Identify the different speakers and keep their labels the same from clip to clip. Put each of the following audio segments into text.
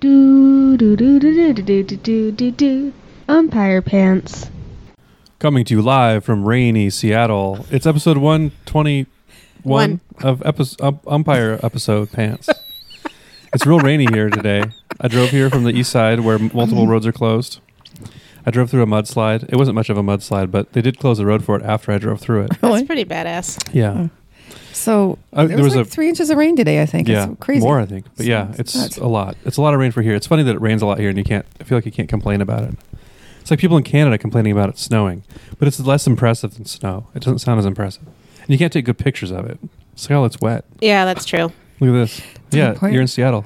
Speaker 1: Do do do do do do do do do do. Umpire pants.
Speaker 2: Coming to you live from rainy Seattle. It's episode 121
Speaker 3: One.
Speaker 2: of episode, Umpire Episode Pants. it's real rainy here today. I drove here from the east side where multiple roads are closed. I drove through a mudslide. It wasn't much of a mudslide, but they did close the road for it after I drove through it.
Speaker 3: That's pretty badass.
Speaker 2: Yeah.
Speaker 4: So
Speaker 2: Uh,
Speaker 4: there, was, like three inches of rain today. I think.
Speaker 2: yeah,
Speaker 4: it's crazy.
Speaker 2: more I think, but yeah,
Speaker 4: Sounds
Speaker 2: it's
Speaker 4: nuts.
Speaker 2: a lot. It's a lot of rain for here. It's funny that it rains a lot here, and you can't. I feel like you can't complain about it. It's like people in Canada complaining about it snowing, but it's less impressive than snow. It doesn't sound as impressive, and you can't take good pictures of it. It's like, oh, it's wet.
Speaker 3: Yeah, that's true.
Speaker 2: Look at this.
Speaker 4: a
Speaker 2: yeah,
Speaker 4: good point.
Speaker 2: you're in Seattle.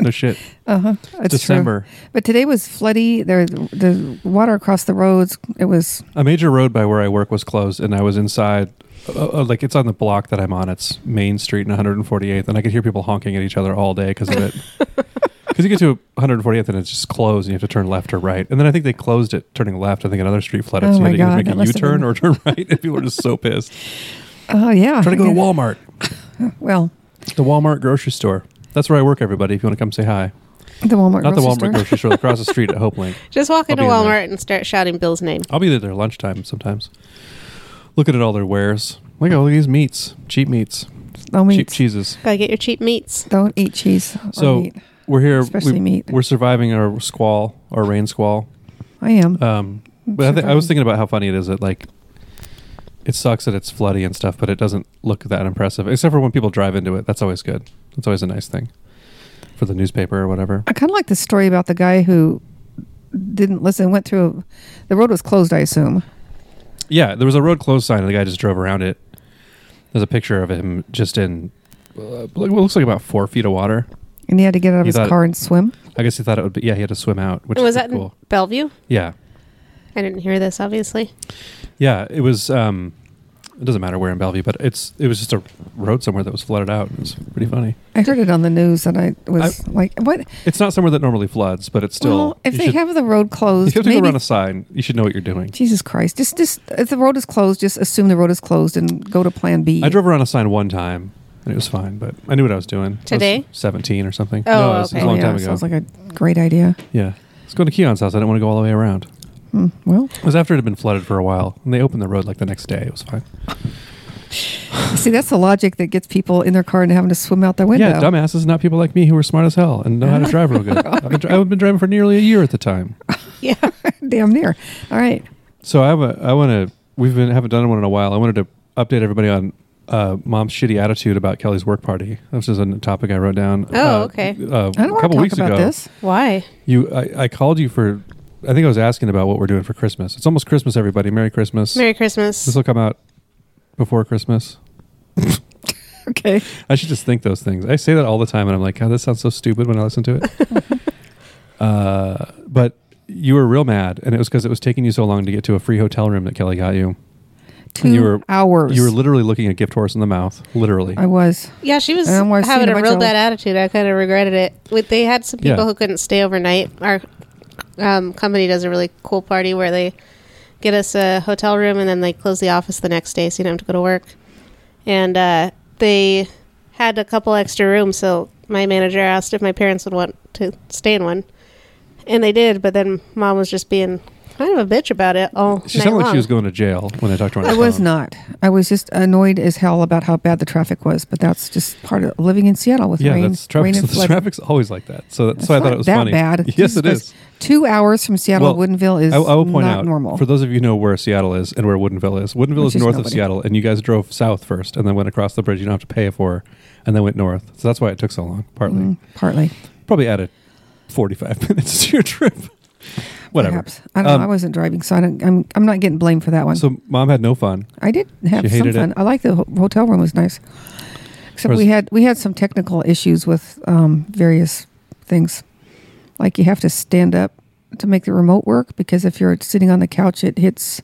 Speaker 2: No shit.
Speaker 4: Uh huh. That's
Speaker 2: December.
Speaker 4: True. But today was floody. There, the water across the roads. It was.
Speaker 2: A major road by where I work was closed, and I was inside. Uh, uh, like it's on the block that I'm on. It's Main Street and 148th, and I could hear people honking at each other all day because of it. Because you get to 148th and it's just closed, and you have to turn left or right. And then I think they closed it turning left. I think another street flooded,
Speaker 4: Oh
Speaker 2: so you
Speaker 4: my
Speaker 2: had to
Speaker 4: God,
Speaker 2: either
Speaker 4: that
Speaker 2: make a
Speaker 4: must have
Speaker 2: U-turn
Speaker 4: been-
Speaker 2: or turn right. And people were just so pissed.
Speaker 4: Oh yeah.
Speaker 2: Trying to go
Speaker 4: I
Speaker 2: to
Speaker 4: get it.
Speaker 2: Walmart,
Speaker 4: Well,
Speaker 2: the Walmart grocery store. That's where I work, everybody. If you want to come say hi,
Speaker 4: the Walmart.
Speaker 2: not the
Speaker 4: grocery
Speaker 2: Walmart
Speaker 4: store.
Speaker 2: grocery store across the street at Hope Link.
Speaker 3: Just walk
Speaker 2: I'll
Speaker 3: into
Speaker 2: be in there.
Speaker 3: Walmart and start shouting Bill's name.
Speaker 2: I'll be there at their lunchtime sometimes, looking at all their wares. Like, oh, look at these meats, cheap meats,
Speaker 4: Don't
Speaker 2: cheap
Speaker 4: eat.
Speaker 2: cheeses.
Speaker 3: Gotta get your cheap meats.
Speaker 4: Don't eat cheese. Or
Speaker 2: So-
Speaker 4: meat.
Speaker 2: We're here.
Speaker 4: Especially
Speaker 2: we,
Speaker 4: meat.
Speaker 2: We're surviving our squall, our rain squall.
Speaker 4: I am.
Speaker 2: Um, but I, th- I was thinking about how funny it is that like it sucks that it's floody and stuff, but it doesn't look that impressive, except for when people drive into it. That's always good. That's always a nice thing for the newspaper or whatever.
Speaker 4: I kind of like the story about the guy who didn't listen. Went through. The road was closed. I assume.
Speaker 2: Yeah, there was a road closed sign, and the guy just drove around it. There's a picture of him just in uh, what looks like about four feet of water.
Speaker 4: And he had to get out of
Speaker 2: He
Speaker 4: his
Speaker 2: thought-
Speaker 4: car and swim.
Speaker 2: I guess he thought it would be. Yeah, he had to swim out, which
Speaker 3: Oh, was
Speaker 2: was
Speaker 3: that
Speaker 2: cool.
Speaker 3: in Bellevue?
Speaker 2: yeah,
Speaker 3: I didn't hear this, obviously.
Speaker 2: Yeah, it was. Um, it doesn't matter where in Bellevue, but it's it was just a road somewhere that was flooded out. It's pretty funny.
Speaker 4: I heard it on the news, and I was like, "What?
Speaker 2: It's not somewhere that normally floods, but it's still.
Speaker 4: well, if
Speaker 2: you
Speaker 4: they
Speaker 2: should-
Speaker 4: have the road
Speaker 2: if
Speaker 4: closed,
Speaker 2: you have to
Speaker 4: maybe
Speaker 2: go around a sign, you should know what you're doing.
Speaker 4: Jesus Christ. Just just if the road is closed, just assume the road is closed and go to plan B.
Speaker 2: I drove around a sign one time and it was fine, but I knew what I was doing. I was
Speaker 3: Today?
Speaker 2: seventeen or something.
Speaker 3: Oh,
Speaker 2: no, it was, it was
Speaker 3: okay.
Speaker 2: a long
Speaker 4: yeah,
Speaker 2: time ago.
Speaker 4: Sounds like a great idea.
Speaker 2: yeah, let's go to Keon's house. I didn't want to go all the way around.
Speaker 4: Hmm, well,
Speaker 2: It was after it had been flooded for a while, and they opened the road like the next day. It was fine.
Speaker 4: see, that's the logic that gets people in their car and having to swim out their window.
Speaker 2: Yeah, dumbasses, not people like me who are smart as hell and know how to drive real good. I've been, dri- I've been driving for nearly a year at the time.
Speaker 3: Yeah.
Speaker 4: Damn near. All right.
Speaker 2: So I have a, I want to. We've been haven't done one in a while. I wanted to update everybody on uh, mom's shitty attitude about Kelly's work party. This is a topic I wrote down.
Speaker 3: Oh,
Speaker 2: uh, Uh,
Speaker 3: okay.
Speaker 4: I don't
Speaker 2: a
Speaker 4: want
Speaker 2: couple
Speaker 4: to talk
Speaker 2: weeks
Speaker 4: about
Speaker 2: ago,
Speaker 4: this.
Speaker 3: Why?
Speaker 2: you I, I called you for. I think I was asking about what we're doing for Christmas. It's almost Christmas, everybody. Merry Christmas.
Speaker 3: Merry Christmas.
Speaker 2: This will come out before Christmas.
Speaker 4: Okay.
Speaker 2: I should just think those things. I say that all the time, and I'm like, God, this sounds so stupid when I listen to it. uh, but you were real mad, and it was because it was taking you so long to get to a free hotel room that Kelly got you.
Speaker 4: Two
Speaker 2: you were-
Speaker 4: hours.
Speaker 2: You were literally looking a gift horse in the mouth, literally.
Speaker 4: I was.
Speaker 3: Yeah, she was
Speaker 4: And we're
Speaker 3: having
Speaker 4: seeing a
Speaker 3: a
Speaker 4: bunch
Speaker 3: real
Speaker 4: of-
Speaker 3: bad attitude. I kind of regretted it. With, they had some people
Speaker 2: Yeah.
Speaker 3: who couldn't stay overnight. Our um, company does a really cool party where they get us a hotel room and then they close the office the next day, so you don't have to go to work. And uh, they had a couple extra rooms, so my manager asked if my parents would want to stay in one, and they did. But then mom was just being kind of a bitch about it all
Speaker 2: she
Speaker 3: night
Speaker 2: sounded
Speaker 3: long.
Speaker 2: like she was going to jail when I talked to her. on
Speaker 4: I
Speaker 2: the
Speaker 4: was
Speaker 2: phone.
Speaker 4: not. I was just annoyed as hell about how bad the traffic was, but that's just part of living in Seattle with
Speaker 2: Yeah,
Speaker 4: rain.
Speaker 2: that's
Speaker 4: rain
Speaker 2: traffic.
Speaker 4: and
Speaker 2: The
Speaker 4: flooding.
Speaker 2: traffic's always like that. So that's
Speaker 4: It's
Speaker 2: why I thought
Speaker 4: not
Speaker 2: it was
Speaker 4: that
Speaker 2: funny.
Speaker 4: bad.
Speaker 2: Yes,
Speaker 4: Jesus
Speaker 2: it
Speaker 4: Christ.
Speaker 2: is.
Speaker 4: Two hours from Seattle to Woodinville is
Speaker 2: I, I will point
Speaker 4: not
Speaker 2: out
Speaker 4: normal.
Speaker 2: for those of you who know where Seattle is and where Woodinville is. Woodinville is
Speaker 4: Which is
Speaker 2: north of
Speaker 4: nobody.
Speaker 2: Seattle, and you guys drove south first, and then went across the bridge. You don't have to pay for, and then went north. So that's why it took so long. Partly,
Speaker 4: Mm, partly.
Speaker 2: probably added forty-five minutes to your trip. Whatever.
Speaker 4: Perhaps. I don't
Speaker 2: Um,
Speaker 4: know. I wasn't driving, so I don't, I'm I'm not getting blamed for that one.
Speaker 2: So mom had no fun.
Speaker 4: I did have
Speaker 2: she
Speaker 4: some
Speaker 2: hated
Speaker 4: fun.
Speaker 2: it?
Speaker 4: I like the ho- hotel room was nice, except
Speaker 2: Was-
Speaker 4: we had we had some technical issues with um, various things, like you have to stand up to make the remote work because if you're sitting on the couch, it hits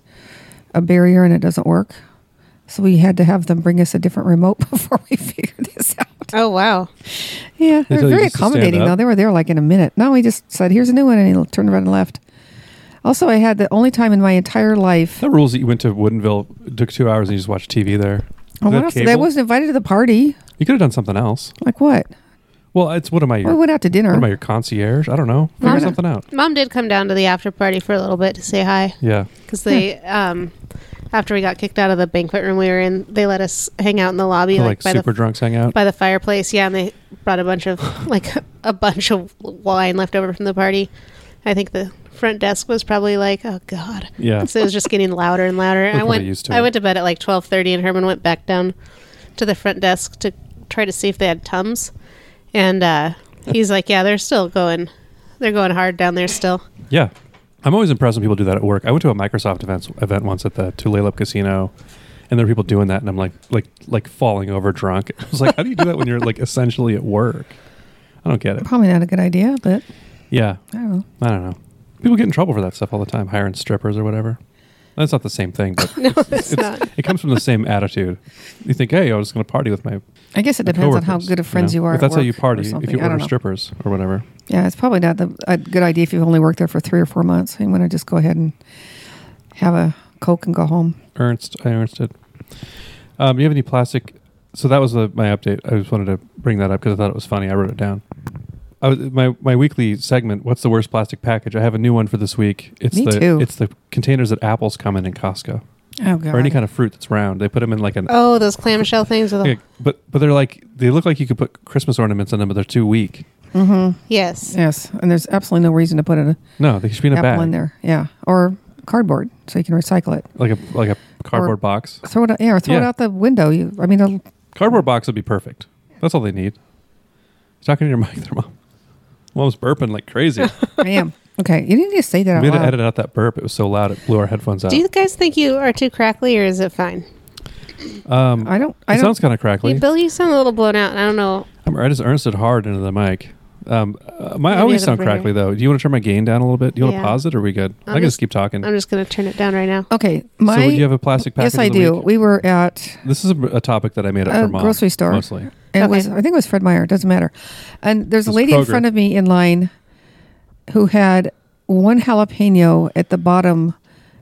Speaker 4: a barrier and it doesn't work. So we had to have them bring us a different remote before we figured this out.
Speaker 3: oh wow,
Speaker 4: Yeah,
Speaker 2: They tell
Speaker 4: they were
Speaker 2: you
Speaker 4: very
Speaker 2: just to stand
Speaker 4: accommodating though.
Speaker 2: up?
Speaker 4: They were there like in a minute. No, he just said, "Here's a new one," and he turned around and left. Also, I had the only time in my entire life.
Speaker 2: That rules that you went to Woodinville it took two hours and you just watched TV there.
Speaker 4: Oh,
Speaker 2: Did they
Speaker 4: what
Speaker 2: have
Speaker 4: else? I
Speaker 2: cable?
Speaker 4: wasn't invited to the party.
Speaker 2: You could have done something else.
Speaker 4: Like what?
Speaker 2: Well, it's what am I?
Speaker 4: Well, we
Speaker 2: Your,
Speaker 4: went out to dinner.
Speaker 2: what am I? Your concierge? I don't know. Figure
Speaker 3: Mama.
Speaker 2: something out.
Speaker 3: Mom did come down to the after party for a little bit to say hi
Speaker 2: Yeah.
Speaker 3: because they,
Speaker 2: Hmm.
Speaker 3: um, after we got kicked out of the banquet room we were in, they let us hang out in the lobby,
Speaker 2: The, like
Speaker 3: like, by
Speaker 2: super
Speaker 3: the
Speaker 2: drunks hang out.
Speaker 3: by the fireplace. Yeah, and they brought a bunch of like a bunch of wine left over from the party. I think the front desk was probably like, oh god.
Speaker 2: Yeah.
Speaker 3: So it was just getting louder and louder.
Speaker 2: We're
Speaker 3: I went
Speaker 2: probably used to
Speaker 3: I
Speaker 2: it.
Speaker 3: went to bed at like twelve thirty, and Herman went back down to the front desk to try to see if they had tums, and uh, he's like, yeah, they're still going, they're going hard down there still.
Speaker 2: Yeah. I'm always impressed when people do that at work. I went to a Microsoft event, event once at the Tulalip Casino, and there were people doing that, and I'm like, like, like falling over drunk. I was like, how do you do that when you're like essentially at work? I don't get it.
Speaker 4: Probably not a good idea, but
Speaker 2: Yeah,
Speaker 4: I don't know.
Speaker 2: I don't know. People get in trouble for that stuff all the time, hiring strippers or whatever. That's not the same thing, but
Speaker 3: No, it's
Speaker 2: it's-
Speaker 3: not.
Speaker 2: it comes from the same attitude. You think, hey, I was going to party with my.
Speaker 4: I guess it
Speaker 2: my
Speaker 4: depends on how
Speaker 2: coworkers,"
Speaker 4: good of friends you,
Speaker 2: know?
Speaker 4: are.
Speaker 2: If that's
Speaker 4: at
Speaker 2: how you
Speaker 4: work or
Speaker 2: party, if
Speaker 4: something.
Speaker 2: you
Speaker 4: I don't
Speaker 2: order
Speaker 4: know.
Speaker 2: strippers or whatever.
Speaker 4: Yeah, it's probably not the, a good idea if you've only worked there for three or four months. You want to just go ahead and have a Coke and go home.
Speaker 2: Ernst, I Ernst it. Um, you have any plastic? So that was the, my update. I just wanted to bring that up because I thought it was funny. I wrote it down. I was, my my weekly segment. What's the worst plastic package? I have a new one for this week. It's
Speaker 4: Me
Speaker 2: the
Speaker 4: too.
Speaker 2: it's the containers that apples come in in Costco
Speaker 4: Oh, God.
Speaker 2: or any kind of fruit that's round. They put them in like an.
Speaker 3: Oh, those clamshell things with
Speaker 2: like
Speaker 3: a,
Speaker 2: a- but but they're like they look like you could put Christmas ornaments in them, but they're too weak.
Speaker 4: Mm-hmm.
Speaker 3: yes,
Speaker 4: Yes, and there's absolutely no reason to put an
Speaker 2: No, they should be in a
Speaker 4: apple
Speaker 2: bag,
Speaker 4: in there. Yeah, or cardboard so you can recycle it.
Speaker 2: like a like a cardboard box.
Speaker 4: Throw it. out- Yeah, or throw it
Speaker 2: Yeah.
Speaker 4: out the window. You, I mean, it'll-
Speaker 2: Cardboard box would be perfect. That's all they need. It's not going to your mic there, mom. Mom's burping like crazy.
Speaker 4: I am okay. You need to say that. Out
Speaker 2: we had
Speaker 4: loud.
Speaker 2: to edit out that burp. It was so loud it blew our headphones out.
Speaker 3: Do you guys think you are too crackly, or is it fine?
Speaker 2: um,
Speaker 4: I don't. I
Speaker 2: it
Speaker 4: don't.
Speaker 2: sounds kind of
Speaker 3: You,
Speaker 2: crackly.
Speaker 3: Bill, you sound a little blown out. and I don't know.
Speaker 2: I'm, I just ernsted hard into the mic. Um, uh, my, I
Speaker 3: Maybe
Speaker 2: always
Speaker 3: the
Speaker 2: sound
Speaker 3: bringer.
Speaker 2: crackly though. Do you want to turn my gain down a little bit? Do you want to
Speaker 3: Yeah.
Speaker 2: pause it? Or are we good? i
Speaker 3: I'm
Speaker 2: can just
Speaker 3: just-
Speaker 2: keep talking.
Speaker 3: I'm just going to turn it down right now.
Speaker 4: okay, my.
Speaker 2: so would you have a plastic package?
Speaker 4: yes, I
Speaker 2: of the
Speaker 4: do.
Speaker 2: week?
Speaker 4: We were at.
Speaker 2: This is a, a topic that I made up
Speaker 4: A
Speaker 2: for mom.
Speaker 4: grocery store.
Speaker 2: mostly.
Speaker 4: It
Speaker 3: Okay.
Speaker 4: was. I think it was Fred Meyer. It doesn't matter. And there's a
Speaker 2: It's
Speaker 4: lady in
Speaker 2: Kroger.
Speaker 4: front of me in line, who had one jalapeno at the bottom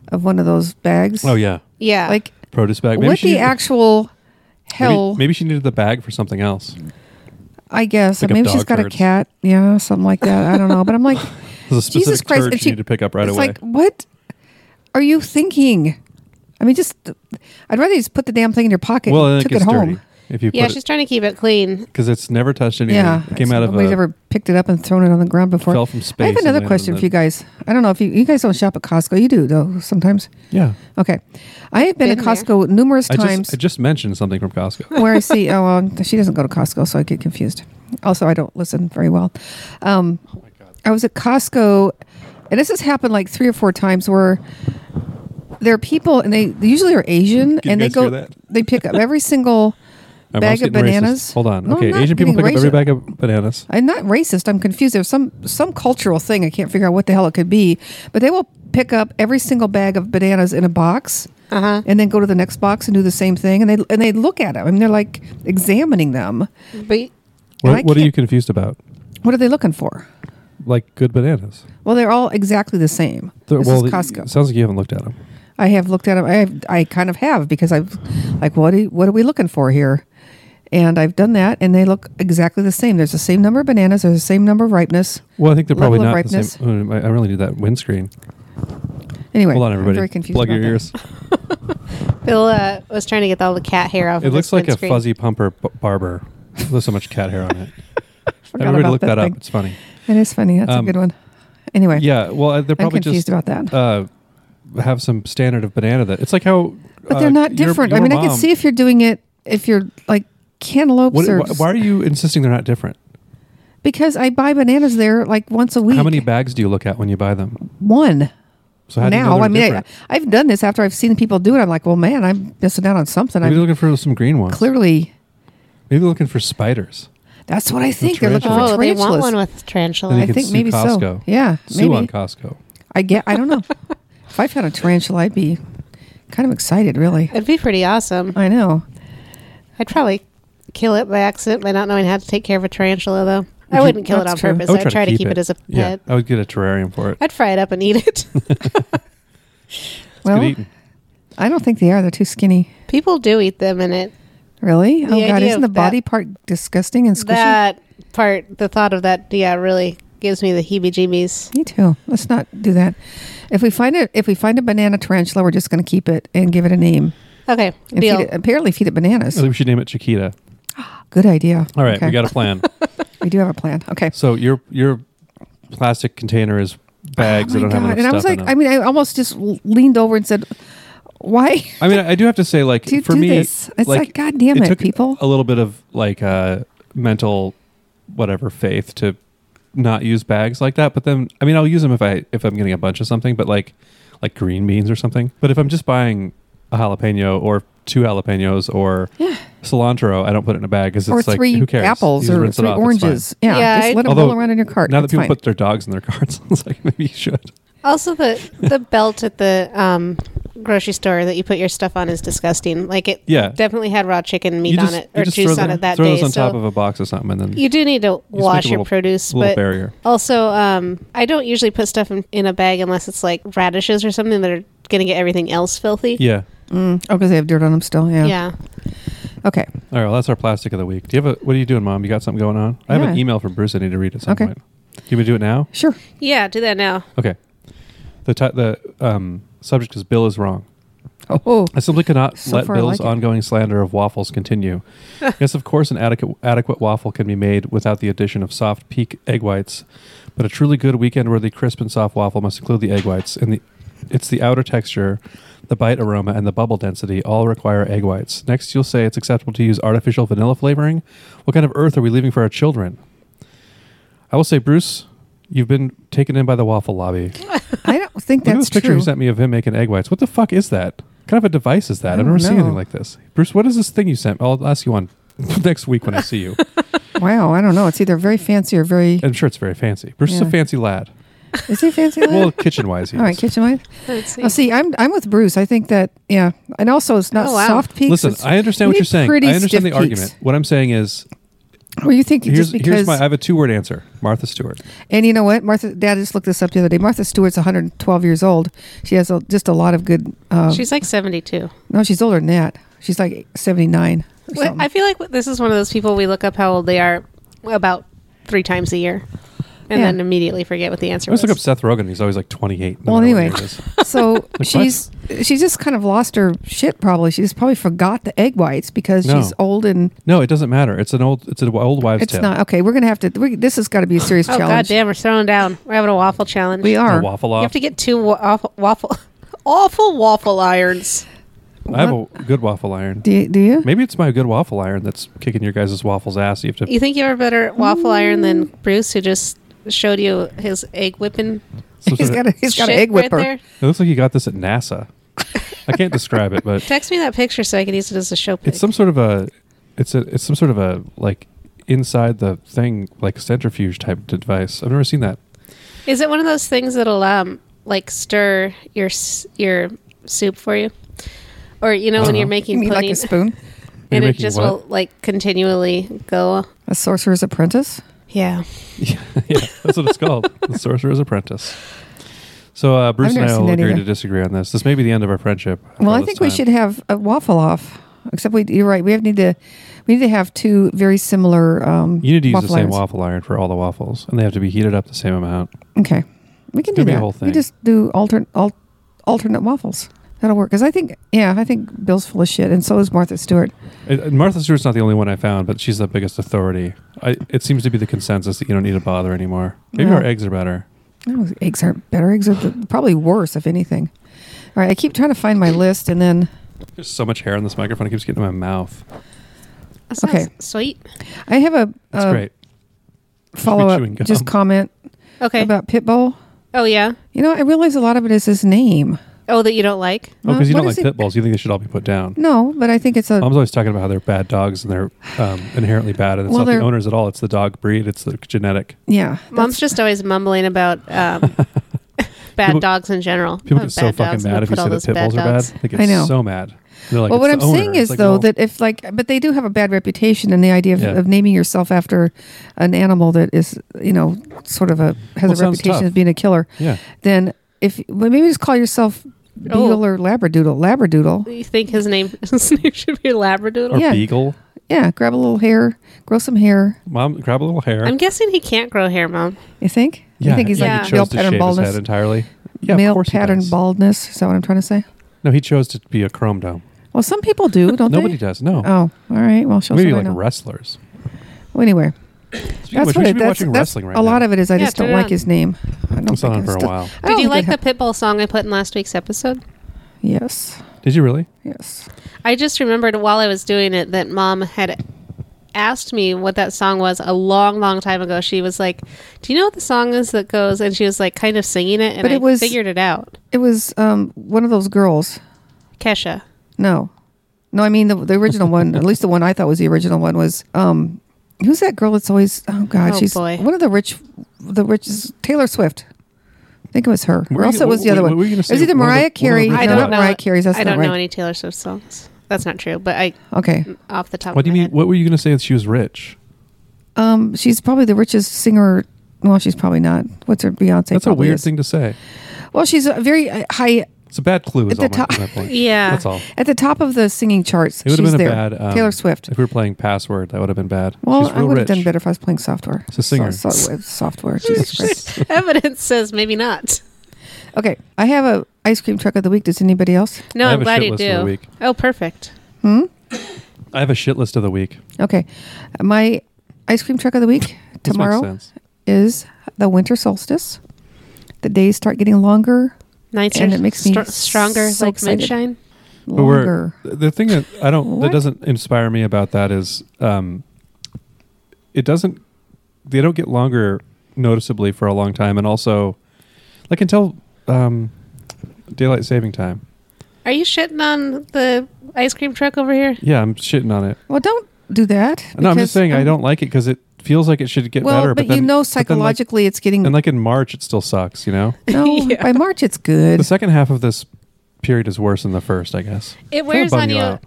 Speaker 4: of one of those bags.
Speaker 2: Oh yeah,
Speaker 3: Yeah.
Speaker 4: Like
Speaker 2: produce bag.
Speaker 4: what
Speaker 2: she
Speaker 4: the
Speaker 2: needed-
Speaker 4: actual
Speaker 2: maybe-
Speaker 4: hell?
Speaker 2: Maybe, she needed the bag for something else.
Speaker 4: I guess.
Speaker 2: Like a
Speaker 4: maybe she's
Speaker 2: dog
Speaker 4: got
Speaker 2: turd.
Speaker 4: a cat. Yeah, something like that. I don't know. But I'm like,
Speaker 2: There's a specific
Speaker 4: Jesus Christ!
Speaker 2: turd
Speaker 4: and
Speaker 2: she needed to pick up right
Speaker 4: it's
Speaker 2: away.
Speaker 4: Like, what are you thinking? I mean, just I'd rather you just put the damn thing in your pocket.
Speaker 2: well, then
Speaker 4: and
Speaker 2: it
Speaker 4: took
Speaker 2: gets
Speaker 4: it home.
Speaker 2: dirty if you
Speaker 3: yeah,
Speaker 2: put
Speaker 3: she's trying to keep it clean.
Speaker 2: because it's never touched anything.
Speaker 4: Yeah,
Speaker 2: it came
Speaker 4: it's-
Speaker 2: out of
Speaker 4: nobody's
Speaker 2: a,
Speaker 4: ever picked it up and thrown it on the ground before.
Speaker 2: fell from
Speaker 4: I
Speaker 2: space.
Speaker 4: have
Speaker 2: and
Speaker 4: another
Speaker 2: landed
Speaker 4: question
Speaker 2: on
Speaker 4: for you
Speaker 2: the-
Speaker 4: guys. I don't know if you you guys don't shop at Costco. You do though sometimes.
Speaker 2: Yeah,
Speaker 4: Okay, I have been,
Speaker 3: Been
Speaker 4: at
Speaker 3: there.
Speaker 4: Costco numerous
Speaker 2: I
Speaker 4: times
Speaker 2: just I just mentioned something from Costco.
Speaker 4: where I see. Oh, well, she doesn't go to Costco, so I get confused. Also, I don't listen very well. Um,
Speaker 2: Oh
Speaker 4: I was at Costco, and this has happened like three or four times where there are people, and they, they usually are Asian,
Speaker 2: Can you
Speaker 4: and they
Speaker 2: guys
Speaker 4: go,
Speaker 2: hear that?
Speaker 4: they pick up every single.
Speaker 2: My
Speaker 4: Bag
Speaker 2: mom's
Speaker 4: of
Speaker 2: getting racist.
Speaker 4: bananas?
Speaker 2: Hold on.
Speaker 4: No, I'm
Speaker 2: okay,
Speaker 4: not
Speaker 2: Asian people pick
Speaker 4: getting
Speaker 2: up every
Speaker 4: racist.
Speaker 2: bag of bananas.
Speaker 4: I'm not racist. I'm confused. There's some some cultural thing. I can't figure out what the hell it could be, but they will pick up every single bag of bananas in a box.
Speaker 3: Uh huh.
Speaker 4: And then go to the next box and do the same thing, and they and they look at them, and they're like examining them.
Speaker 3: But
Speaker 4: And I
Speaker 2: What, what are
Speaker 4: can't-
Speaker 2: you confused about?
Speaker 4: What are they looking for?
Speaker 2: Like good bananas.
Speaker 4: Well, they're all exactly the same.
Speaker 2: They're-
Speaker 4: this
Speaker 2: well,
Speaker 4: is
Speaker 2: the-
Speaker 4: Costco.
Speaker 2: Sounds like you haven't looked at them.
Speaker 4: I have looked at them. I have, I kind of have because I've like what are, what are we looking for here? And I've done that, and they look exactly the same. There's the same number of bananas. There's the same number of ripeness.
Speaker 2: Well, I think they're
Speaker 4: Level
Speaker 2: probably
Speaker 4: of
Speaker 2: not the same. Oh, I I really need that windscreen.
Speaker 4: Anyway,
Speaker 2: Hold on, everybody.
Speaker 4: I'm very confused.
Speaker 2: Plug
Speaker 4: about
Speaker 2: your
Speaker 4: that.
Speaker 2: ears.
Speaker 3: Bill uh, was trying to get all the cat hair off.
Speaker 2: It
Speaker 3: of
Speaker 2: looks
Speaker 3: his
Speaker 2: like a
Speaker 3: windscreen.
Speaker 2: fuzzy pumper b- barber. There's so much cat hair on it.
Speaker 4: Forgot
Speaker 2: Everybody
Speaker 4: about
Speaker 2: look that, up.
Speaker 4: thing.
Speaker 2: It's funny.
Speaker 4: It is funny. That's
Speaker 2: Um,
Speaker 4: a good one. Anyway,
Speaker 2: Yeah. Well, uh, they're
Speaker 4: I'm
Speaker 2: probably
Speaker 4: confused
Speaker 2: just
Speaker 4: about that.
Speaker 2: uh, have some standard of banana that it's like how.
Speaker 4: but
Speaker 2: uh,
Speaker 4: they're not
Speaker 2: your-
Speaker 4: different.
Speaker 2: your
Speaker 4: I mean, I can
Speaker 2: mom-
Speaker 4: see if you're doing it if you're like cantaloupes
Speaker 2: What,
Speaker 4: or
Speaker 2: why, why are you insisting they're not different?
Speaker 4: because I buy bananas there like once a week.
Speaker 2: How many bags do you look at when you buy them?
Speaker 4: One.
Speaker 2: So how do you know
Speaker 4: now,
Speaker 2: they're
Speaker 4: I mean, I,
Speaker 2: different?
Speaker 4: I've done this after I've seen people do it. I'm like, well, man, I'm missing out on something.
Speaker 2: Maybe
Speaker 4: I'm
Speaker 2: they're looking for some green ones.
Speaker 4: clearly.
Speaker 2: Maybe they're looking for spiders.
Speaker 4: That's what I think. They're looking
Speaker 2: tarantula.
Speaker 4: for
Speaker 3: Oh, they
Speaker 4: tarantulas.
Speaker 3: want one with
Speaker 2: Then
Speaker 4: I
Speaker 2: you
Speaker 3: tarantula.
Speaker 2: can
Speaker 4: think
Speaker 2: sue
Speaker 4: maybe
Speaker 2: Costco.
Speaker 4: so. Yeah,
Speaker 2: Sue on
Speaker 4: maybe.
Speaker 2: Costco.
Speaker 4: I get. I don't know. if I found a tarantula, I'd be kind of excited. Really,
Speaker 3: It'd be pretty awesome.
Speaker 4: I know.
Speaker 3: I'd probably kill it by accident by not knowing how to take care of a tarantula, though.
Speaker 2: Would you-
Speaker 3: I wouldn't kill it
Speaker 4: That's
Speaker 3: on
Speaker 4: true.
Speaker 3: purpose.
Speaker 2: I would
Speaker 3: I'd try to keep it. as a pet.
Speaker 2: Yeah, I would get a terrarium for it.
Speaker 3: I'd fry it up and eat it.
Speaker 2: It's good
Speaker 4: Well,
Speaker 2: eating.
Speaker 4: I don't think they are. They're too skinny.
Speaker 3: People do eat them, and it
Speaker 4: Really? Oh
Speaker 3: The
Speaker 4: God!
Speaker 3: idea
Speaker 4: Isn't the
Speaker 3: of that-
Speaker 4: body part disgusting and squishy?
Speaker 3: That part, the thought of that, yeah, really gives me the heebie-jeebies.
Speaker 4: Me too. Let's not do that. If we find it, if we find a banana tarantula, we're just going to keep it and give it a name.
Speaker 3: Okay,
Speaker 4: And
Speaker 3: deal.
Speaker 4: Feed it, apparently, feed it
Speaker 2: I
Speaker 4: bananas.
Speaker 2: think we should name it Chiquita.
Speaker 4: Good idea.
Speaker 2: All right,
Speaker 4: Okay.
Speaker 2: we got a plan.
Speaker 4: We do have a plan. Okay.
Speaker 2: so your your plastic container is bags
Speaker 4: Oh
Speaker 2: that
Speaker 4: my
Speaker 2: don't have enough
Speaker 4: and I
Speaker 2: stuff
Speaker 4: was
Speaker 2: in
Speaker 4: like,
Speaker 2: them.
Speaker 4: I mean, I almost just leaned over and said, "Why?"
Speaker 2: I mean, I do have to say, like
Speaker 4: Do you
Speaker 2: for
Speaker 4: do
Speaker 2: me,
Speaker 4: this? It's like, God damn it,
Speaker 2: took oh,
Speaker 4: people.
Speaker 2: A little bit of like uh, mental, whatever faith to not use bags like that. But then, I mean, I'll use them if I if I'm getting a bunch of something. But like like green beans or something. But if I'm just buying a jalapeno or two jalapenos or
Speaker 4: Yeah.
Speaker 2: cilantro, I don't put it in a bag because it's
Speaker 4: Or
Speaker 2: like
Speaker 4: three
Speaker 2: who cares?
Speaker 4: apples
Speaker 2: You just
Speaker 4: or
Speaker 2: rinse it
Speaker 4: three
Speaker 2: off, it's fine.
Speaker 4: oranges. Yeah,
Speaker 3: Yeah,
Speaker 4: just
Speaker 3: I-
Speaker 4: let them
Speaker 2: Although,
Speaker 4: roll around in your cart.
Speaker 2: Now that
Speaker 4: It's
Speaker 2: people
Speaker 4: fine.
Speaker 2: put their dogs in their carts, it's like maybe you should.
Speaker 3: Also, the the belt at the um, grocery store that you put your stuff on is disgusting. Like it
Speaker 2: Yeah.
Speaker 3: definitely had raw chicken meat
Speaker 2: you just,
Speaker 3: on it
Speaker 2: you
Speaker 3: or
Speaker 2: just throw
Speaker 3: juice on
Speaker 2: them-
Speaker 3: it that
Speaker 2: throw
Speaker 3: day.
Speaker 2: those on
Speaker 3: so
Speaker 2: top of a box or something, and then
Speaker 3: you do need to
Speaker 2: make
Speaker 3: wash
Speaker 2: a
Speaker 3: your
Speaker 2: little-
Speaker 3: produce,
Speaker 2: little
Speaker 3: but
Speaker 2: barrier.
Speaker 3: also um, I don't usually put stuff in, in a bag unless it's like radishes or something that are going to get everything else filthy.
Speaker 2: Yeah.
Speaker 4: Mm. Oh, because they have dirt on them still. Yeah.
Speaker 3: yeah.
Speaker 4: Okay.
Speaker 2: All right, well, that's our plastic of the week. Do you have a? What are you doing, mom? You got something going on? I have an
Speaker 4: Yeah.
Speaker 2: email from Bruce. I need to read at some
Speaker 4: Okay.
Speaker 2: point. Do you want me to do it now?
Speaker 4: Sure.
Speaker 3: Yeah, do that now.
Speaker 2: Okay. The ti the um, subject is Bill is wrong.
Speaker 4: Oh,
Speaker 2: I simply cannot
Speaker 4: So
Speaker 2: let
Speaker 4: far, I
Speaker 2: Bill's
Speaker 4: like it.
Speaker 2: ongoing slander of waffles continue. yes, of course, an adequate, adequate waffle can be made without the addition of soft peak egg whites, but a truly good weekend-worthy crisp and soft waffle must include the egg whites. And the, it's the outer texture, the bite aroma, and the bubble density all require egg whites. Next, you'll say it's acceptable to use artificial vanilla flavoring. What kind of earth are we leaving for our children? I will say, Bruce, you've been taken in by the waffle lobby.
Speaker 4: I don't think
Speaker 2: Look at
Speaker 4: that's
Speaker 2: this picture
Speaker 4: true.
Speaker 2: he sent me of him making egg whites. What the fuck is that? What kind of a device is that?
Speaker 4: I
Speaker 2: I've
Speaker 4: don't
Speaker 2: never seen anything
Speaker 4: know.
Speaker 2: like this. Bruce, what is this thing you sent? I'll ask you one next week when I see you.
Speaker 4: Wow, I don't know. It's either very fancy or very.
Speaker 2: I'm sure it's very fancy. Bruce is a
Speaker 4: Yeah.
Speaker 2: fancy lad.
Speaker 4: Is he fancy?
Speaker 2: Well,
Speaker 4: lad?
Speaker 2: kitchen wise, he
Speaker 4: All right,
Speaker 2: is.
Speaker 4: kitchen wise.
Speaker 3: Let's see.
Speaker 4: Oh, see, I'm I'm with Bruce. I think that yeah, and also it's not
Speaker 3: Oh, wow.
Speaker 4: soft peaks.
Speaker 2: Listen,
Speaker 4: it's-
Speaker 2: I understand
Speaker 4: you
Speaker 2: what
Speaker 4: need
Speaker 2: you're saying.
Speaker 4: pretty
Speaker 2: I understand
Speaker 4: stiff
Speaker 2: the
Speaker 4: peaks.
Speaker 2: argument. What I'm saying is,
Speaker 4: Well, you think
Speaker 2: here's
Speaker 4: just because
Speaker 2: here's my. I have a two word answer. Martha Stewart.
Speaker 4: And you know what? Martha, Dad just looked this up the other day. Martha Stewart's 112 years old. She has a, just a lot of good. Um,
Speaker 3: She's like 72.
Speaker 4: no, she's older than that. She's like 79. or
Speaker 3: What-
Speaker 4: something.
Speaker 3: I feel like this is one of those people we look up how old they are about three times a year and
Speaker 4: Yeah.
Speaker 3: then immediately forget what the
Speaker 2: I
Speaker 3: answer
Speaker 2: always
Speaker 3: was.
Speaker 2: look up Seth Rogen. He's always like 28. no
Speaker 4: Well,
Speaker 2: matter what
Speaker 4: anyway.
Speaker 2: year it is.
Speaker 4: so
Speaker 2: what?
Speaker 4: she's she's just kind of lost her shit. Probably she's probably forgot the egg whites because
Speaker 2: No.
Speaker 4: she's old and
Speaker 2: No, it doesn't matter. It's an old. It's an old wives'
Speaker 4: it's
Speaker 2: tale.
Speaker 4: not okay. We're gonna have to. We, this has got to be a serious
Speaker 3: oh, god
Speaker 4: challenge.
Speaker 3: damn, we're throwing down. We're having a waffle challenge.
Speaker 4: We
Speaker 2: A
Speaker 4: are.
Speaker 2: waffle
Speaker 3: You have
Speaker 2: off.
Speaker 3: to get two wa- awful, waffle, awful waffle irons.
Speaker 2: I have a good waffle iron.
Speaker 4: Do you, do you?
Speaker 2: Maybe it's my good waffle iron that's kicking your guys' waffles ass. You have to
Speaker 3: You think you have a better waffle iron than Bruce, who just showed you his egg whipping?
Speaker 2: some sort
Speaker 4: He's
Speaker 2: of-
Speaker 4: got a, he's got an
Speaker 3: shit
Speaker 4: egg whipper.
Speaker 3: Right there?
Speaker 2: It looks like you got this at NASA. I can't describe it, but
Speaker 3: Text me that picture so I can use it as a show pic.
Speaker 2: it's some sort of a it's a it's some sort of a like inside the thing like centrifuge type device. I've never seen that.
Speaker 3: Is it one of those things that'll um like stir your s- your soup for you, or you know
Speaker 2: I don't
Speaker 3: when you're
Speaker 2: know.
Speaker 4: Uh-huh. You
Speaker 3: making
Speaker 4: mean
Speaker 3: pudding
Speaker 4: like a spoon?
Speaker 3: and
Speaker 2: You're
Speaker 3: it
Speaker 2: making
Speaker 3: just
Speaker 2: what?
Speaker 3: will like continually go?
Speaker 4: A sorcerer's apprentice?
Speaker 3: Yeah,
Speaker 2: yeah, yeah, that's what it's called. The Sorcerer's Apprentice. So uh, Bruce and
Speaker 4: never
Speaker 2: I
Speaker 4: seen
Speaker 2: will
Speaker 4: that
Speaker 2: agree
Speaker 4: either.
Speaker 2: to disagree on this. This may be the end of our friendship. for
Speaker 4: Well, I
Speaker 2: this
Speaker 4: think we
Speaker 2: time.
Speaker 4: should have a waffle off. Except we, you're right. We have need to, we need to have two very similar. Um,
Speaker 2: You need to use the same
Speaker 4: irons.
Speaker 2: waffle iron for all the waffles, and they have to be heated up the same amount.
Speaker 4: Okay, we
Speaker 2: It's
Speaker 4: can do
Speaker 2: gonna be a
Speaker 4: that.
Speaker 2: whole
Speaker 4: We
Speaker 2: thing.
Speaker 4: just do alternate al- alternate waffles. That'll work. Because I think, yeah, I think Bill's full of shit, and so is Martha Stewart.
Speaker 2: It- and Martha Stewart's not the only one I found, but she's the biggest authority. I, it seems to be the consensus that you don't need to bother anymore. Maybe
Speaker 4: No.
Speaker 2: our eggs are better.
Speaker 4: No, eggs aren't better. Eggs are the, probably worse, if anything. All right, I keep trying to find my list, and then
Speaker 2: There's so much hair on this microphone; it keeps getting in my mouth.
Speaker 3: that sounds
Speaker 4: Okay.
Speaker 3: sweet.
Speaker 4: I have a,
Speaker 2: That's
Speaker 4: uh,
Speaker 2: great.
Speaker 4: follow up,
Speaker 2: Chewing gum.
Speaker 4: just comment
Speaker 3: Okay.
Speaker 4: about Pitbull.
Speaker 3: oh yeah.
Speaker 4: You know, I realize a lot of it is his name.
Speaker 3: Oh, that you don't like.
Speaker 2: Oh, because you
Speaker 4: What
Speaker 2: don't
Speaker 4: is
Speaker 2: like Um,
Speaker 4: it-
Speaker 2: pit bulls. You think they should all be put down.
Speaker 4: No, but I think it's a
Speaker 2: Mom's always talking about how they're bad dogs and they're um, inherently bad, and it's
Speaker 4: Well,
Speaker 2: not the
Speaker 4: they're-
Speaker 2: owners at all. It's the dog breed. It's the genetic.
Speaker 4: yeah.
Speaker 3: Mom's just always mumbling about um, bad
Speaker 2: People-
Speaker 3: dogs in general.
Speaker 2: People
Speaker 3: Oh,
Speaker 2: get so
Speaker 3: bad
Speaker 2: fucking
Speaker 3: dogs, and
Speaker 2: mad
Speaker 3: they
Speaker 2: if you
Speaker 3: put all
Speaker 2: say that
Speaker 3: those
Speaker 2: pit bulls are bad.
Speaker 3: dogs.
Speaker 2: They get
Speaker 4: I know.
Speaker 2: so mad. They're like,
Speaker 4: well, what
Speaker 2: "It's
Speaker 4: I'm
Speaker 2: the owner."
Speaker 4: saying
Speaker 2: It's
Speaker 4: is
Speaker 2: like,
Speaker 4: though
Speaker 2: well,
Speaker 4: that if like, but they do have a bad reputation, and the idea of,
Speaker 2: Yeah.
Speaker 4: of naming yourself after an animal that is, you know, sort of a
Speaker 2: Well, it
Speaker 4: has
Speaker 2: sounds
Speaker 4: a reputation
Speaker 2: tough.
Speaker 4: as being a killer,
Speaker 2: yeah,
Speaker 4: then if well, maybe just call yourself beagle or labradoodle. Labradoodle.
Speaker 3: You think his name his name should be Labradoodle?
Speaker 2: Or
Speaker 4: Yeah.
Speaker 2: beagle.
Speaker 4: Yeah, grab a little hair, grow some hair.
Speaker 2: Mom, grab a little hair.
Speaker 3: I'm guessing he can't grow hair, Mom.
Speaker 4: You think?
Speaker 2: yeah,
Speaker 4: you think he's
Speaker 2: yeah,
Speaker 4: like
Speaker 2: he
Speaker 4: male
Speaker 2: chose to shave his
Speaker 4: pattern
Speaker 2: head
Speaker 4: baldness?
Speaker 2: entirely. Yeah, of
Speaker 4: male
Speaker 2: course he
Speaker 4: pattern
Speaker 2: does.
Speaker 4: baldness. Is that what I'm trying to say?
Speaker 2: No, he chose to be a chrome dome.
Speaker 4: Well, some people do, don't
Speaker 2: Nobody
Speaker 4: they?
Speaker 2: does. No,
Speaker 4: Oh, all right. Well, she'll
Speaker 2: maybe
Speaker 4: I
Speaker 2: like
Speaker 4: know.
Speaker 2: wrestlers.
Speaker 4: Well, anyway,
Speaker 2: Speaking of
Speaker 4: that's
Speaker 2: which,
Speaker 4: what
Speaker 2: we should
Speaker 4: it,
Speaker 2: be
Speaker 4: that's,
Speaker 2: watching
Speaker 4: that's
Speaker 2: wrestling right now.
Speaker 4: a lot of it is I
Speaker 3: Yeah,
Speaker 4: just
Speaker 3: turn
Speaker 4: don't
Speaker 3: it
Speaker 4: like
Speaker 3: on.
Speaker 4: his name. I don't
Speaker 2: It's been
Speaker 4: think
Speaker 2: on for a
Speaker 4: still-
Speaker 2: while.
Speaker 4: I
Speaker 3: Did
Speaker 4: don't
Speaker 3: you
Speaker 4: think
Speaker 3: like
Speaker 4: it
Speaker 3: the
Speaker 4: hap-
Speaker 3: Pitbull song I put in last week's episode?
Speaker 4: Yes,
Speaker 2: Did you really?
Speaker 4: yes.
Speaker 3: I just remembered while I was doing it that mom had asked me what that song was a long, long time ago. She was like, Do you know what the song is that goes? And she was like kind of singing it and
Speaker 4: But
Speaker 3: I
Speaker 4: it was-
Speaker 3: figured it out.
Speaker 4: It was um, one of those girls.
Speaker 3: Kesha.
Speaker 4: No, no. I mean the, the original one. At least the one I thought was the original one was um, who's that girl? that's always oh god,
Speaker 3: Oh,
Speaker 4: she's
Speaker 3: boy.
Speaker 4: one of the rich, the rich Taylor Swift. I think it was her.
Speaker 2: Were
Speaker 4: or
Speaker 2: you-
Speaker 4: else it was the
Speaker 2: were-
Speaker 4: other one.
Speaker 2: were you gonna
Speaker 4: it was
Speaker 2: say
Speaker 4: either
Speaker 2: one of the- one
Speaker 4: Mariah
Speaker 2: of the
Speaker 4: Carey.
Speaker 2: rich
Speaker 4: No,
Speaker 3: I
Speaker 2: girls?
Speaker 4: not Mariah Carey's. That's
Speaker 3: I
Speaker 4: not
Speaker 3: don't
Speaker 4: right.
Speaker 3: know any Mm. Taylor Swift songs. That's not true, but I
Speaker 4: Okay.
Speaker 3: off the
Speaker 4: Oh,
Speaker 3: top
Speaker 2: What do
Speaker 3: of
Speaker 2: you
Speaker 3: my
Speaker 2: mean?
Speaker 3: head.
Speaker 2: What were you going to say that she was rich?
Speaker 4: Um, she's probably the richest singer. Well, she's probably not. What's her Beyonce?
Speaker 2: That's a
Speaker 4: probably
Speaker 2: weird
Speaker 4: is.
Speaker 2: thing to say.
Speaker 4: Well, she's a very uh, high
Speaker 2: It's a bad clue. Is
Speaker 4: At the
Speaker 2: all my,
Speaker 4: top-
Speaker 2: my point.
Speaker 3: Yeah.
Speaker 2: that's all.
Speaker 4: at the top of the singing charts.
Speaker 2: It would have
Speaker 4: she's
Speaker 2: been a
Speaker 4: there.
Speaker 2: bad um,
Speaker 4: Taylor Swift.
Speaker 2: If we were playing password, that would have been bad.
Speaker 4: Well,
Speaker 2: She's
Speaker 4: I
Speaker 2: real
Speaker 4: would have
Speaker 2: rich.
Speaker 4: done better if I was playing software.
Speaker 2: She's a singer.
Speaker 4: So- so- software. Jesus Christ.
Speaker 3: Evidence says maybe not.
Speaker 4: Okay, I have a ice cream truck of the week. Does anybody else?
Speaker 3: No,
Speaker 2: I have
Speaker 3: I'm
Speaker 2: a
Speaker 3: glad
Speaker 2: shit
Speaker 3: you
Speaker 2: list for the
Speaker 3: do.
Speaker 2: week.
Speaker 3: Oh, perfect.
Speaker 4: Hmm.
Speaker 2: I have a shit list of the week.
Speaker 4: Okay, my ice cream truck of the week
Speaker 2: This
Speaker 4: tomorrow
Speaker 2: makes sense.
Speaker 4: is the winter solstice. The days start getting longer.
Speaker 3: Nicer,
Speaker 4: And it makes me
Speaker 3: str- stronger,
Speaker 4: so
Speaker 3: like
Speaker 4: excited.
Speaker 3: moonshine.
Speaker 2: But we're-
Speaker 4: Longer.
Speaker 2: the thing that I don't
Speaker 4: What?
Speaker 2: that doesn't inspire me about that is um, it doesn't they don't get longer noticeably for a long time, and also like until um, daylight saving time.
Speaker 3: Are you shitting on the ice cream truck over here?
Speaker 2: Yeah, I'm shitting on it.
Speaker 4: Well, don't do that.
Speaker 2: no, I'm
Speaker 4: because
Speaker 2: just saying I
Speaker 4: I'm-
Speaker 2: don't like it because it feels like it should get
Speaker 4: Well,
Speaker 2: better.
Speaker 4: but,
Speaker 2: then,
Speaker 4: you know
Speaker 2: then, like-
Speaker 4: psychologically it's getting
Speaker 2: and like in March, it still sucks. You know,
Speaker 4: no
Speaker 3: Yeah.
Speaker 4: by March it's good.
Speaker 2: the second half of this period is worse than the first. I guess
Speaker 3: It
Speaker 2: Kinda
Speaker 3: wears
Speaker 2: bum
Speaker 3: on you.
Speaker 2: out.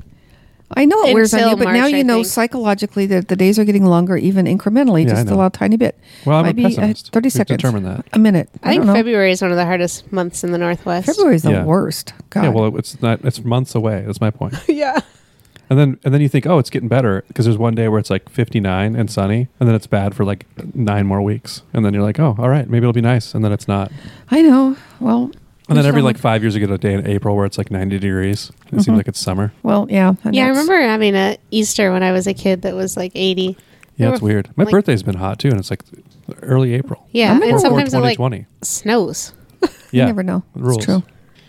Speaker 4: I know it wears on
Speaker 3: Until
Speaker 4: you, but now
Speaker 3: March,
Speaker 4: you
Speaker 3: I
Speaker 4: know
Speaker 3: think.
Speaker 4: psychologically that the days are getting longer, even incrementally,
Speaker 2: Yeah, I
Speaker 4: just a
Speaker 2: know.
Speaker 4: little tiny bit,
Speaker 2: Well, I'm
Speaker 4: Might
Speaker 2: a
Speaker 4: be, uh,
Speaker 2: pessimist.
Speaker 4: 30
Speaker 2: We've
Speaker 4: seconds.
Speaker 2: Determined that.
Speaker 4: a minute. I,
Speaker 3: I think
Speaker 4: don't know.
Speaker 3: February is one of the hardest months in the Northwest.
Speaker 4: February is the
Speaker 2: Yeah.
Speaker 4: worst. God.
Speaker 2: Yeah, well, it's not. It's months away. That's my point.
Speaker 3: yeah.
Speaker 2: And then and then you think, oh, it's getting better because there's one day where it's like 59 and sunny, and then it's bad for like nine more weeks, and then you're like, oh, all right, maybe it'll be nice, and then it's not.
Speaker 4: I know. Well,
Speaker 2: And then
Speaker 4: there's
Speaker 2: every
Speaker 4: some-
Speaker 2: like five years, you get a day in April where it's like 90 degrees. It seems
Speaker 4: Mhm.
Speaker 2: like it's summer.
Speaker 4: well, yeah. and
Speaker 3: Yeah, I
Speaker 4: that's-
Speaker 3: remember having a Easter when I was a kid that was like 80.
Speaker 2: Yeah,
Speaker 3: Or
Speaker 2: it's weird. My
Speaker 3: like-
Speaker 2: birthday's been hot too, and it's like early April.
Speaker 3: Yeah,
Speaker 4: I'm
Speaker 3: and
Speaker 4: gonna-
Speaker 2: Or- or
Speaker 3: sometimes it like
Speaker 2: 2020.
Speaker 3: snows.
Speaker 2: yeah,
Speaker 4: You never know.
Speaker 2: it rules.
Speaker 4: It's true.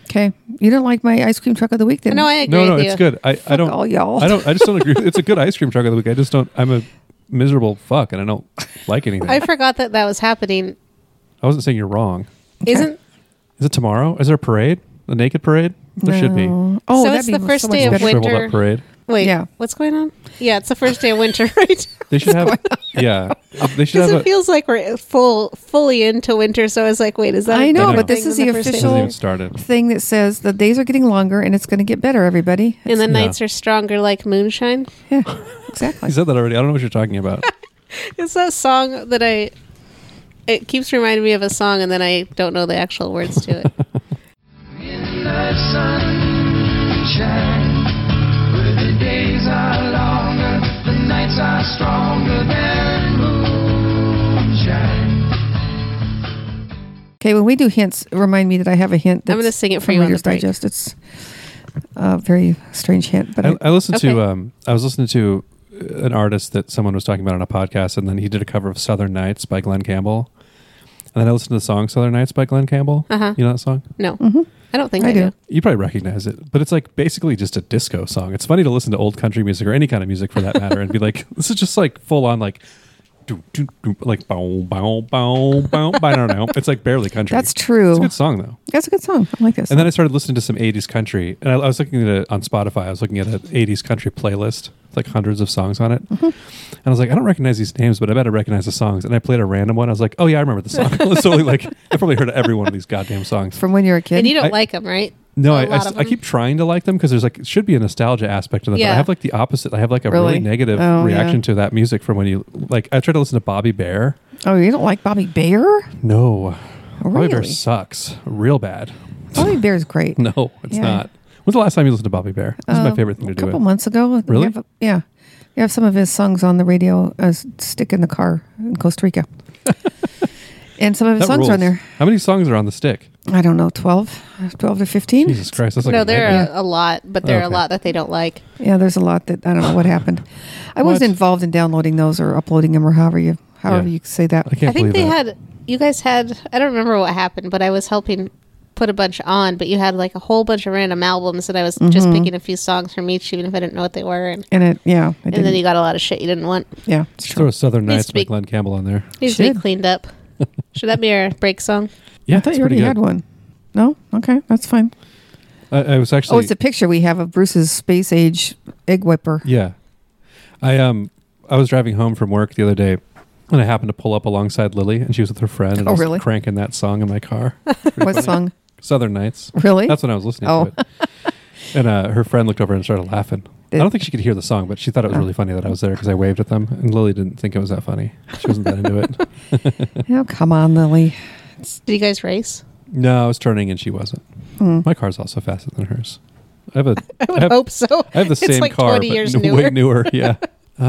Speaker 4: Okay, you don't like my ice cream truck of the week, then?
Speaker 3: No, I agree
Speaker 2: No, no,
Speaker 3: with
Speaker 2: it's
Speaker 3: you.
Speaker 2: good. I, I don't.
Speaker 4: all y'all.
Speaker 2: I don't. I just don't agree. with- It's a good ice cream truck of the week. I just don't. I'm a miserable fuck, and I don't like anything.
Speaker 3: I
Speaker 2: I
Speaker 3: forgot that that was happening.
Speaker 2: wasn't saying you're wrong.
Speaker 3: Isn't
Speaker 2: Is it tomorrow? Is there a parade? A naked parade? There should be.
Speaker 4: No. Oh,
Speaker 3: So
Speaker 4: that'd
Speaker 3: it's
Speaker 4: be
Speaker 3: the
Speaker 4: so
Speaker 3: first
Speaker 4: much
Speaker 3: day of
Speaker 4: better.
Speaker 3: winter.
Speaker 2: Shriveled up parade.
Speaker 3: wait?
Speaker 4: Yeah.
Speaker 3: What's going on? Yeah, it's the first day of winter, right?
Speaker 2: They should have. Yeah, they should
Speaker 3: Because
Speaker 2: have.
Speaker 3: it
Speaker 2: A,
Speaker 3: feels like we're full, fully into winter. So I was like, wait, is that? a
Speaker 4: I know,
Speaker 2: I know.
Speaker 3: different
Speaker 2: but
Speaker 4: this
Speaker 3: thing
Speaker 4: is
Speaker 3: than
Speaker 4: the
Speaker 3: first day?
Speaker 2: it hasn't
Speaker 4: official-
Speaker 2: even started.
Speaker 4: Thing that says the days are getting longer and it's going to get better. Everybody.
Speaker 3: And the
Speaker 2: Yeah.
Speaker 3: nights are stronger, like moonshine.
Speaker 4: Yeah,
Speaker 2: I
Speaker 4: exactly.
Speaker 2: said that already. I don't know what you're talking about.
Speaker 3: It's that song that I. It keeps reminding me of a song, and then I don't know the actual words to it.
Speaker 5: In the sunshine, where the days are longer, the nights are stronger than moonshine.
Speaker 4: Okay, when we do hints, remind me that I have a hint.
Speaker 3: I'm gonna
Speaker 4: that's
Speaker 3: sing it for
Speaker 4: from
Speaker 3: you on the
Speaker 4: Reader's
Speaker 3: break.
Speaker 4: Digest. It's a very strange hint, but I,
Speaker 2: I, I listened
Speaker 3: Okay.
Speaker 2: to. Um, I was listening to uh, an artist that someone was talking about on a podcast, and then he did a cover of "Southern Nights" by Glenn Campbell. And then I listened to the song "Southern Nights" by Glenn Campbell.
Speaker 3: Uh-huh.
Speaker 2: You know that song?
Speaker 3: No, I don't think Mm-hmm. I,
Speaker 4: I
Speaker 3: do.
Speaker 4: do.
Speaker 2: You probably recognize it, but it's like basically just a disco song. It's funny to listen to old country music or any kind of music for that matter, and be like, this is just like full on like. doo doo doo Like bow bow bow bow. bow, I don't know. It's like barely country.
Speaker 4: that's true.
Speaker 2: It's a good song though.
Speaker 4: That's a good song. I like this.
Speaker 2: And then I started listening to some 80s country. And I, I was looking at it on Spotify. I was looking at an 80s country playlist, with, like hundreds of songs on it. And I was like, I don't recognize these names, but I bet I recognize the songs. And I played a random one. I was like, oh, yeah, I remember the song. it's totally like, I probably heard every one of these goddamn songs.
Speaker 4: from when you were a kid.
Speaker 3: And you don't
Speaker 2: I-
Speaker 3: like them, right?
Speaker 2: No,
Speaker 3: A
Speaker 2: I, I
Speaker 3: lot
Speaker 2: s-
Speaker 3: of
Speaker 2: I keep trying to like them because there's like, it should be a nostalgia aspect to them. But
Speaker 3: Yeah.
Speaker 2: I have like the opposite. I have like a really,
Speaker 4: Really?
Speaker 2: negative
Speaker 4: Oh,
Speaker 2: reaction
Speaker 4: yeah.
Speaker 2: to that music from when you, like, I tried to listen to Bobby Bear.
Speaker 4: oh, you don't like Bobby Bear?
Speaker 2: No. Bobby Bear
Speaker 4: Really?
Speaker 2: sucks real bad.
Speaker 4: Bobby Bear's great.
Speaker 2: No, it's
Speaker 4: Yeah.
Speaker 2: not. When's the last time you listened to Bobby Bear? This is
Speaker 4: Uh,
Speaker 2: my favorite thing to
Speaker 4: a
Speaker 2: do.
Speaker 4: couple
Speaker 2: It.
Speaker 4: months ago.
Speaker 2: Really?
Speaker 4: You have, yeah. You have some of his songs on the radio as Stick in the Car in Costa Rica. and some of his
Speaker 2: That
Speaker 4: songs are on
Speaker 2: rules.
Speaker 4: there.
Speaker 2: How many songs are on the stick?
Speaker 4: I don't know, 12, 12 to 15.
Speaker 2: Jesus Christ, that's like
Speaker 3: no,
Speaker 2: a
Speaker 3: there
Speaker 2: nightmare.
Speaker 3: are a lot, but there are a
Speaker 2: Okay.
Speaker 3: lot that they don't like.
Speaker 4: Yeah, there's a lot that I don't know what happened. I
Speaker 2: What?
Speaker 4: wasn't involved in downloading those or uploading them or however you however
Speaker 2: Yeah.
Speaker 4: you say that.
Speaker 2: I can't
Speaker 3: I
Speaker 2: believe
Speaker 3: think they
Speaker 2: that.
Speaker 3: had you guys had I don't remember what happened, but I was helping put a bunch on, but you had like a whole bunch of random albums that I was
Speaker 2: Mm-hmm.
Speaker 3: just picking a few songs from each even if I didn't know what they were and,
Speaker 4: And it yeah, I
Speaker 3: and then
Speaker 4: didn't-
Speaker 3: you got a lot of shit you didn't want.
Speaker 4: yeah, it's
Speaker 2: Throw
Speaker 4: true.
Speaker 2: a Southern
Speaker 3: Please
Speaker 2: Nights by
Speaker 3: speak.
Speaker 2: Glenn Campbell on there.
Speaker 3: Needs to be
Speaker 4: Should.
Speaker 3: cleaned up. Should that be our break song?
Speaker 2: Yeah,
Speaker 4: I thought
Speaker 2: it's
Speaker 4: you already
Speaker 2: pretty good.
Speaker 4: had one. No? Okay, that's fine.
Speaker 2: I, I was actually.
Speaker 4: Oh, it's a picture we have of Bruce's space age egg whipper.
Speaker 2: Yeah. I um I was driving home from work the other day and I happened to pull up alongside Lily and she was with her friend and I
Speaker 4: Oh,
Speaker 2: was
Speaker 4: really?
Speaker 2: cranking that song in my car.
Speaker 4: What song?
Speaker 2: Southern Nights.
Speaker 4: Really?
Speaker 2: That's when I was listening
Speaker 4: Oh.
Speaker 2: to it. And uh, her friend looked over and started laughing. I
Speaker 4: Did-
Speaker 2: don't think she could hear the song, but she thought it was
Speaker 4: Oh.
Speaker 2: really funny that I was there because I waved at them. And Lily didn't think it was that funny. She wasn't that into it.
Speaker 4: oh, come on, Lily.
Speaker 3: Did you guys race?
Speaker 2: No, I was turning and she wasn't.
Speaker 4: Hmm.
Speaker 2: My car's also faster than hers. I have a.
Speaker 3: I would
Speaker 2: have-
Speaker 3: hope so.
Speaker 2: I have the
Speaker 3: It's
Speaker 2: same
Speaker 3: like
Speaker 2: car,
Speaker 3: 20
Speaker 2: but
Speaker 3: years
Speaker 2: n-
Speaker 3: newer.
Speaker 2: way newer. Yeah.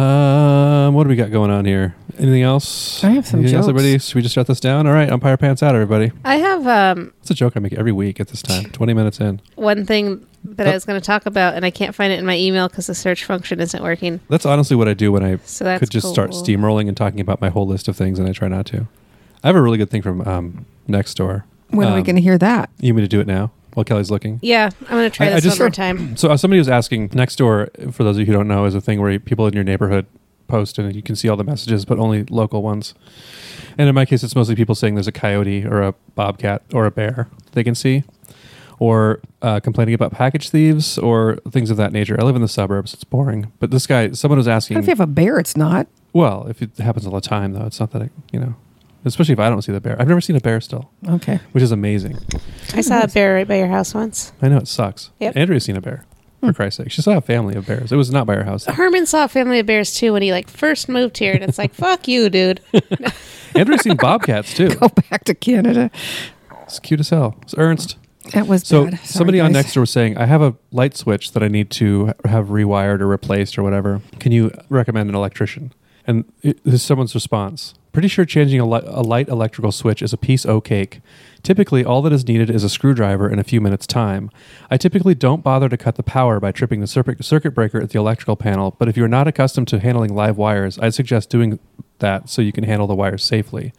Speaker 2: um, what do we got going on here? Anything else?
Speaker 4: I have some
Speaker 2: Anything Else,
Speaker 4: jokes.
Speaker 2: everybody, should we just shut this down? All right, umpire pants out, everybody.
Speaker 3: I have um
Speaker 2: That's a joke I make every week at this time. Twenty minutes in.
Speaker 3: one thing that
Speaker 2: That-
Speaker 3: I was going to talk about, and I can't find it in my email because the search function isn't working.
Speaker 2: That's honestly what I do when I
Speaker 3: So that's
Speaker 2: could just start
Speaker 3: cool.
Speaker 2: steamrolling and talking about my whole list of things, and I try not to. I have a really good thing from um, next door.
Speaker 4: When are we
Speaker 2: Um,
Speaker 4: going to hear that?
Speaker 2: You want me to do it now while Kelly's looking?
Speaker 3: Yeah, I'm going to try
Speaker 2: I- I
Speaker 3: this
Speaker 2: just-
Speaker 3: one more time.
Speaker 2: So uh, somebody was asking next door. For those of you who don't know, is a thing where people in your neighborhood post and you can see all the messages, but only local ones. And in my case, it's mostly people saying there's a coyote or a bobcat or a bear they can see, or uh, complaining about package thieves or things of that nature. I live in the suburbs; it's boring. But this guy, someone was asking.
Speaker 4: What if you have a bear? It's not.
Speaker 2: well, if it happens all the time, though, it's not that it, you know. Especially if I don't see the bear. I've never seen a bear still,
Speaker 4: Okay.
Speaker 2: which is amazing.
Speaker 3: I saw a bear right by your house once.
Speaker 2: I know it sucks.
Speaker 3: Yep.
Speaker 2: Andrea's seen a bear.
Speaker 4: Hmm.
Speaker 2: For Christ's sake, she saw a family of bears. It was not by her house.
Speaker 3: Herman saw a family of bears too when he like first moved here, and it's like, fuck you, dude.
Speaker 2: Andrew's seen bobcats too.
Speaker 4: Go back to Canada.
Speaker 2: It's cute as hell. It's Ernst.
Speaker 4: That was
Speaker 2: So
Speaker 4: bad. Sorry,
Speaker 2: somebody on
Speaker 4: guys.
Speaker 2: Nextdoor was saying, I have a light switch that I need to have rewired or replaced or whatever. Can you recommend an electrician? And it, this is someone's response. Pretty sure changing a, li- a light electrical switch is a piece o' cake. Typically, all that is needed is a screwdriver in a few minutes' time. I typically don't bother to cut the power by tripping the circuit circuit breaker at the electrical panel, but if you're not accustomed to handling live wires, I'd suggest doing that so you can handle the wires safely.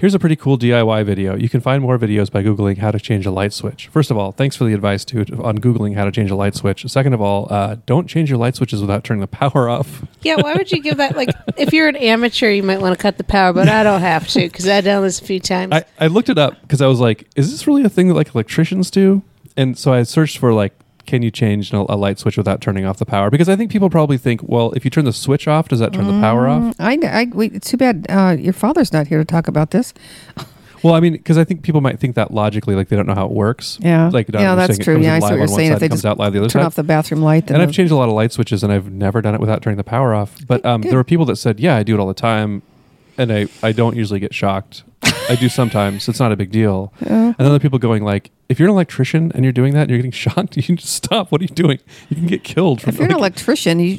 Speaker 2: Here's a pretty cool DIY video. You can find more videos by Googling how to change a light switch. First of all, thanks for the advice, dude, on Googling how to change a light switch. Second of all, uh, don't change your light switches without turning the power off.
Speaker 3: yeah, why would you give that? Like, if you're an amateur, you might want to cut the power, but I don't have to because I've done this a few times.
Speaker 2: I, I looked it up because I was like, is this really a thing that like electricians do? And so I searched for like, can you change a, a light switch without turning off the power? Because I think people probably think, well, if you turn the switch off, does that turn the power off?
Speaker 4: Mm, I, I wait, it's too bad uh, your father's not here to talk about this.
Speaker 2: Well, I mean, because I think people might think that logically, like they don't know how it works.
Speaker 4: Yeah.
Speaker 2: like
Speaker 4: Yeah,
Speaker 2: Donovan's
Speaker 4: that's
Speaker 2: saying it
Speaker 4: true.
Speaker 2: comes in
Speaker 4: Yeah, I see
Speaker 2: live on
Speaker 4: what you're
Speaker 2: one
Speaker 4: saying.
Speaker 2: side,
Speaker 4: If they
Speaker 2: comes
Speaker 4: just
Speaker 2: out live the other
Speaker 4: Turn
Speaker 2: side.
Speaker 4: off the bathroom light. then
Speaker 2: and I've
Speaker 4: the-
Speaker 2: changed a lot of light switches, and I've never done it without turning the power off. But um, there were people that said, "Yeah, I do it all the time," and I I don't usually get shocked. I do sometimes. It's not a big deal.
Speaker 4: Oh,
Speaker 2: And then other people going like, "If you're an electrician and you're doing that, and you're getting shocked. You can just stop. What are you doing? You can get killed." From,
Speaker 4: If you're an
Speaker 2: like-
Speaker 4: electrician, you,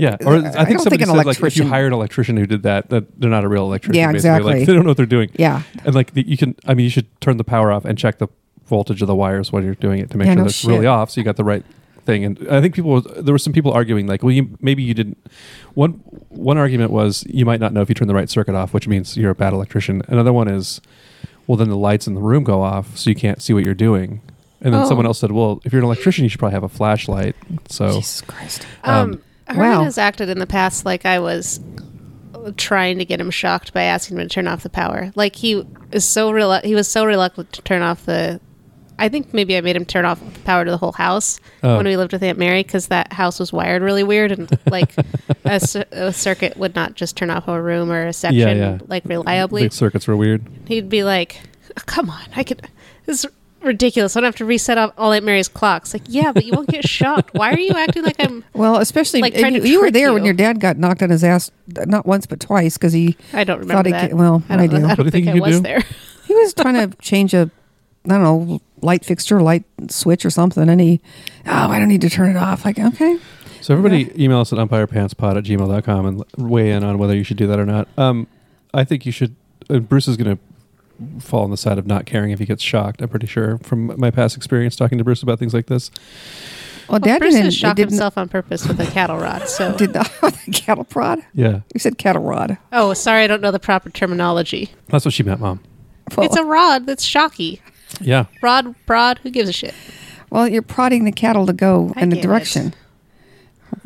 Speaker 2: yeah. Or I think
Speaker 4: I don't
Speaker 2: somebody
Speaker 4: think an
Speaker 2: said like, if you
Speaker 4: electrician-
Speaker 2: hired an electrician who did that, that they're not a real electrician.
Speaker 4: Yeah,
Speaker 2: basically. Like,
Speaker 4: exactly.
Speaker 2: they don't know what they're doing.
Speaker 4: yeah.
Speaker 2: And like the, you can, I mean, you should turn the power off and check the voltage of the wires while you're doing it to make
Speaker 4: Yeah,
Speaker 2: sure
Speaker 4: no
Speaker 2: that's really
Speaker 4: shit.
Speaker 2: off, so you got the right thing. And I think people, was- there were some people arguing like, well, you maybe you didn't. One one argument was you might not know if you turn the right circuit off, which means you're a bad electrician. Another one is, well, then the lights in the room go off, so you can't see what you're doing. And then
Speaker 3: Oh.
Speaker 2: someone else said, well, if you're an electrician, you should probably have a flashlight. So
Speaker 4: Jesus Christ.
Speaker 3: um, Herman
Speaker 4: wow.
Speaker 3: has acted in the past like I was trying to get him shocked by asking him to turn off the power. Like he is so relu- he was so reluctant to turn off the. I think maybe I made him turn off the power to the whole house
Speaker 2: Oh.
Speaker 3: when we lived with Aunt Mary because that house was wired really weird and like a, cir- a circuit would not just turn off a room or a section
Speaker 2: yeah.
Speaker 3: like
Speaker 2: the
Speaker 3: reliably.
Speaker 2: circuits were weird.
Speaker 3: He'd be like, "Oh, "Come on, I could. This is ridiculous. I don't have to reset up all Aunt Mary's clocks." Like, yeah, but you won't get shocked. Why are you acting like I'm?
Speaker 4: Well, especially
Speaker 3: Like,
Speaker 4: if
Speaker 3: trying
Speaker 4: you,
Speaker 3: to
Speaker 4: you were
Speaker 3: trick
Speaker 4: there when
Speaker 3: you.
Speaker 4: your dad got knocked on his ass, uh, not once but twice, because he
Speaker 3: I don't
Speaker 4: Thought
Speaker 3: remember
Speaker 4: he
Speaker 3: that.
Speaker 4: ca- well, I
Speaker 3: don't,
Speaker 4: do.
Speaker 3: I
Speaker 2: What do
Speaker 3: don't
Speaker 2: you
Speaker 3: think
Speaker 2: think
Speaker 3: I
Speaker 2: you could
Speaker 3: was
Speaker 2: do?
Speaker 3: there.
Speaker 4: he was trying to change a I don't know, light fixture, light switch or something. And he, oh, I don't need to turn it off. Like, okay.
Speaker 2: So everybody email us at umpirepantspod at gmail.com and l- weigh in on whether you should do that or not. Um, I think you should. Uh, Bruce is going to fall on the side of not caring if he gets shocked. I'm pretty sure from my past experience talking to Bruce about things like this.
Speaker 4: Well,
Speaker 3: Well,
Speaker 4: Dad
Speaker 3: Bruce
Speaker 4: didn't,
Speaker 3: has shocked
Speaker 4: didn't
Speaker 3: himself on purpose with a cattle rod. So,
Speaker 4: did the cattle prod.
Speaker 2: Yeah,
Speaker 4: You said cattle rod.
Speaker 3: oh, sorry, I don't know the proper terminology.
Speaker 2: that's what she meant, Mom.
Speaker 4: Well,
Speaker 3: It's a rod that's shocky.
Speaker 2: Yeah,
Speaker 3: Rod, rod. Who gives a shit?
Speaker 4: well, you're prodding the cattle to go
Speaker 3: I
Speaker 4: in the
Speaker 3: get it.
Speaker 4: direction.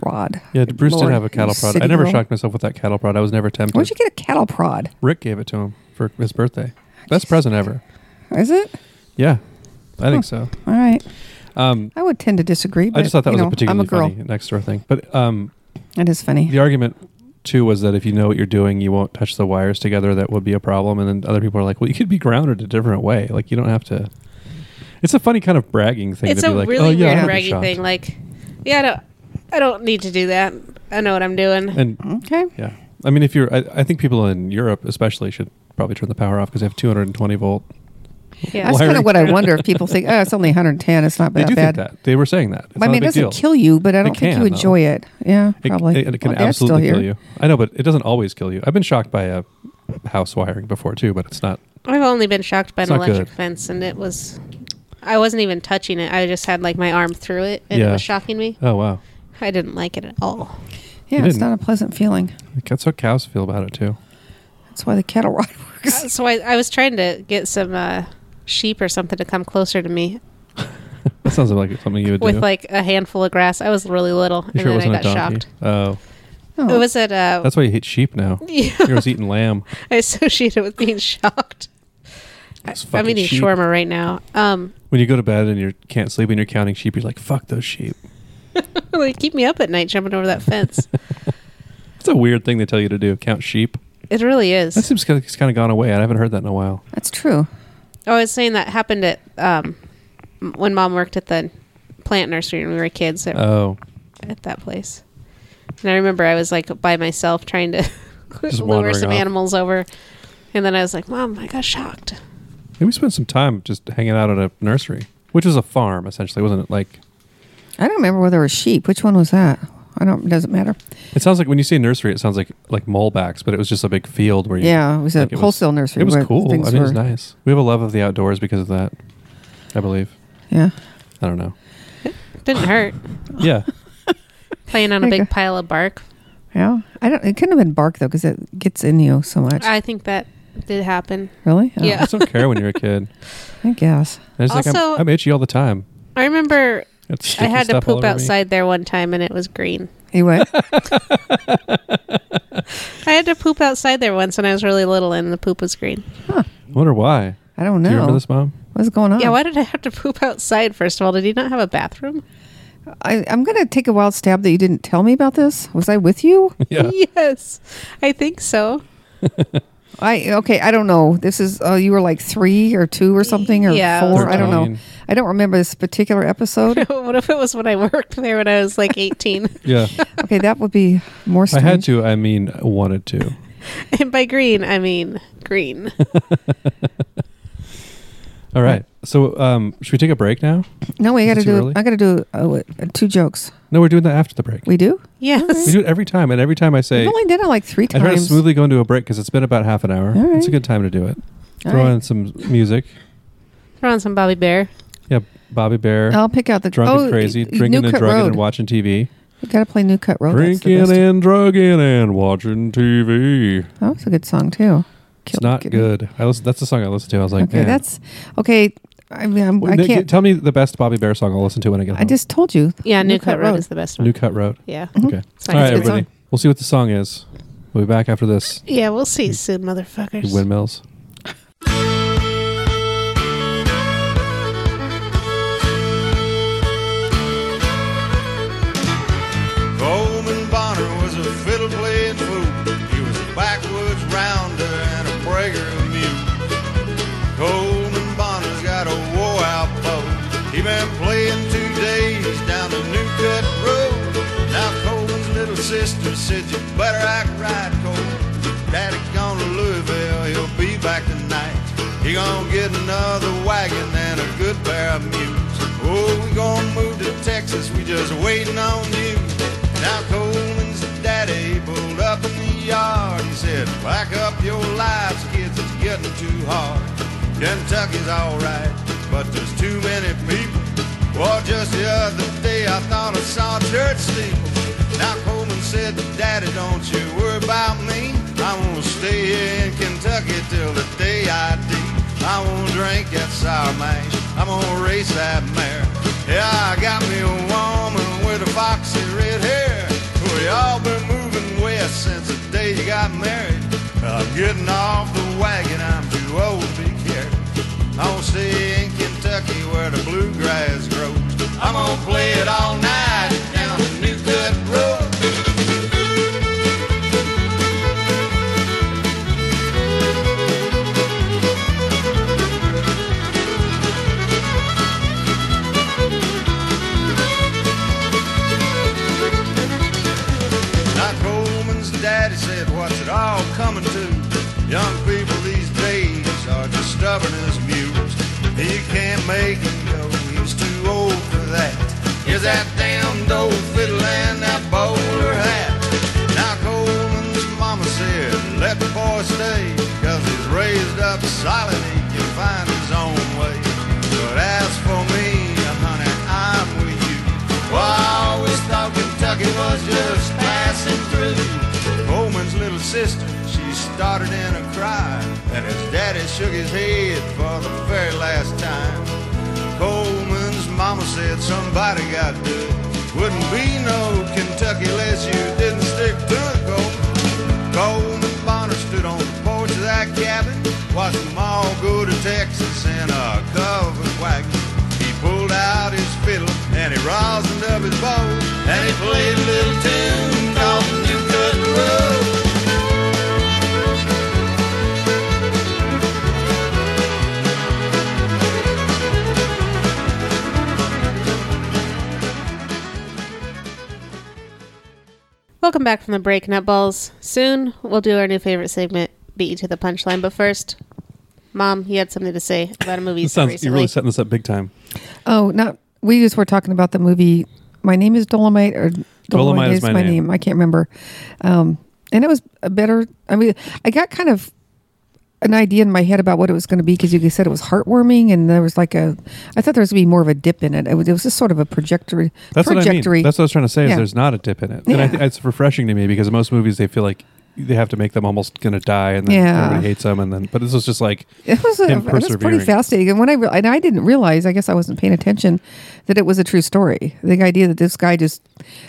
Speaker 4: Rod.
Speaker 2: yeah. Bruce
Speaker 4: Lord,
Speaker 2: did have a cattle
Speaker 4: you
Speaker 2: prod.
Speaker 4: city
Speaker 2: I never
Speaker 4: girl.
Speaker 2: shocked myself with that cattle prod. I was never tempted.
Speaker 4: Where'd you get a cattle prod?
Speaker 2: Rick gave it to him for his birthday. Best present ever.
Speaker 4: Is it?
Speaker 2: Yeah, I think so.
Speaker 4: All right.
Speaker 2: Um,
Speaker 4: I would tend to disagree. But,
Speaker 2: I just thought that
Speaker 4: you
Speaker 2: was
Speaker 4: know,
Speaker 2: a particularly
Speaker 4: I'm a girl.
Speaker 2: funny next door thing. But um,
Speaker 4: It is funny.
Speaker 2: the argument too was that if you know what you're doing, you won't touch the wires together. That would be a problem. And then other people are like, well, you could be grounded a different way. Like you don't have to. It's a funny kind of bragging thing.
Speaker 3: It's
Speaker 2: to
Speaker 3: a
Speaker 2: be like,
Speaker 3: really
Speaker 2: oh, yeah, I
Speaker 3: weird
Speaker 2: would be
Speaker 3: bragging
Speaker 2: shocked."
Speaker 3: thing. Like, yeah, I don't, I don't need to do that. I know what I'm doing.
Speaker 2: And
Speaker 4: Okay.
Speaker 2: yeah, I mean, if you're, I, I think people in Europe especially should probably turn the power off because they have 220 volt.
Speaker 3: yeah,
Speaker 4: That's
Speaker 2: Why
Speaker 4: kind
Speaker 2: are
Speaker 4: of
Speaker 2: you-
Speaker 4: what I wonder if people think, oh, it's only 110. It's not
Speaker 2: They
Speaker 4: that
Speaker 2: do
Speaker 4: bad.
Speaker 2: think that. They were saying that. It's
Speaker 4: I
Speaker 2: not a
Speaker 4: mean, it
Speaker 2: big
Speaker 4: doesn't
Speaker 2: deal.
Speaker 4: kill you, but I
Speaker 2: It
Speaker 4: don't think
Speaker 2: can,
Speaker 4: you
Speaker 2: though.
Speaker 4: enjoy it. Yeah,
Speaker 2: It-
Speaker 4: probably.
Speaker 2: It, it can
Speaker 4: Well, Dad's still
Speaker 2: absolutely kill
Speaker 4: here.
Speaker 2: you. I know, but it doesn't always kill you. I've been shocked by a house wiring before too, but it's not.
Speaker 3: I've only been shocked by
Speaker 2: It's
Speaker 3: an
Speaker 2: not
Speaker 3: electric
Speaker 2: good.
Speaker 3: fence, and it was. I wasn't even touching it. I just had like my arm through it, and
Speaker 2: Yeah.
Speaker 3: it was shocking me.
Speaker 2: Oh wow,
Speaker 3: I didn't like it at all.
Speaker 4: Yeah, it's
Speaker 2: didn't.
Speaker 4: not a pleasant feeling.
Speaker 2: that's how cows feel about it too.
Speaker 4: That's why the cattle rod works.
Speaker 3: Uh, So I, I was trying to get some uh, sheep or something to come closer to me
Speaker 2: That sounds like something you would
Speaker 3: with
Speaker 2: do.
Speaker 3: like a handful of grass. I was really little,
Speaker 2: You
Speaker 3: and
Speaker 2: sure it
Speaker 3: then I
Speaker 2: wasn't a
Speaker 3: got
Speaker 2: donkey?
Speaker 3: shocked.
Speaker 2: Oh,
Speaker 4: Oh,
Speaker 3: It was at uh,
Speaker 2: that's why you hate sheep now. You're always eating lamb.
Speaker 3: I associate it with being shocked.
Speaker 2: Those
Speaker 3: I'm
Speaker 2: fucking
Speaker 3: eating
Speaker 2: sheep.
Speaker 3: shawarma right now. Um,
Speaker 2: When you go to bed and you can't sleep and you're counting sheep, you're like, "Fuck those sheep."
Speaker 3: they keep me up at night jumping over that fence.
Speaker 2: It's a weird thing they tell you to do. Count sheep.
Speaker 3: it really
Speaker 2: That
Speaker 3: is.
Speaker 2: seems kind of, it's kind of gone away. I haven't heard that in a while.
Speaker 4: that's true.
Speaker 3: Oh, I was saying that happened at um, m- when mom worked at the plant nursery when we were kids at,
Speaker 2: Oh,
Speaker 3: at that place. And I remember I was like by myself trying to lure
Speaker 2: wandering
Speaker 3: some
Speaker 2: off.
Speaker 3: animals over. And then I was like, Mom, I got shocked.
Speaker 2: and we spent some time just hanging out at a nursery, which was a farm essentially, wasn't it? Like
Speaker 4: I don't remember whether it was sheep. Which one was that? I don't. It doesn't matter.
Speaker 2: It sounds like when you say nursery, it sounds like like mulebacks, but it was just a big field where you
Speaker 4: Yeah, it was a
Speaker 2: like
Speaker 4: wholesale nursery
Speaker 2: It was
Speaker 4: where
Speaker 2: cool. I mean,
Speaker 4: things
Speaker 2: it was
Speaker 4: were-
Speaker 2: nice. We have a love of the outdoors because of that. I believe.
Speaker 4: Yeah.
Speaker 2: I don't know.
Speaker 3: Didn't hurt.
Speaker 2: Yeah,
Speaker 3: Playing on a
Speaker 4: There you
Speaker 3: big
Speaker 4: go.
Speaker 3: pile of bark.
Speaker 4: Yeah. I don't. It couldn't have been bark though, because it gets in you so much.
Speaker 3: I think that did happen.
Speaker 4: really? Oh,
Speaker 2: I
Speaker 3: Yeah.
Speaker 2: just don't care when you're a kid.
Speaker 4: I guess.
Speaker 2: I just think I'm,
Speaker 3: Also-
Speaker 2: I'm itchy all the time.
Speaker 3: I remember
Speaker 2: It's sticky
Speaker 3: I had to
Speaker 2: stuff all
Speaker 3: poop
Speaker 2: over me.
Speaker 3: outside there one time and it was green.
Speaker 4: Anyway,
Speaker 3: I had to poop outside there once when I was really little and the poop was green.
Speaker 2: I wonder why.
Speaker 4: I don't
Speaker 2: Do you remember
Speaker 4: know
Speaker 2: this, Mom?
Speaker 4: what's going on.
Speaker 3: Yeah, why did I have to poop outside first of all? Did he not have a bathroom?
Speaker 4: I, I'm going to take a wild stab that you didn't tell me about this. Was I with you?
Speaker 2: Yeah.
Speaker 3: Yes. I think so.
Speaker 4: I okay. I don't know. This is uh, you were like three or two or something or
Speaker 3: Yeah, it was
Speaker 4: four. I don't know.
Speaker 2: Thirteen.
Speaker 4: I don't remember this particular episode.
Speaker 3: what if it was when I worked there when I was like 18?
Speaker 2: Yeah.
Speaker 4: okay, that would be more.
Speaker 2: I
Speaker 4: Strange.
Speaker 2: had to. I mean, I wanted to.
Speaker 3: and by green, I mean green.
Speaker 2: All right. So, um, should we take a break now?
Speaker 4: No, we
Speaker 2: Is
Speaker 4: got to
Speaker 2: it too
Speaker 4: do.
Speaker 2: early?
Speaker 4: I got to do uh, what, uh, two jokes.
Speaker 2: No, we're doing that after the break.
Speaker 4: We do.
Speaker 3: Yes.
Speaker 2: We do it every time, and every time I
Speaker 4: We've
Speaker 2: say,
Speaker 4: only done it like three
Speaker 2: I try to
Speaker 4: times.
Speaker 2: smoothly go into a break because it's been about half an hour.
Speaker 4: All
Speaker 2: It's a
Speaker 4: right.
Speaker 2: good time to do it.
Speaker 4: All
Speaker 2: Throw
Speaker 4: right.
Speaker 2: in some music.
Speaker 3: Throw on some Bobby Bear.
Speaker 2: Yeah, Bobby Bear,
Speaker 4: I'll pick out the
Speaker 2: drunk
Speaker 4: oh,
Speaker 2: and crazy,
Speaker 4: uh,
Speaker 2: drinking
Speaker 4: New
Speaker 2: and
Speaker 4: Cut
Speaker 2: drugging
Speaker 4: Road.
Speaker 2: and watching TV.
Speaker 4: You got to play New Cut Road. That's the
Speaker 2: drinking
Speaker 4: best.
Speaker 2: and drugging and watching TV.
Speaker 4: That was a good song too.
Speaker 2: It's
Speaker 4: Killed
Speaker 2: not
Speaker 4: Kitten.
Speaker 2: good. I listen, that's the song I listened to. I was like,
Speaker 4: Okay,
Speaker 2: man.
Speaker 4: that's okay. I mean, I'm,
Speaker 2: Well,
Speaker 4: I
Speaker 2: Nick,
Speaker 4: can't.
Speaker 2: Tell me the best Bobby Bear song I'll listen to when I get home.
Speaker 4: I just told you.
Speaker 3: Yeah, New, Cut, Road, is the best one.
Speaker 2: New Cut Road.
Speaker 3: yeah.
Speaker 2: Okay.
Speaker 3: It's
Speaker 2: All
Speaker 3: nice.
Speaker 2: right,
Speaker 4: It's a good
Speaker 2: everybody. We'll see what the song is. We'll be back after this.
Speaker 3: Yeah, we'll see you soon, motherfuckers.
Speaker 2: You windmills.
Speaker 6: Coleman Bonner was a fiddle playing fool. He was a backwoods rounder and a prairie mule. Coleman Bonner's got a wore out bow. He been playing two days down the New Cut Road. Now Coleman's little sister said, You better act right, Coleman. Daddy gone to Louisville, he'll be back tonight. He gonna get another wagon and of mutes. Oh, we gonna move to Texas, we just waiting on you. Now Coleman's daddy pulled up in the yard. He said, Pack up your lives, kids, it's getting too hard. Kentucky's alright, but there's too many people. Well, just the other day I thought I saw a church steeple. Now Coleman said, Daddy, don't you worry about me. I wanna stay here in Kentucky till the day I die. I won't drink that sour mash. I'm gonna race that mare. Yeah, I got me a woman with a foxy red hair. We all been moving west since the day you got married. I'm getting off the wagon. I'm too old to be carried. I won't stay in Kentucky where the bluegrass grows. I'm gonna play it all night down the New Cut Road. Now Coleman's daddy said, what's it all coming to? Young people these days are just stubborn as mules. He can't make it go, he's too old for that. Here's that damn dope fiddle and that bowler hat. Now Coleman's mama said, let the boy stay, cause he's raised up solid, he can find his own way. But as for me, honey, I'm with you. Well, I always thought Kentucky was just passing through. Coleman's little sister, she started in a cry, and his daddy shook his head for the very last time. Coleman's mama said somebody got to do it. Wouldn't be no Kentucky unless you didn't stick to it, Coleman. Coleman Bonner stood on the porch of that cabin, watched them all go to Texas in a covered wagon. He pulled out his fiddle and he rosined up his bow, and he played a little tune called the New Cut Road.
Speaker 3: Welcome back from the break, Nutballs. Soon we'll do our new favorite segment, Beat You to the Punchline. But first, Mom, you had something to say about a movie you
Speaker 2: This
Speaker 3: saw
Speaker 2: sounds, you're
Speaker 3: recently.
Speaker 2: really setting this up big time.
Speaker 4: Oh, not we just were talking about the movie. My name is Dolomite, or Dolomite,
Speaker 2: Dolomite
Speaker 4: is, my name. I can't remember. Um, and it was a better. I mean, I got kind of an idea in my head about what it was going to be because you said it was heartwarming, and there was like a. I thought there was going to be more of a dip in it. It was, it was just sort of a trajectory.
Speaker 2: That's what I
Speaker 4: trajectory.
Speaker 2: mean. That's what I was trying to say.
Speaker 4: Yeah.
Speaker 2: Is there's not a dip in it, and I
Speaker 4: Yeah.
Speaker 2: think it's refreshing to me because in most movies they feel like they have to make them almost gonna die, and then
Speaker 4: Yeah.
Speaker 2: everybody hates them, and then but this was just like
Speaker 4: It was, a,
Speaker 2: him
Speaker 4: it was pretty
Speaker 2: persevering.
Speaker 4: fascinating. And when I re- and I didn't realize, I guess I wasn't paying attention, that it was a true story. The idea that this guy just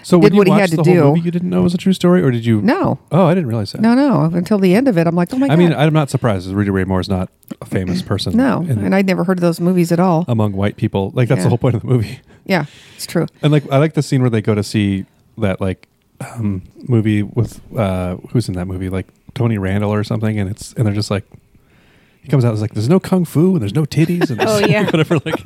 Speaker 2: so when
Speaker 4: did
Speaker 2: you
Speaker 4: what he
Speaker 2: watched
Speaker 4: had to
Speaker 2: the whole
Speaker 4: do.
Speaker 2: Movie, you didn't know it was a true story, or did you?
Speaker 4: no,
Speaker 2: Oh, I didn't realize that.
Speaker 4: no, no. Until the end of it, I'm like, oh my
Speaker 2: I
Speaker 4: god.
Speaker 2: mean, I'm not surprised. Rudy Ray Moore's not a famous person.
Speaker 4: no,
Speaker 2: in-
Speaker 4: and I'd never heard of those movies at all.
Speaker 2: among white people, like that's the
Speaker 4: Yeah.
Speaker 2: whole point of the movie.
Speaker 4: yeah, it's true.
Speaker 2: And like, I like the scene where they go to see that like um, movie with uh, who's in that movie, like Tony Randall or something, and it's and they're just like, he comes out and is like, "There's no kung fu and there's no titties and
Speaker 3: Oh, yeah.
Speaker 2: whatever." Like,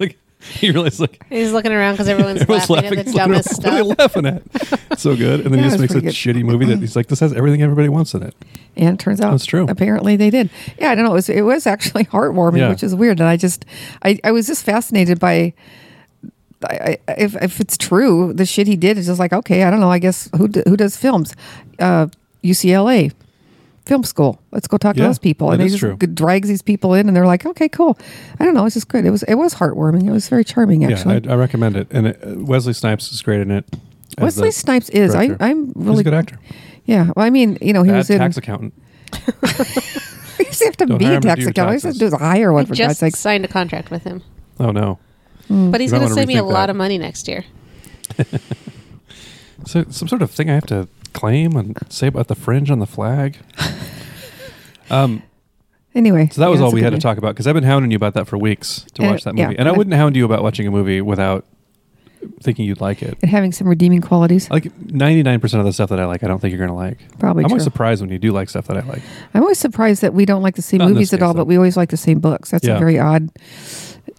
Speaker 2: like he realizes like
Speaker 3: He's looking around because everyone's,
Speaker 2: everyone's
Speaker 3: laughing,
Speaker 2: laughing.
Speaker 3: at the
Speaker 2: He's like,
Speaker 3: dumbest
Speaker 2: what are
Speaker 3: stuff.
Speaker 2: they laughing at? It's so good, and then he
Speaker 4: Yeah, it
Speaker 2: just
Speaker 4: was
Speaker 2: makes a
Speaker 4: pretty
Speaker 2: shitty
Speaker 4: good.
Speaker 2: movie that he's like, "This has everything everybody wants in it."
Speaker 4: And it turns out
Speaker 2: That's true.
Speaker 4: Apparently they did. Yeah, I don't know. It was, it was actually heartwarming,
Speaker 2: Yeah.
Speaker 4: which is weird. And I just, I, I was just fascinated by, I, I, if if it's true, the shit he did is just like okay. I don't know. I guess who d- who does films? Uh, UCLA film school. Let's go talk
Speaker 2: Yeah,
Speaker 4: to those people. And
Speaker 2: that
Speaker 4: they
Speaker 2: is
Speaker 4: just
Speaker 2: true.
Speaker 4: g- drags these people in, and they're like, okay, cool. I don't know. It's just good. It was it was heartwarming. It was very charming actually.
Speaker 2: Yeah, I, I recommend it. And it, Wesley Snipes is great in it. as
Speaker 4: Wesley
Speaker 2: the
Speaker 4: Snipes is. I,
Speaker 2: director.
Speaker 4: I'm really
Speaker 2: He's a good actor.
Speaker 4: Yeah. Well, I mean, you know, he
Speaker 2: Bad
Speaker 4: was in.
Speaker 2: tax accountant.
Speaker 4: you just have to
Speaker 2: Don't
Speaker 4: be
Speaker 2: hire him to
Speaker 4: a
Speaker 2: do
Speaker 4: tax
Speaker 2: your
Speaker 4: accountant. You
Speaker 2: taxes.
Speaker 4: just have to hire one
Speaker 3: I
Speaker 4: for
Speaker 3: just
Speaker 4: God's sakes.
Speaker 3: signed a contract with him,
Speaker 2: Oh no.
Speaker 3: but he's
Speaker 2: You might
Speaker 3: going
Speaker 2: wanna
Speaker 3: to save me a
Speaker 2: rethink
Speaker 3: lot
Speaker 2: that.
Speaker 3: of money next year.
Speaker 2: So some sort of thing I have to claim and say about the fringe on the flag. um,
Speaker 4: Anyway.
Speaker 2: so that was
Speaker 4: yeah,
Speaker 2: all
Speaker 4: it's a
Speaker 2: we
Speaker 4: good
Speaker 2: had to
Speaker 4: movie.
Speaker 2: talk about because I've been hounding you about that for weeks to
Speaker 4: And-
Speaker 2: watch that movie,
Speaker 4: yeah,
Speaker 2: and I
Speaker 4: and-
Speaker 2: wouldn't hound you about watching a movie without thinking you'd like it.
Speaker 4: And having some redeeming qualities.
Speaker 2: Like ninety nine percent of the stuff that I like, I don't think you're gonna like.
Speaker 4: Probably
Speaker 2: I'm always
Speaker 4: true.
Speaker 2: surprised when you do like stuff that I like.
Speaker 4: I'm always surprised that we don't like the same
Speaker 2: Not in
Speaker 4: movies
Speaker 2: this
Speaker 4: at all,
Speaker 2: case, though.
Speaker 4: but we always like the same books. That's
Speaker 2: Yeah.
Speaker 4: a very odd.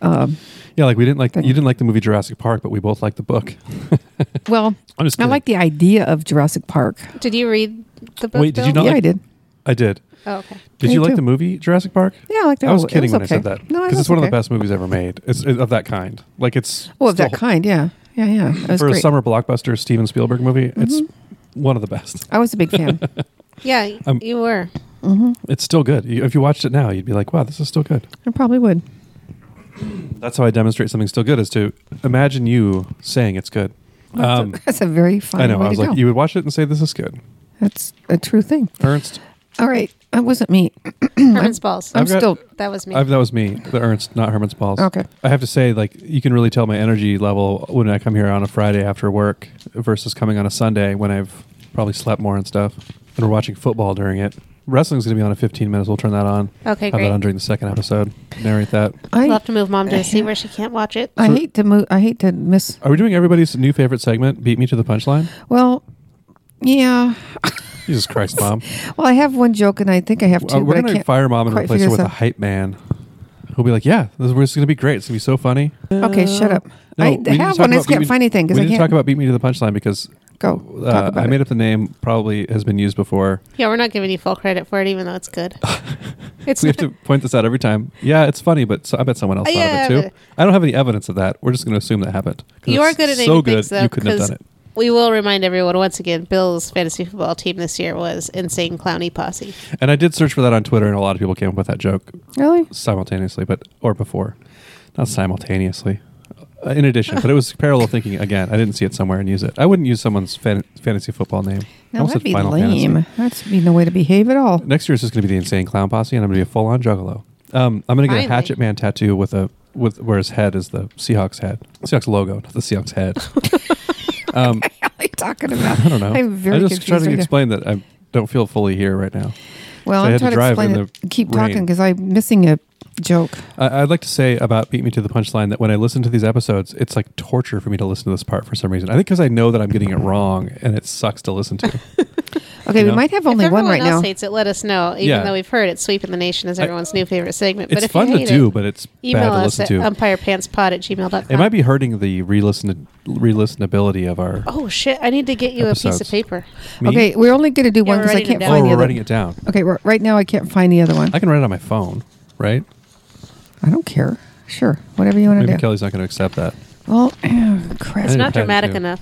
Speaker 4: Um,
Speaker 2: Yeah, like we didn't like
Speaker 4: Thank
Speaker 2: you
Speaker 4: you.
Speaker 2: didn't like the movie Jurassic Park, but we both liked the book.
Speaker 4: well,
Speaker 2: I'm just
Speaker 4: I
Speaker 2: kidding.
Speaker 4: like the idea of Jurassic Park.
Speaker 3: Did you read the book?
Speaker 2: Wait, did you
Speaker 3: Bill?
Speaker 2: not
Speaker 4: yeah,
Speaker 2: like-
Speaker 4: I did.
Speaker 2: I did.
Speaker 3: Oh, okay.
Speaker 2: Did
Speaker 4: Me
Speaker 2: you like
Speaker 4: too.
Speaker 2: the movie Jurassic Park?
Speaker 4: Yeah, I like that.
Speaker 2: I was
Speaker 4: one. It
Speaker 2: kidding when
Speaker 4: okay.
Speaker 2: I said that
Speaker 4: No, it
Speaker 2: because it's
Speaker 4: was
Speaker 2: one of the
Speaker 4: okay.
Speaker 2: best movies ever made. It's it- of that kind. Like it's
Speaker 4: Well, of that
Speaker 2: still-
Speaker 4: kind, yeah, yeah, yeah. It was
Speaker 2: for
Speaker 4: great. Mm-hmm.
Speaker 2: a summer blockbuster Steven Spielberg movie. It's one of the best.
Speaker 4: I was a big fan.
Speaker 3: Yeah, y-
Speaker 2: Um,
Speaker 3: you were.
Speaker 2: It's still good. You- If you watched it now, you'd be like, "Wow, this is still good."
Speaker 4: I probably would.
Speaker 2: That's how I demonstrate something still good is to imagine you saying it's good. Um,
Speaker 4: That's a very fun.
Speaker 2: I know.
Speaker 4: Way
Speaker 2: I was
Speaker 4: to
Speaker 2: like,
Speaker 4: go.
Speaker 2: you would watch it and say, "This is good."
Speaker 4: That's a true thing.
Speaker 2: Ernst,
Speaker 4: All right, that wasn't me.
Speaker 3: Herman's balls.
Speaker 4: I'm
Speaker 2: I've got-
Speaker 4: still.
Speaker 3: that was me.
Speaker 2: I've, that was me, the Ernst, not Herman's balls.
Speaker 4: Okay.
Speaker 2: I have to say, like, you can really tell my energy level when I come here on a Friday after work versus coming on a Sunday when I've probably slept more and stuff. And we're watching football during it. Wrestling's going to be on in 15 minutes. We'll turn that on.
Speaker 3: Okay,
Speaker 2: Have that
Speaker 3: great.
Speaker 2: on during the second episode. Narrate that.
Speaker 4: I
Speaker 3: we'll have to move mom to a seat where she can't watch it.
Speaker 4: I hate to move. I hate to miss.
Speaker 2: Are we doing everybody's new favorite segment, Beat Me to the Punchline?
Speaker 4: Well, yeah.
Speaker 2: Jesus Christ, Mom.
Speaker 4: Well, I have one joke, and I think I have
Speaker 2: Uh,
Speaker 4: two.
Speaker 2: we're
Speaker 4: but I
Speaker 2: going to
Speaker 4: can't
Speaker 2: fire Mom and
Speaker 4: quite
Speaker 2: replace
Speaker 4: figure
Speaker 2: her with
Speaker 4: this
Speaker 2: a
Speaker 4: out.
Speaker 2: hype man who'll be like, yeah, this is going to be great. It's going to be so funny.
Speaker 4: Okay, shut up.
Speaker 2: No,
Speaker 4: I
Speaker 2: we need to
Speaker 4: have
Speaker 2: talk
Speaker 4: one. I
Speaker 2: about
Speaker 4: just can't
Speaker 2: Beat Me-
Speaker 4: find anything because
Speaker 2: we
Speaker 4: I
Speaker 2: need
Speaker 4: can't
Speaker 2: to talk about beat me to the punchline because
Speaker 4: go.
Speaker 2: uh,
Speaker 4: talk about
Speaker 2: I made
Speaker 4: it.
Speaker 2: up the name. Probably has been used before.
Speaker 3: Yeah, we're not giving you full credit for it, even though it's good. It's
Speaker 2: We have to point this out every time. Yeah, it's funny, but so, I bet someone else
Speaker 3: Uh,
Speaker 2: thought
Speaker 3: yeah,
Speaker 2: of it too.
Speaker 3: but-
Speaker 2: I don't have any evidence of that. We're just going to assume that happened. 'Cause
Speaker 3: you are
Speaker 2: it's
Speaker 3: good at
Speaker 2: so
Speaker 3: naming
Speaker 2: good.
Speaker 3: things, though,
Speaker 2: you couldn't have
Speaker 3: 'cause
Speaker 2: done it.
Speaker 3: We will remind everyone once again. Bill's fantasy football team this year was insane clowny posse.
Speaker 2: And I did search for that on Twitter, and a lot of people came up with that joke
Speaker 4: Really?
Speaker 2: simultaneously, but or before, not simultaneously. Uh, in addition, but it was parallel thinking again. I didn't see it somewhere and use it. I wouldn't use someone's fan- fantasy football name. I
Speaker 4: Now
Speaker 2: almost
Speaker 4: that'd
Speaker 2: said
Speaker 4: be
Speaker 2: Final
Speaker 4: lame.
Speaker 2: Fantasy.
Speaker 4: That'd be no way to behave at all.
Speaker 2: next year is just going to be the insane clown posse, and I'm going to be a full on juggalo. Um, I'm going to get
Speaker 3: Finally.
Speaker 2: a Hatchet Man tattoo with a with where his head is the Seahawks head, Seahawks logo, not the Seahawks head. um,
Speaker 4: What are you talking about?
Speaker 2: I don't know.
Speaker 4: I'm very
Speaker 2: I just
Speaker 4: confused
Speaker 2: trying to
Speaker 4: right now.
Speaker 2: explain that I don't feel fully here right now.
Speaker 4: Well,
Speaker 2: So I
Speaker 4: I'm
Speaker 2: had to
Speaker 4: trying to,
Speaker 2: drive
Speaker 4: explain
Speaker 2: in
Speaker 4: it.
Speaker 2: the
Speaker 4: Keep
Speaker 2: rain.
Speaker 4: talking because I'm missing a joke.
Speaker 2: I, I'd like to say about Beat Me to the Punchline that when I listen to these episodes, it's like torture for me to listen to this part for some reason. I think because I know that I'm getting it wrong, and it sucks to listen to.
Speaker 4: Okay,
Speaker 2: You
Speaker 4: we
Speaker 2: know?
Speaker 4: might have only
Speaker 3: if
Speaker 4: one
Speaker 3: everyone
Speaker 4: right now.
Speaker 3: else hates it, let us know. Even
Speaker 2: Yeah.
Speaker 3: though we've heard it's sweeping the nation as
Speaker 2: I-
Speaker 3: everyone's new favorite segment. but
Speaker 2: it's
Speaker 3: if
Speaker 2: fun
Speaker 3: you
Speaker 2: to
Speaker 3: hate
Speaker 2: do,
Speaker 3: it,
Speaker 2: but it's bad
Speaker 3: email
Speaker 2: to
Speaker 3: us
Speaker 2: listen
Speaker 3: at um,
Speaker 2: to.
Speaker 3: umpirepantspod at gmail.com.
Speaker 2: it might be hurting the re-listen re-listenability of our.
Speaker 3: Oh shit! I need to get you a piece
Speaker 2: Episodes.
Speaker 3: of paper.
Speaker 2: me.
Speaker 4: Okay, we're only going to do
Speaker 3: Yeah,
Speaker 4: one
Speaker 3: we're
Speaker 4: because I
Speaker 3: writing it
Speaker 4: can't
Speaker 3: down.
Speaker 2: Oh,
Speaker 4: find the
Speaker 2: we're
Speaker 4: other.
Speaker 2: writing it down.
Speaker 4: Okay, ri- right now I can't find the other one.
Speaker 2: I can write it on my phone, right?
Speaker 4: I don't care. Sure, whatever you want
Speaker 2: Maybe
Speaker 4: to do.
Speaker 2: Kelly's not going to accept that.
Speaker 4: Well, crap.
Speaker 2: I
Speaker 3: It's
Speaker 2: didn't
Speaker 3: not
Speaker 2: have
Speaker 3: dramatic
Speaker 2: to.
Speaker 3: enough.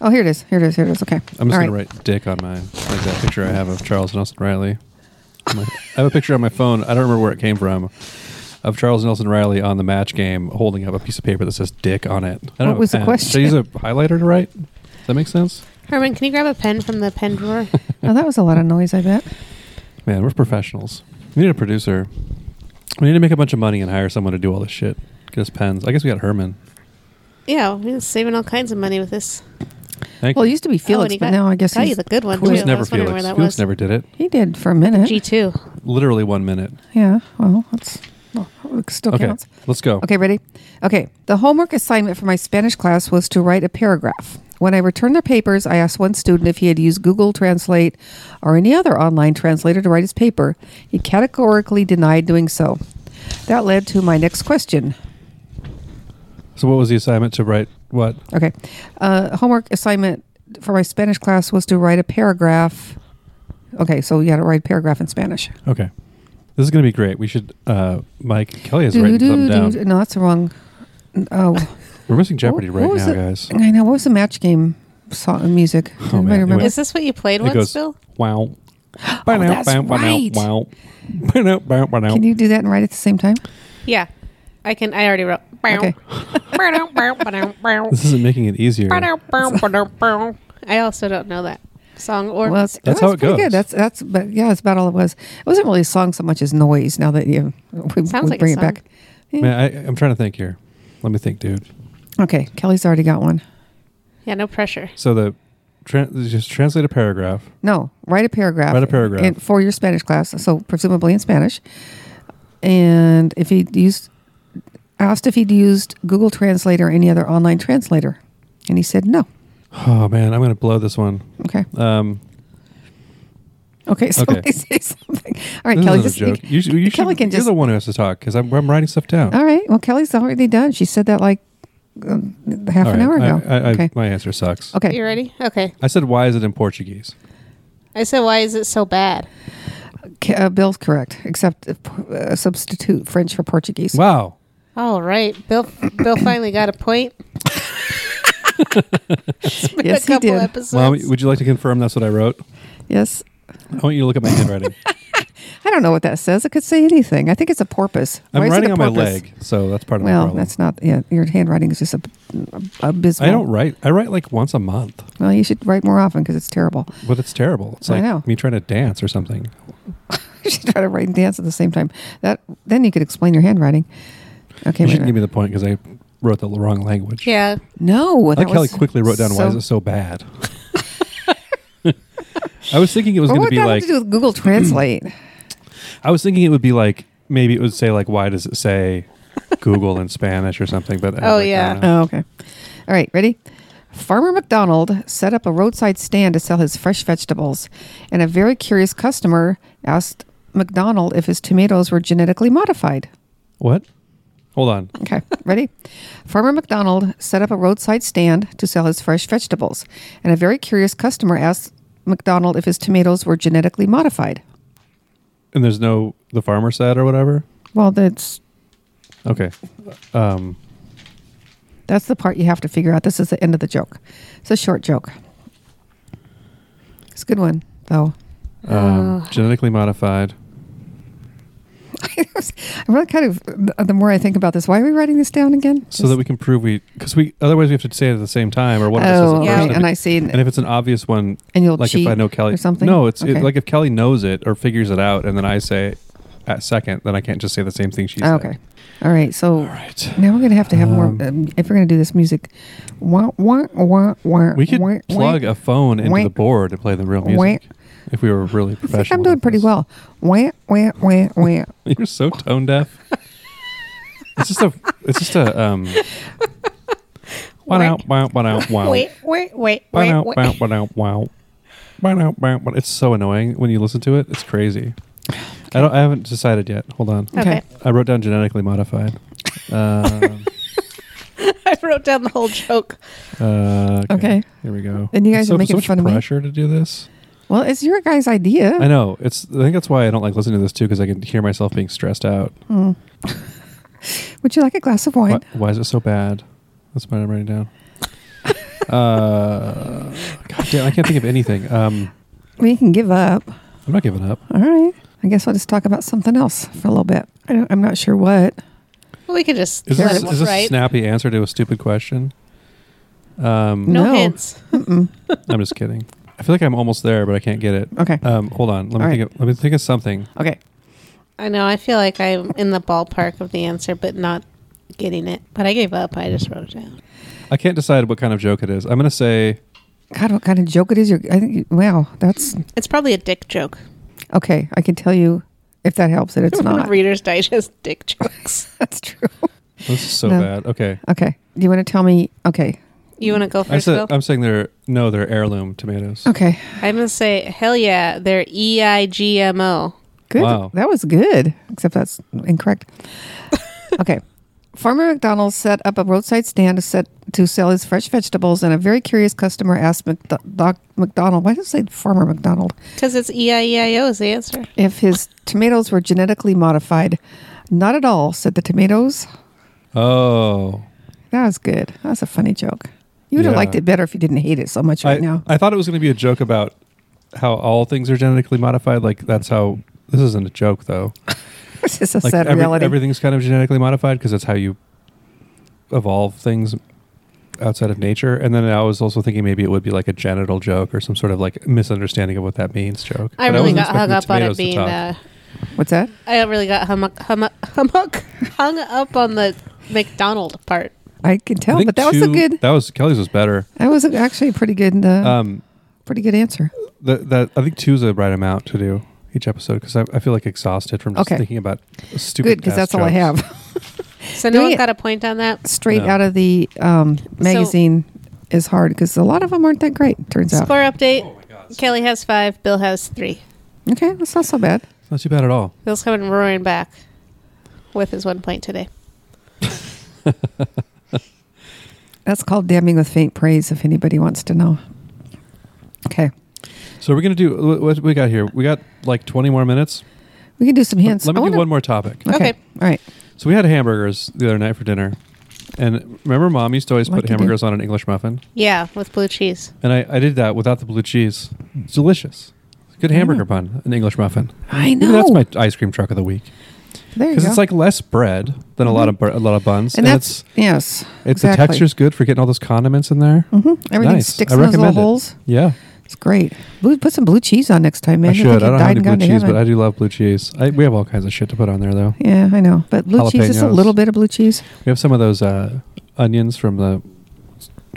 Speaker 4: Oh, here it is. Here it is. Here it is. Okay.
Speaker 2: I'm just
Speaker 4: All
Speaker 2: going to write Dick on my like that picture I have of Charles Nelson Riley. On my- I have a picture on my phone. I don't remember where it came from. Of Charles Nelson Riley on the match game, holding up a piece of paper that says "Dick" on it. I
Speaker 4: What
Speaker 2: don't have a
Speaker 4: was the
Speaker 2: pen.
Speaker 4: question?
Speaker 2: Should I use a highlighter to write? Does that make sense?
Speaker 3: Herman, can you grab a pen from the pen drawer?
Speaker 4: Now that was a lot of noise. I bet.
Speaker 2: Man, we're professionals. We need a producer. We need to make a bunch of money and hire someone to do all this shit. Get us pens. I guess we got Herman.
Speaker 3: yeah, we're saving all kinds of money with this.
Speaker 2: Thank
Speaker 4: Well, it
Speaker 2: you.
Speaker 4: used to be
Speaker 3: Oh,
Speaker 4: Felix,
Speaker 3: and you
Speaker 4: but
Speaker 3: got-
Speaker 4: now I guess
Speaker 3: got you
Speaker 4: he's,
Speaker 3: the good one.
Speaker 2: It was
Speaker 3: too. I
Speaker 2: never
Speaker 3: was wondering
Speaker 2: Felix.
Speaker 3: where that
Speaker 2: Felix
Speaker 3: was.
Speaker 2: never did it.
Speaker 4: he did for a minute.
Speaker 3: G two.
Speaker 2: Literally one minute.
Speaker 4: Yeah. Well, that's well, it still
Speaker 2: Okay,
Speaker 4: counts.
Speaker 2: let's go.
Speaker 4: Okay, ready? Okay. The homework assignment for my Spanish class was to write a paragraph. When I returned their papers, I asked one student if he had used Google Translate or any other online translator to write his paper. He categorically denied doing so. That led to my next question.
Speaker 2: So, what was the assignment to write? What?
Speaker 4: Okay. Uh, homework assignment for my Spanish class was to write a paragraph. Okay, so you got to write a paragraph in Spanish.
Speaker 2: Okay. This is going to be great. We should, uh, Mike, Kelly has written something down.
Speaker 4: No, that's the wrong. Oh,
Speaker 2: We're missing Jeopardy
Speaker 4: What- what
Speaker 2: right
Speaker 4: was
Speaker 2: now,
Speaker 4: it?
Speaker 2: guys. Oh,
Speaker 4: I know. What was the match game song music? Does anybody
Speaker 2: man, it
Speaker 4: remember?
Speaker 2: was-
Speaker 3: Is this what you played
Speaker 2: It
Speaker 3: once,
Speaker 2: goes,
Speaker 3: Bill?
Speaker 2: wow.
Speaker 4: Oh, that's right.
Speaker 2: Wow. Wow. Wow. Wow.
Speaker 4: Can you do that and write at the same time?
Speaker 3: Yeah, I can. I already wrote.
Speaker 4: Okay.
Speaker 2: This isn't making it easier.
Speaker 3: I also don't know that song or
Speaker 4: Well,
Speaker 3: music.
Speaker 4: it's-
Speaker 2: That's
Speaker 4: well,
Speaker 2: how
Speaker 4: it's
Speaker 2: it
Speaker 4: pretty
Speaker 2: goes.
Speaker 4: Good. That's that's but yeah, that's about all it was. It wasn't really a song so much as noise. Now that you we,
Speaker 3: Sounds
Speaker 4: we
Speaker 3: like a
Speaker 4: bring it
Speaker 3: song.
Speaker 4: back.
Speaker 2: Man, I, I'm trying to think here. Let me think, dude.
Speaker 4: Okay, Kelly's already got one.
Speaker 3: yeah, no pressure.
Speaker 2: So, the tran just translate a paragraph.
Speaker 4: No, write a paragraph.
Speaker 2: Write a paragraph.
Speaker 4: in- for your Spanish class, so presumably in Spanish. And if he used, asked if he'd used Google Translate or any other online translator, and he said no.
Speaker 2: Oh, man. I'm going to blow this one.
Speaker 4: Okay.
Speaker 2: Um,
Speaker 4: Okay. Somebody say something. All right,
Speaker 2: this
Speaker 4: Kelly.
Speaker 2: is a
Speaker 4: Just
Speaker 2: joke. You, should- you should,
Speaker 4: Kelly can
Speaker 2: you're
Speaker 4: just. Oh,
Speaker 2: the one who has to talk because I'm, I'm writing stuff down.
Speaker 4: all right. Well, Kelly's already done. She said that like um, half
Speaker 2: All
Speaker 4: an hour
Speaker 2: right.
Speaker 4: ago.
Speaker 2: I, I, I,
Speaker 4: okay.
Speaker 2: My answer sucks.
Speaker 4: okay.
Speaker 3: You ready? Okay.
Speaker 2: I said, why is it in Portuguese?
Speaker 3: I said, why is it so bad?
Speaker 4: Ca- uh, Bill's correct, except uh, p- uh, substitute French for Portuguese.
Speaker 2: Wow.
Speaker 3: All right, Bill. Bill finally got a point. It's been
Speaker 4: Yes,
Speaker 3: a
Speaker 4: he
Speaker 3: couple
Speaker 4: did.
Speaker 3: episodes.
Speaker 2: Mom, would you like to confirm that's what I wrote?
Speaker 4: Yes.
Speaker 2: I want you to look at my handwriting.
Speaker 4: I don't know what that says. It could say anything. I think it's a porpoise. Why
Speaker 2: I'm
Speaker 4: is it
Speaker 2: writing
Speaker 4: a
Speaker 2: on my
Speaker 4: porpoise?
Speaker 2: leg, so that's part of my
Speaker 4: Well,
Speaker 2: problem.
Speaker 4: that's not. Yeah, your handwriting is just a, abysmal.
Speaker 2: I don't write. I write like once a month,
Speaker 4: Well, you should write more often because it's terrible.
Speaker 2: but it's terrible. It's
Speaker 4: I
Speaker 2: like
Speaker 4: know.
Speaker 2: me trying to dance or something.
Speaker 4: you should try to write and dance at the same time. That then you could explain your handwriting. Okay.
Speaker 2: You
Speaker 4: wait
Speaker 2: should
Speaker 4: a
Speaker 2: give me
Speaker 4: minute.
Speaker 2: the point because I wrote the wrong language.
Speaker 3: yeah,
Speaker 4: no.
Speaker 2: I
Speaker 4: that
Speaker 2: like how I
Speaker 4: was
Speaker 2: quickly wrote down why is it so bad. I was thinking it was
Speaker 4: Well,
Speaker 2: going to
Speaker 4: what
Speaker 2: be
Speaker 4: that have
Speaker 2: like
Speaker 4: to do with Google Translate?
Speaker 2: I was thinking it would be like maybe it would say like why does it say Google in Spanish or something? But I was
Speaker 3: Oh,
Speaker 2: like, I
Speaker 3: yeah.
Speaker 2: don't know.
Speaker 4: oh, okay. All right. Ready. Farmer McDonald set up a roadside stand to sell his fresh vegetables, and a very curious customer asked McDonald if his tomatoes were genetically modified.
Speaker 2: what? Hold on.
Speaker 4: Okay, ready? Farmer McDonald set up a roadside stand to sell his fresh vegetables, and a very curious customer asked McDonald if his tomatoes were genetically modified.
Speaker 2: And there's no the farmer said or whatever.
Speaker 4: Well, that's
Speaker 2: Okay. Um,
Speaker 4: that's the part you have to figure out. This is the end of the joke. It's a short joke. It's a good one, though.
Speaker 2: um, Genetically modified.
Speaker 4: I'm really kind of the more I think about this. Why are we writing this down again?
Speaker 2: So that we can prove we, because we otherwise we have to say it at the same time, or what? if this
Speaker 4: Oh,
Speaker 2: isn't
Speaker 3: Yeah.
Speaker 2: first?
Speaker 4: right.
Speaker 2: If
Speaker 4: And
Speaker 2: it-
Speaker 4: I see.
Speaker 2: and if it's an obvious one,
Speaker 4: And you'll
Speaker 2: like if I
Speaker 4: cheat
Speaker 2: know Kelly
Speaker 4: or something?
Speaker 2: No, it's it,
Speaker 4: Okay.
Speaker 2: like if Kelly knows it or figures it out, and then I say it at second, then I can't just say the same thing she said.
Speaker 4: okay. All right. So
Speaker 2: All right.
Speaker 4: Now we're gonna have to have
Speaker 2: Um,
Speaker 4: more. Um, if we're gonna do this music, wah, wah, wah, wah,
Speaker 2: We could
Speaker 4: wah,
Speaker 2: plug
Speaker 4: wah.
Speaker 2: a phone into
Speaker 4: Wah.
Speaker 2: the board and play the real music
Speaker 4: Wah.
Speaker 2: if we were really
Speaker 4: I think
Speaker 2: professional.
Speaker 4: I'm doing
Speaker 2: with
Speaker 4: pretty
Speaker 2: this.
Speaker 4: well. Wah, wah, wah, wah.
Speaker 2: You're so tone deaf. it's just a. It's just a. Um, Wow, wow, wow, wow, wow.
Speaker 3: Wait, wait, wait, wait,
Speaker 2: Wow,
Speaker 3: wait.
Speaker 2: wow, wow, wow. Wow, wow, wow. It's so annoying when you listen to it. It's crazy. I don't. I haven't decided yet. Hold on.
Speaker 3: Okay.
Speaker 2: I wrote down genetically modified. Um,
Speaker 3: I wrote down the whole joke.
Speaker 2: uh,
Speaker 4: Okay.
Speaker 2: Here we go.
Speaker 4: And you guys
Speaker 2: It's so,
Speaker 4: are making
Speaker 2: so much
Speaker 4: fun of me?
Speaker 2: pressure to do this.
Speaker 4: Well, it's your guy's idea.
Speaker 2: I know. It's. I think that's why I don't like listening to this too, because I can hear myself being stressed out.
Speaker 4: Hmm. Would you like a glass of
Speaker 2: Why,
Speaker 4: wine?
Speaker 2: why is it so bad? That's what I'm writing down. uh, God damn, I can't think of anything. Um,
Speaker 4: We can give up.
Speaker 2: I'm not giving up.
Speaker 4: All right. I guess I'll just talk about something else for a little bit. I don't, I'm not sure what.
Speaker 3: Well, we could just
Speaker 2: Is
Speaker 3: let
Speaker 2: this,
Speaker 3: him
Speaker 2: is this a
Speaker 3: right.
Speaker 2: snappy answer to a stupid question? Um,
Speaker 3: no,
Speaker 4: No.
Speaker 3: hints.
Speaker 2: I'm just kidding. I feel like I'm almost there, but I can't get it.
Speaker 4: Okay.
Speaker 2: Um, hold on. Let me
Speaker 4: All
Speaker 2: think. Of, let me think of something.
Speaker 4: Okay.
Speaker 3: I know. I feel like I'm in the ballpark of the answer, but not getting it. But I gave up. I just wrote it down.
Speaker 2: I can't decide what kind of joke it is. I'm gonna say
Speaker 4: God, what kind of joke it is? You're, I think. You, wow, that's
Speaker 3: It's probably a dick joke.
Speaker 4: okay. I can tell you if that helps. That it's
Speaker 3: One of
Speaker 4: not.
Speaker 3: Reader's Digest dick jokes.
Speaker 4: That's true.
Speaker 2: oh, this is so
Speaker 4: No.
Speaker 2: bad. Okay.
Speaker 4: Okay. Do you want to tell me? Okay.
Speaker 3: You want to go
Speaker 2: I
Speaker 3: first,
Speaker 2: said uh,
Speaker 3: Bill?
Speaker 2: I'm saying they're no, they're heirloom tomatoes.
Speaker 4: Okay.
Speaker 3: I'm gonna say hell yeah. They're E I G M O.
Speaker 4: Good.
Speaker 2: Wow.
Speaker 4: That was good, except that's incorrect. okay. Farmer McDonald set up a roadside stand to, set, to sell his fresh vegetables, and a very curious customer asked McDo- Doc McDonald, why does it say Farmer McDonald,
Speaker 3: Because it's E I E I O is the answer.
Speaker 4: if his tomatoes were genetically modified. Not at all, said the tomatoes.
Speaker 2: Oh.
Speaker 4: That was good. That was a funny joke. You would have
Speaker 2: Yeah.
Speaker 4: liked it better if you didn't hate it so much
Speaker 2: I,
Speaker 4: right now.
Speaker 2: I thought it was going to be a joke about how all things are genetically modified. Like that's how this isn't a joke though.
Speaker 4: This is a
Speaker 2: Like
Speaker 4: sad
Speaker 2: every-
Speaker 4: reality.
Speaker 2: everything's kind of genetically modified because that's how you evolve things outside of nature. And then I was also thinking maybe it would be like a genital joke or some sort of like misunderstanding of what that means joke.
Speaker 3: I
Speaker 2: But
Speaker 3: really
Speaker 2: wasn't
Speaker 3: got hung
Speaker 2: expecting
Speaker 3: up on
Speaker 2: tomatoes
Speaker 3: it
Speaker 2: to
Speaker 3: being.
Speaker 2: talk.
Speaker 3: Uh,
Speaker 4: What's that?
Speaker 3: I really got hum- hum- hummuck- hung up on the McDonald part.
Speaker 4: I can
Speaker 2: I
Speaker 4: tell,
Speaker 2: think
Speaker 4: but that was a
Speaker 2: two-
Speaker 4: good.
Speaker 2: That was Kelly's was better.
Speaker 4: That was actually a pretty good, uh,
Speaker 2: Um,
Speaker 4: pretty good answer.
Speaker 2: the, that I think two's the right amount to do each episode because I, I feel like exhausted from just
Speaker 4: Okay.
Speaker 2: thinking about stupid.
Speaker 4: Good because
Speaker 2: ass
Speaker 4: that's all I
Speaker 2: jokes.
Speaker 4: have.
Speaker 3: So no
Speaker 4: Doing
Speaker 3: one
Speaker 4: it-
Speaker 3: got a point on that.
Speaker 4: straight
Speaker 2: No.
Speaker 4: out of the um, magazine is hard because a lot of them aren't that great. Turns out.
Speaker 3: Score update. Kelly has five. Bill has three.
Speaker 4: Okay, that's not so bad.
Speaker 2: It's not too bad at all.
Speaker 3: Bill's coming roaring back with his one point today.
Speaker 4: That's called damning with faint praise. If anybody wants to know. Okay,
Speaker 2: So we're gonna do what, what we got here. We got like 20 more minutes.
Speaker 4: We can do some hints.
Speaker 2: Let me
Speaker 4: I
Speaker 2: do
Speaker 4: wanna-
Speaker 2: one more topic.
Speaker 4: Okay.
Speaker 3: Okay.
Speaker 4: All right.
Speaker 2: So we had hamburgers the other night for dinner, and remember, mom used to always
Speaker 4: Like
Speaker 2: put
Speaker 4: you do.
Speaker 2: hamburgers on an English muffin,
Speaker 3: Yeah, with blue cheese.
Speaker 2: and I, I did that without the blue cheese. It's delicious. It's a Good hamburger bun, an English muffin.
Speaker 4: I
Speaker 2: Maybe
Speaker 4: know.
Speaker 2: that's my ice cream truck of the week
Speaker 4: there you
Speaker 2: because
Speaker 4: go. Mm-hmm.
Speaker 2: it's like less bread than a lot of br- a lot of buns,
Speaker 4: and
Speaker 2: it's
Speaker 4: that's yes.
Speaker 2: It's
Speaker 4: exactly.
Speaker 2: the texture's good for getting all those condiments in there.
Speaker 4: Mm-hmm. Everything
Speaker 2: Nice.
Speaker 4: sticks
Speaker 2: I
Speaker 4: in those little
Speaker 2: recommend it.
Speaker 4: holes.
Speaker 2: Yeah,
Speaker 4: It's great. Blue, put some blue cheese on next time, man.
Speaker 2: I
Speaker 4: You'll
Speaker 2: should. I
Speaker 4: think you
Speaker 2: don't have
Speaker 4: died
Speaker 2: any
Speaker 4: and
Speaker 2: blue
Speaker 4: gone to
Speaker 2: cheese, but
Speaker 4: heaven.
Speaker 2: I do love blue cheese. I, we have all kinds of shit to put on there, though.
Speaker 4: Yeah, I know. But blue cheese is a
Speaker 2: Jalapenos.
Speaker 4: little bit of blue cheese.
Speaker 2: We have some of those uh, onions from the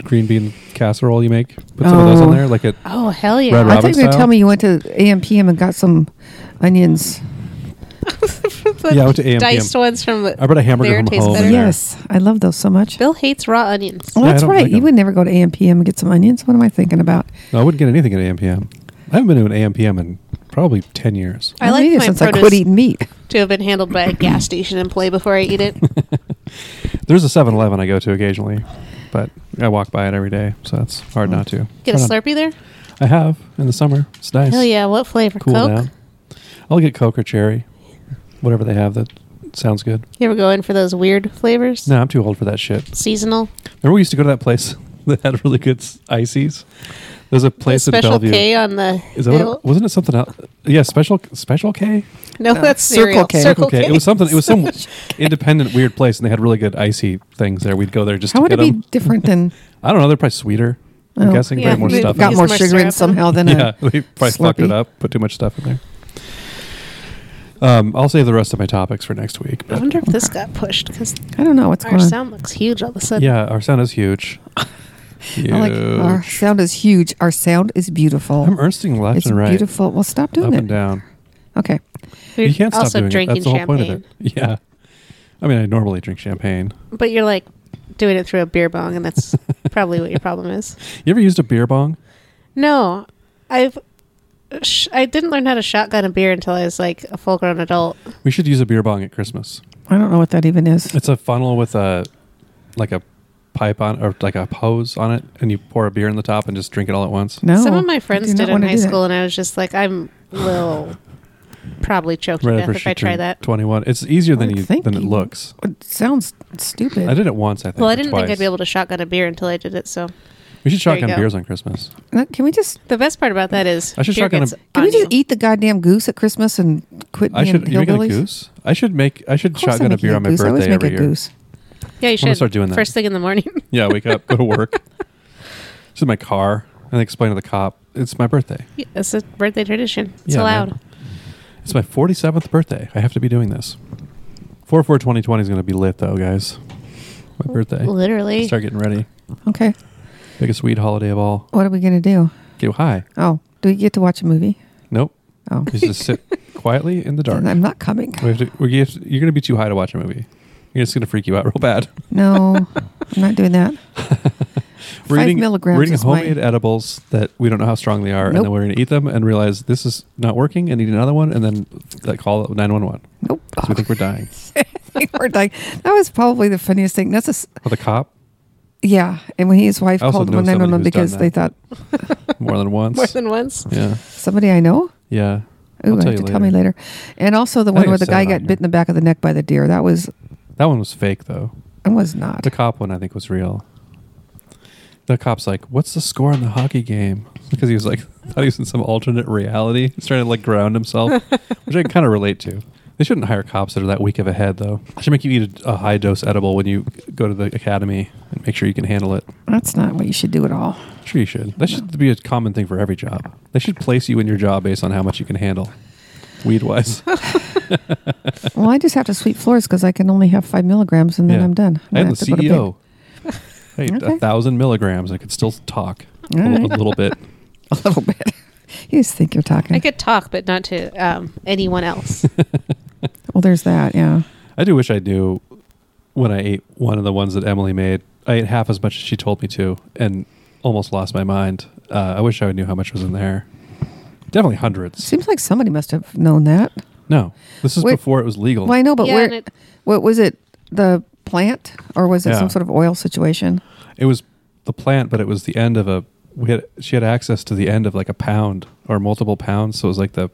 Speaker 2: green bean casserole you make. Put some of those
Speaker 4: Oh.
Speaker 2: on there, like it.
Speaker 3: Oh hell
Speaker 2: Red
Speaker 3: yeah!
Speaker 2: Robin
Speaker 4: I thought you were
Speaker 2: style?
Speaker 4: gonna tell me you went to AMPM and got some onions.
Speaker 3: The
Speaker 2: Yeah, I went to AMPM.
Speaker 3: Diced ones from. the-
Speaker 2: I brought a hamburger
Speaker 3: There,
Speaker 2: from
Speaker 3: tastes
Speaker 2: home. in
Speaker 3: better.
Speaker 2: there.
Speaker 4: Yes, I love those so much.
Speaker 3: Bill hates raw onions.
Speaker 2: Oh,
Speaker 4: Oh,
Speaker 2: Yeah, I
Speaker 4: that's
Speaker 2: don't
Speaker 4: right.
Speaker 2: like
Speaker 4: you
Speaker 2: them.
Speaker 4: would never go to AMPM and get some onions. What am I thinking about?
Speaker 2: No, I wouldn't get anything at AMPM. I haven't been to an AMPM in probably ten years.
Speaker 3: I
Speaker 4: don't
Speaker 3: like
Speaker 4: eat it
Speaker 3: my
Speaker 4: since I
Speaker 3: produce
Speaker 4: quit eating meat.
Speaker 3: to have been handled by a gas station employee before I eat it.
Speaker 2: There's a 7-Eleven I go to occasionally, but I walk by it every day, so it's hard not to.
Speaker 3: Get a
Speaker 2: Hard not-
Speaker 3: Slurpee there?
Speaker 2: I have in the summer. It's nice.
Speaker 3: Hell yeah! What flavor?
Speaker 2: cool
Speaker 3: Coke.
Speaker 2: down. I'll get Coke or cherry, whatever they have that sounds good.
Speaker 3: You ever go in for those weird flavors?
Speaker 2: No, I'm too old for that shit.
Speaker 3: Seasonal.
Speaker 2: Remember we used to go to that place that had really good s- ices. There's a place in
Speaker 3: special
Speaker 2: Bellevue.
Speaker 3: K on the
Speaker 2: Is that
Speaker 3: hill.
Speaker 2: what it, wasn't it something else? Yeah, special special K.
Speaker 3: no,
Speaker 2: Uh,
Speaker 3: that's cereal.
Speaker 4: Circle K.
Speaker 3: Circle
Speaker 2: Okay,
Speaker 3: K.
Speaker 2: it was something. It was some independent weird place, and they had really good icy things there. We'd go there just
Speaker 4: How
Speaker 2: to
Speaker 4: would
Speaker 2: get
Speaker 4: it be
Speaker 2: them.
Speaker 4: different than?
Speaker 2: I don't know. They're probably sweeter. I'm
Speaker 4: Oh.
Speaker 2: guessing
Speaker 3: Yeah,
Speaker 2: probably more
Speaker 3: they-
Speaker 2: stuff. in
Speaker 4: Got
Speaker 2: it.
Speaker 3: Use
Speaker 4: more
Speaker 3: more
Speaker 4: sugar in
Speaker 3: syrup.
Speaker 4: somehow than
Speaker 2: yeah,
Speaker 4: a.
Speaker 2: they probably fucked it
Speaker 4: Slurpee.
Speaker 2: up. Put too much stuff in there. Um, I'll save the rest of my topics for next week.
Speaker 3: I
Speaker 2: But
Speaker 3: wonder if this got pushed because
Speaker 4: I don't know what's
Speaker 3: our
Speaker 4: going on.
Speaker 3: sound looks huge all of a sudden.
Speaker 2: yeah, our sound is huge. huge.
Speaker 4: I like our sound is huge. Our sound is beautiful.
Speaker 2: I'm earnsting left
Speaker 4: it's
Speaker 2: and right,
Speaker 4: beautiful. Well, stop doing
Speaker 2: up
Speaker 4: it.
Speaker 2: and down.
Speaker 4: Okay.
Speaker 3: You're
Speaker 2: you can't stop
Speaker 3: also
Speaker 2: doing it.
Speaker 3: drinking
Speaker 2: That's the whole
Speaker 3: champagne,
Speaker 2: point of it. Yeah. I mean, I normally drink champagne.
Speaker 3: but you're like doing it through a beer bong, and that's probably what your problem is.
Speaker 2: You ever used a beer bong?
Speaker 3: No, I've sh- I didn't learn how to shotgun a beer until I was like a full grown adult.
Speaker 2: We should use a beer bong at Christmas.
Speaker 4: I don't know what that even is.
Speaker 2: It's a funnel with a like a pipe on or like a hose on it, and you pour a beer in the top and just drink it all at once.
Speaker 4: No.
Speaker 3: Some of my
Speaker 4: I do
Speaker 3: friends
Speaker 4: not
Speaker 3: did in
Speaker 4: wanna
Speaker 3: high
Speaker 4: do that.
Speaker 3: school, and I was just like, I'm will probably choke to
Speaker 2: Right
Speaker 3: death
Speaker 2: after
Speaker 3: if I
Speaker 2: she
Speaker 3: try
Speaker 2: turned
Speaker 3: that.
Speaker 2: Twenty-one. It's easier
Speaker 4: I
Speaker 2: than
Speaker 4: would
Speaker 2: you
Speaker 4: think
Speaker 2: than it
Speaker 4: you-
Speaker 2: looks.
Speaker 4: It sounds stupid.
Speaker 2: I did it once. I think.
Speaker 3: Well, I
Speaker 2: or
Speaker 3: didn't think
Speaker 2: twice.
Speaker 3: I'd be able to shotgun a beer until I did it. So
Speaker 2: We should
Speaker 3: There you
Speaker 2: shotgun
Speaker 3: go.
Speaker 2: beers on Christmas.
Speaker 4: Uh, Can we just
Speaker 3: the best part about that is
Speaker 2: I should
Speaker 3: beer
Speaker 2: shotgun a-
Speaker 3: gets
Speaker 4: can we
Speaker 3: on
Speaker 4: just
Speaker 3: you.
Speaker 4: eat the goddamn goose at Christmas and quit
Speaker 2: I
Speaker 4: being
Speaker 2: should. You making a
Speaker 4: hillbillies?
Speaker 2: goose? I should make. I should
Speaker 4: Of course I'm
Speaker 2: shotgun a
Speaker 4: making
Speaker 2: beer on my
Speaker 4: goose. I always
Speaker 2: birthday
Speaker 4: make
Speaker 2: every
Speaker 4: a
Speaker 2: year.
Speaker 3: Yeah,
Speaker 4: goose.
Speaker 3: you
Speaker 2: I'm gonna
Speaker 3: should
Speaker 2: start doing that.
Speaker 3: first thing in the morning.
Speaker 2: Yeah, wake up, go to work. It's in my car, and I explain to the cop it's my birthday.
Speaker 3: it's a birthday tradition. It's
Speaker 2: Yeah, man.
Speaker 3: allowed.
Speaker 2: It's my 47th birthday. I have to be doing this. 4 4 2020 is going to be lit, though, guys. My birthday.
Speaker 3: Literally.
Speaker 2: Start getting ready.
Speaker 4: Okay.
Speaker 2: Biggest weed holiday of all.
Speaker 4: What are we gonna do?
Speaker 2: Get high.
Speaker 4: Oh, do we get to watch a movie?
Speaker 2: Nope.
Speaker 4: Oh,
Speaker 2: You just sit quietly in the dark.
Speaker 4: I'm not coming.
Speaker 2: We have to, we have to, you're going to be too high to watch a movie. You're just going to freak you out real bad.
Speaker 4: No, I'm not doing that.
Speaker 2: We're
Speaker 4: Five
Speaker 2: eating,
Speaker 4: milligrams
Speaker 2: We're eating
Speaker 4: is my-
Speaker 2: homemade edibles that we don't know how strong they are, and
Speaker 4: Nope.
Speaker 2: then we're going to eat them and realize this is not working, and eat another one, and then like call nine one one.
Speaker 4: Nope.
Speaker 2: We think we're dying.
Speaker 4: We're like, that was probably the funniest thing. That's a s
Speaker 2: With a cop,
Speaker 4: yeah. And when he, his wife
Speaker 2: I also
Speaker 4: called
Speaker 2: know
Speaker 4: one
Speaker 2: somebody
Speaker 4: nine one one
Speaker 2: who's done
Speaker 4: because they thought
Speaker 2: more than once.
Speaker 3: More than once.
Speaker 2: yeah,
Speaker 4: somebody I know.
Speaker 2: yeah.
Speaker 4: Ooh, I have to tell me later. And also the
Speaker 2: I
Speaker 4: one
Speaker 2: think
Speaker 4: where
Speaker 2: I
Speaker 4: the
Speaker 2: said
Speaker 4: guy
Speaker 2: it on
Speaker 4: got
Speaker 2: here.
Speaker 4: bit in the back of the neck by the deer. That was
Speaker 2: That one was fake though.
Speaker 4: I was not.
Speaker 2: The cop one I think was real. The cop's like, "What's the score in the hockey game?" Because he was like, thought he was in some alternate reality. He's trying to like ground himself, which I can kind of relate to. They shouldn't hire cops that are that weak of a head though. They should make you eat a, a high dose edible when you go to the academy and make sure you can handle it.
Speaker 4: That's not what you should do at all.
Speaker 2: Sure, you should. That should be a common thing for every job. They should place you in your job based on how much you can handle, weed wise.
Speaker 4: well, I just have to sweep floors because I can only have five milligrams and then
Speaker 2: Yeah.
Speaker 4: I'm done.
Speaker 2: I
Speaker 4: I'm
Speaker 2: am the
Speaker 4: gonna have to go to bed.
Speaker 2: CEO. I ate
Speaker 4: Okay.
Speaker 2: a thousand milligrams. I could still talk a,
Speaker 4: All
Speaker 2: li-
Speaker 4: right.
Speaker 2: a little bit.
Speaker 4: A little bit. you just think you're talking.
Speaker 3: I could talk, but not to um, anyone else.
Speaker 4: well, there's that. Yeah.
Speaker 2: I do wish I knew when I ate one of the ones that Emily made. I ate half as much as she told me to, and almost lost my mind. Uh, I wish I knew how much was in there. Definitely hundreds.
Speaker 4: Seems like somebody must have known that.
Speaker 2: No, this is
Speaker 4: Wait.
Speaker 2: before it was legal.
Speaker 4: Well, I know, but
Speaker 3: Yeah,
Speaker 4: where?
Speaker 3: and it-
Speaker 4: what was it? The plant, or was it
Speaker 2: Yeah.
Speaker 4: some sort of oil situation?
Speaker 2: It was the plant, but it was the end of a. We had she had access to the end of like a pound or multiple pounds, so it was like the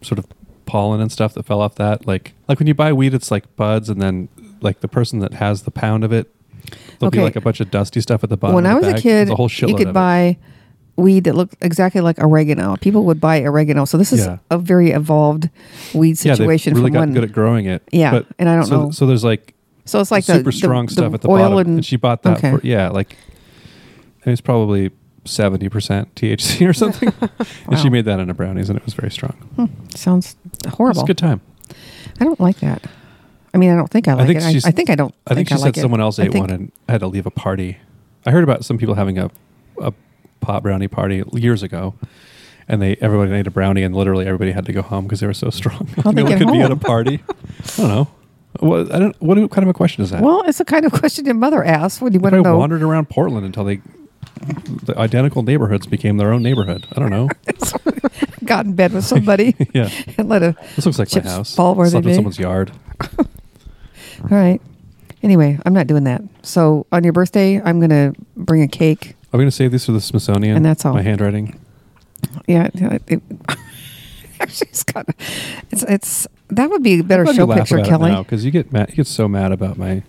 Speaker 2: sort of pollen and stuff that fell off that. Like like when you buy weed, it's like buds, and then like the person that has the pound of it, there'll be
Speaker 4: Okay.
Speaker 2: like a bunch of dusty stuff at the bottom.
Speaker 4: when
Speaker 2: of
Speaker 4: I
Speaker 2: the
Speaker 4: was a
Speaker 2: bag.
Speaker 4: kid,
Speaker 2: There's a whole
Speaker 4: you
Speaker 2: shitload of
Speaker 4: could
Speaker 2: it.
Speaker 4: buy weed that looked exactly like oregano. People would buy oregano. So this is
Speaker 2: Yeah.
Speaker 4: a very evolved weed
Speaker 2: Yeah, they've
Speaker 4: situation
Speaker 2: really
Speaker 4: from
Speaker 2: gotten
Speaker 4: when.
Speaker 2: good at growing it.
Speaker 4: Yeah, and I don't
Speaker 2: so,
Speaker 4: know.
Speaker 2: So there's like
Speaker 4: so it's like the
Speaker 2: super
Speaker 4: the-
Speaker 2: strong
Speaker 4: the
Speaker 2: stuff at the
Speaker 4: oil
Speaker 2: bottom, and,
Speaker 4: and-
Speaker 2: she bought that.
Speaker 4: okay.
Speaker 2: For, yeah, like and it's probably seventy percent THC or something, and she
Speaker 4: Wow.
Speaker 2: made that into brownies, and it was very strong.
Speaker 4: sounds
Speaker 2: It's
Speaker 4: horrible.
Speaker 2: a good time.
Speaker 4: I don't like that. I mean, I don't think I like
Speaker 2: think
Speaker 4: it.
Speaker 2: she's-
Speaker 4: I, I think I don't.
Speaker 2: I think she
Speaker 4: I like
Speaker 2: said
Speaker 4: it.
Speaker 2: someone else
Speaker 4: I
Speaker 2: ate
Speaker 4: think-
Speaker 2: one and had to leave a party. I heard about some people having a a pot brownie party years ago, and they everybody ate a brownie, and literally everybody had to go home because they were so strong.
Speaker 4: How'd they
Speaker 2: no one
Speaker 4: get
Speaker 2: could be at a
Speaker 4: home?
Speaker 2: party. I don't know. What, I don't. What kind of a question is that?
Speaker 4: Well, it's the kind of question your mother asks when you want
Speaker 2: They
Speaker 4: to know.
Speaker 2: wandered around Portland until they the identical neighborhoods became their own neighborhood. I don't know.
Speaker 4: got in bed with somebody
Speaker 2: Yeah,
Speaker 4: and let a.
Speaker 2: this looks like
Speaker 4: Chips
Speaker 2: my house.
Speaker 4: fall where they
Speaker 2: Slept in
Speaker 4: may.
Speaker 2: someone's yard.
Speaker 4: All right. Anyway, I'm not doing that. So on your birthday, I'm gonna bring a cake.
Speaker 2: Are we going to save these for the Smithsonian?
Speaker 4: And that's all.
Speaker 2: My handwriting.
Speaker 4: Yeah, it, it, actually, it's kind of it's it's that would be a better show picture, Kelly.
Speaker 2: Because you get mad. You get so mad about my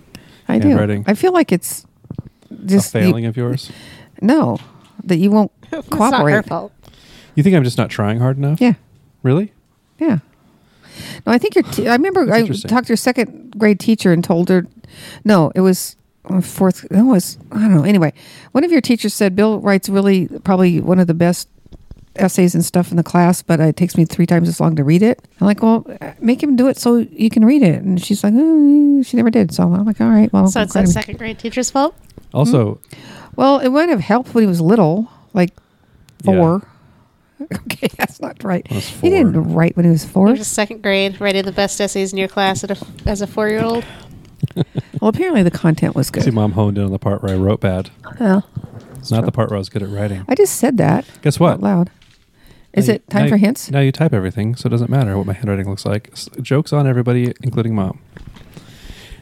Speaker 4: I do.
Speaker 2: handwriting.
Speaker 4: I feel like it's just
Speaker 2: a
Speaker 4: you-
Speaker 2: failing of yours.
Speaker 4: no, that you won't
Speaker 3: It's not
Speaker 4: cooperate.
Speaker 3: her fault.
Speaker 2: You think I'm just not trying hard enough?
Speaker 4: Yeah,
Speaker 2: Really?
Speaker 4: yeah. No, I think you're. T- I remember I
Speaker 2: interesting.
Speaker 4: talked to your second grade teacher and told her, no, it was uh, fourth. No, it was I don't know. Anyway, one of your teachers said Bill writes really probably one of the best essays and stuff in the class, but it takes me three times as long to read it. I'm like, well, make him do it so you can read it. And she's like, oh, she never did. So I'm like, all right, well,
Speaker 3: So it's
Speaker 4: I'm
Speaker 3: that
Speaker 4: glad
Speaker 3: second grade teacher's fault.
Speaker 4: Hmm.
Speaker 2: Also,
Speaker 4: we- well, it wouldn't have helped when he was little, like
Speaker 2: yeah.
Speaker 4: four. Okay, that's not right.
Speaker 2: was
Speaker 4: He didn't
Speaker 2: four.
Speaker 4: write when he was
Speaker 3: You're
Speaker 4: four.
Speaker 3: just second grade, writing the best essays in your class at a, as a four year old.
Speaker 4: Well, apparently the content was
Speaker 2: See,
Speaker 4: good.
Speaker 2: mom honed in on the part where I wrote bad, not
Speaker 4: Yeah. true.
Speaker 2: the part where I was good at writing.
Speaker 4: I just said that
Speaker 2: Guess what?
Speaker 4: out loud. Is
Speaker 2: Now you-
Speaker 4: it time
Speaker 2: now
Speaker 4: for
Speaker 2: you-
Speaker 4: hints?
Speaker 2: Now you type everything, so it doesn't matter what my handwriting looks like. S- jokes on everybody, including mom.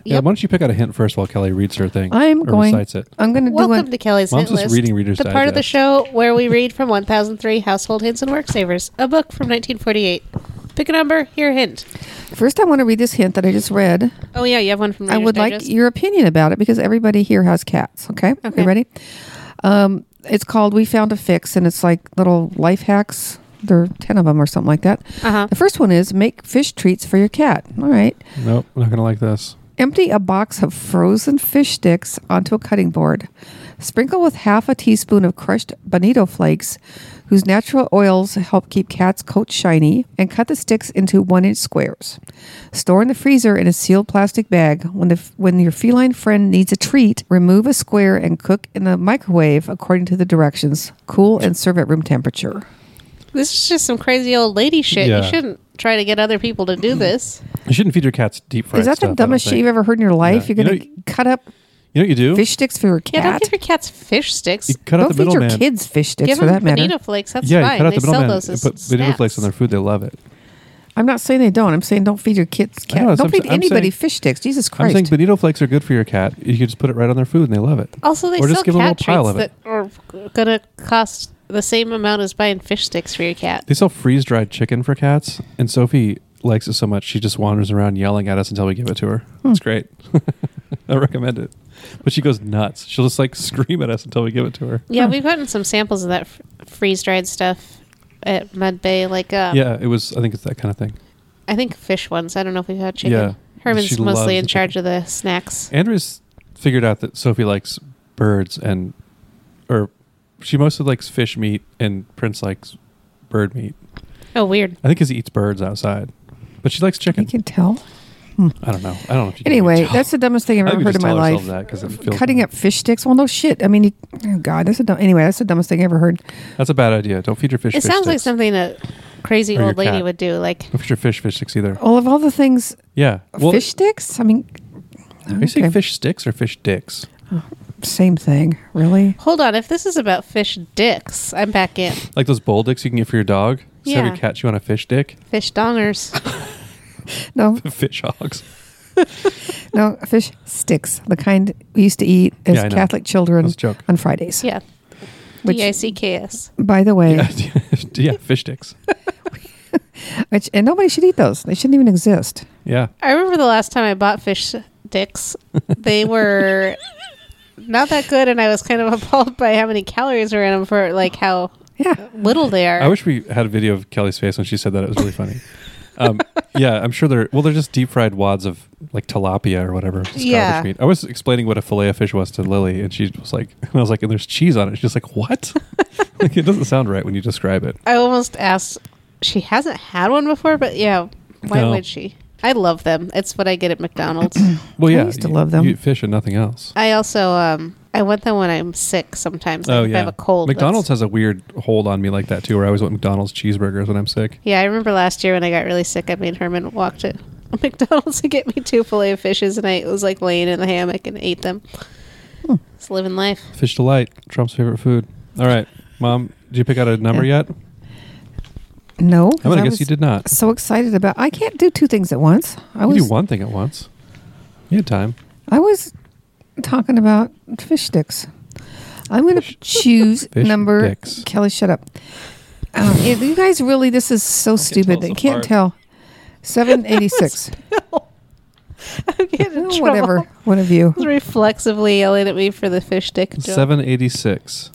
Speaker 2: Yeah,
Speaker 3: Yep.
Speaker 2: why don't you pick out a hint first while Kelly reads her thing?
Speaker 4: I'm
Speaker 2: or
Speaker 4: going.
Speaker 2: recites it.
Speaker 4: I'm going to do
Speaker 3: Welcome
Speaker 4: one.
Speaker 3: to Kelly's
Speaker 2: Mom's
Speaker 3: Hint
Speaker 2: just
Speaker 3: List,
Speaker 2: reading Reader's
Speaker 3: the part of the
Speaker 2: Digest.
Speaker 3: show where we read from 1003 Household Hints and Work Savers, a book from 1948. Pick a number, hear a hint.
Speaker 4: First, I want to read this hint that I just read.
Speaker 3: Oh yeah, you have one from.
Speaker 4: I
Speaker 3: Reader's
Speaker 4: would like
Speaker 3: Digest?
Speaker 4: your opinion about it because everybody here has cats. Okay,
Speaker 3: Okay.
Speaker 4: you ready? Um, it's called "We Found a Fix," and it's like little life hacks. There are ten of them or something like that.
Speaker 3: Uh-huh.
Speaker 4: The first one is make fish treats for your cat. All right.
Speaker 2: Nope, I'm not gonna like this.
Speaker 4: Empty a box of frozen fish sticks onto a cutting board. Sprinkle with half a teaspoon of crushed bonito flakes, whose natural oils help keep cats' coats shiny, and cut the sticks into one inch squares. Store in the freezer in a sealed plastic bag. When, the, when your feline friend needs a treat, remove a square and cook in the microwave according to the directions. Cool and serve at room temperature.
Speaker 3: This is just some crazy old lady shit.
Speaker 2: Yeah.
Speaker 3: You shouldn't try to get other people to do
Speaker 4: Mm-hmm.
Speaker 3: this.
Speaker 2: You shouldn't feed your cats deep fried
Speaker 4: Is that
Speaker 2: stuff, I
Speaker 4: the
Speaker 2: don't
Speaker 4: dumbest shit
Speaker 2: think.
Speaker 4: you've ever heard in your life?
Speaker 2: Yeah.
Speaker 4: You're going
Speaker 2: You
Speaker 4: to
Speaker 2: know-
Speaker 4: cut up
Speaker 2: You know what you do?
Speaker 4: fish sticks for your cat?
Speaker 3: Yeah, don't give your cats fish sticks.
Speaker 2: You cut out
Speaker 4: Don't
Speaker 2: the
Speaker 4: feed your
Speaker 2: middleman.
Speaker 4: kids fish sticks
Speaker 3: Give
Speaker 4: for
Speaker 3: them
Speaker 4: that matter.
Speaker 3: bonito flakes. That's
Speaker 2: Yeah,
Speaker 3: fine.
Speaker 2: you cut out
Speaker 3: they
Speaker 2: the
Speaker 3: sell
Speaker 2: middleman
Speaker 3: those
Speaker 2: and
Speaker 3: as
Speaker 2: put bonito
Speaker 3: snacks.
Speaker 2: flakes on their food. They love it.
Speaker 4: I'm not saying they don't. I'm saying don't feed your kids
Speaker 2: I know,
Speaker 4: cat.
Speaker 2: that's
Speaker 4: Don't
Speaker 2: what
Speaker 4: feed
Speaker 2: I'm- I'm
Speaker 4: anybody
Speaker 2: saying-
Speaker 4: fish sticks. Jesus
Speaker 2: I'm saying
Speaker 4: Christ.
Speaker 2: bonito flakes are good for your cat. You can just put it right on their food and they love it.
Speaker 3: Also, they
Speaker 2: Or
Speaker 3: sell
Speaker 2: just give them a little
Speaker 3: cat
Speaker 2: pile
Speaker 3: treats
Speaker 2: of it.
Speaker 3: that are gonna cost the same amount as buying fish sticks for your cat.
Speaker 2: They sell freeze dried chicken for cats, and Sophie likes it so much she just wanders around yelling at us until we give it to her.
Speaker 3: Hmm.
Speaker 2: It's great. I recommend it, but she goes nuts. She'll just like scream at us until we give it to her.
Speaker 3: Yeah, we've gotten some samples of that f- freeze dried stuff at Mud Bay. Like, um,
Speaker 2: Yeah, it was. I think it's that kind of thing.
Speaker 3: I think fish ones. I don't know if we've had chicken.
Speaker 2: Yeah.
Speaker 3: Herman's
Speaker 2: She loves
Speaker 3: mostly in
Speaker 2: the
Speaker 3: charge of the snacks.
Speaker 2: Andrea's figured out that Sophie likes birds and, or she mostly likes fish meat, and Prince likes bird meat.
Speaker 3: Oh, weird.
Speaker 2: I think because he eats birds outside, but she likes
Speaker 4: You
Speaker 2: chicken.
Speaker 4: can tell.
Speaker 2: I don't know. I don't know if you can
Speaker 4: Anyway,
Speaker 2: tell.
Speaker 4: that's the dumbest thing I've
Speaker 2: I think we
Speaker 4: ever heard in
Speaker 2: just
Speaker 4: my
Speaker 2: tell
Speaker 4: life.
Speaker 2: ourselves that 'cause it feels
Speaker 4: Cutting
Speaker 2: bad.
Speaker 4: up fish sticks. Well, no shit. I mean, you, oh God, that's a dumb. Anyway, that's the dumbest thing I ever heard.
Speaker 2: that's a bad idea. Don't feed your fish.
Speaker 3: It
Speaker 2: fish
Speaker 3: sounds like
Speaker 2: sticks.
Speaker 3: something a crazy
Speaker 2: Or your
Speaker 3: old lady
Speaker 2: cat.
Speaker 3: would do. Like,
Speaker 2: Don't feed your fish fish sticks
Speaker 3: Oh,
Speaker 2: either.
Speaker 4: All of all the things,
Speaker 2: Yeah. Well,
Speaker 4: fish sticks. I mean,
Speaker 2: Are you saying
Speaker 4: okay.
Speaker 2: fish sticks or fish dicks?
Speaker 4: same thing, really.
Speaker 3: hold on, if this is about fish dicks, I'm back in.
Speaker 2: Like those bowl dicks you can get for your dog? Just have
Speaker 3: Yeah.
Speaker 2: your cat chew on a fish dick?
Speaker 3: Fish dongers.
Speaker 4: No,
Speaker 2: fish hogs.
Speaker 4: no, fish sticks. The kind we used to eat as
Speaker 2: Yeah, I know.
Speaker 4: Catholic children
Speaker 2: That's a joke.
Speaker 4: on Fridays.
Speaker 3: yeah.
Speaker 4: Which-
Speaker 3: D I C K S.
Speaker 4: By the way,
Speaker 2: yeah, fish dicks.
Speaker 4: Which, and nobody should eat those. They shouldn't even exist.
Speaker 2: Yeah.
Speaker 3: I remember the last time I bought fish dicks. They were not that good, and I was kind of appalled by how many calories were in them for like how
Speaker 4: Yeah.
Speaker 3: little they are.
Speaker 2: I wish we had a video of Kelly's face when she said that. It was really funny. Um, yeah, I'm sure they're well. They're just deep fried wads of like tilapia or whatever. It's garbage
Speaker 3: Yeah.
Speaker 2: meat. I was explaining what a fillet of fish was to Lily, and she was like, and I was like, and there's cheese on it. She's like, what? like it doesn't sound right when you describe it.
Speaker 3: I almost asked. She hasn't had one before, but yeah, why
Speaker 2: No.
Speaker 3: would she? I love them. It's what I get at McDonald's.
Speaker 2: Well,
Speaker 4: I
Speaker 2: yeah,
Speaker 4: used to
Speaker 2: you-
Speaker 4: love them.
Speaker 2: You eat fish and nothing else.
Speaker 3: I also um I want them when I'm sick sometimes. Like
Speaker 2: oh
Speaker 3: if
Speaker 2: yeah,
Speaker 3: I have a cold. that's-
Speaker 2: McDonald's has a weird hold on me like that too, where I always want McDonald's cheeseburgers when I'm sick.
Speaker 3: Yeah, I remember last year when I got really sick, I made Herman walk to McDonald's to get me two fillet of fishes, and I was like laying in the hammock and ate them. It's living life.
Speaker 2: Fish delight, Trump's favorite food. All right, mom, did you pick out a number yet?
Speaker 4: No. 'cause
Speaker 2: I'm gonna
Speaker 4: I
Speaker 2: guess
Speaker 4: was
Speaker 2: you did not.
Speaker 4: So excited about. I can't do two things at once. I
Speaker 2: you
Speaker 4: was.
Speaker 2: do one thing at once. You had time.
Speaker 4: I was talking about fish sticks. I'm going to choose
Speaker 2: Fish
Speaker 4: number.
Speaker 2: dicks.
Speaker 4: Kelly, shut up. Um, if you guys really, this is so stupid.
Speaker 2: tell
Speaker 4: I
Speaker 2: us
Speaker 4: can't
Speaker 2: apart.
Speaker 4: tell. 786.
Speaker 3: I'm getting in
Speaker 4: Oh,
Speaker 3: trouble.
Speaker 4: whatever. One of you.
Speaker 3: He's reflexively yelling at me for the fish dick joke.
Speaker 2: 786.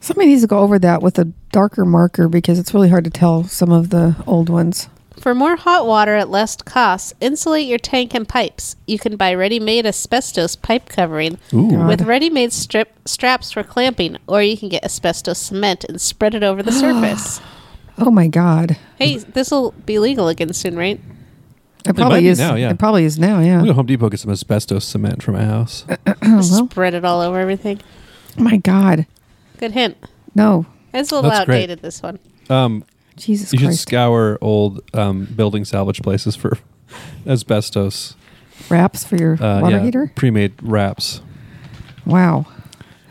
Speaker 4: Somebody needs to go over that with a darker marker because it's really hard to tell some of the old ones.
Speaker 3: For more hot water at less cost, insulate your tank and pipes. You can buy ready-made asbestos pipe covering
Speaker 2: Ooh.
Speaker 3: with ready-made strip straps for clamping, or you can get asbestos cement and spread it over the surface.
Speaker 4: Oh my god!
Speaker 3: hey, this will be legal again soon, right?
Speaker 4: It
Speaker 2: might
Speaker 4: probably
Speaker 2: be
Speaker 4: is
Speaker 2: now, yeah.
Speaker 4: It probably is now.
Speaker 2: I'm going to
Speaker 4: Yeah.
Speaker 2: Home Depot get some asbestos cement for my house.
Speaker 4: Uh, well.
Speaker 3: Spread it all over everything.
Speaker 4: Oh my god!
Speaker 3: Good hint.
Speaker 4: No,
Speaker 3: It's a little
Speaker 2: That's great.
Speaker 3: outdated. This one.
Speaker 2: Um,
Speaker 4: Jesus
Speaker 2: you should
Speaker 4: Christ!
Speaker 2: scour old um, building salvage places for asbestos
Speaker 4: Wraps for your
Speaker 2: uh,
Speaker 4: water
Speaker 2: yeah,
Speaker 4: heater.
Speaker 2: pre-made wraps.
Speaker 4: Wow.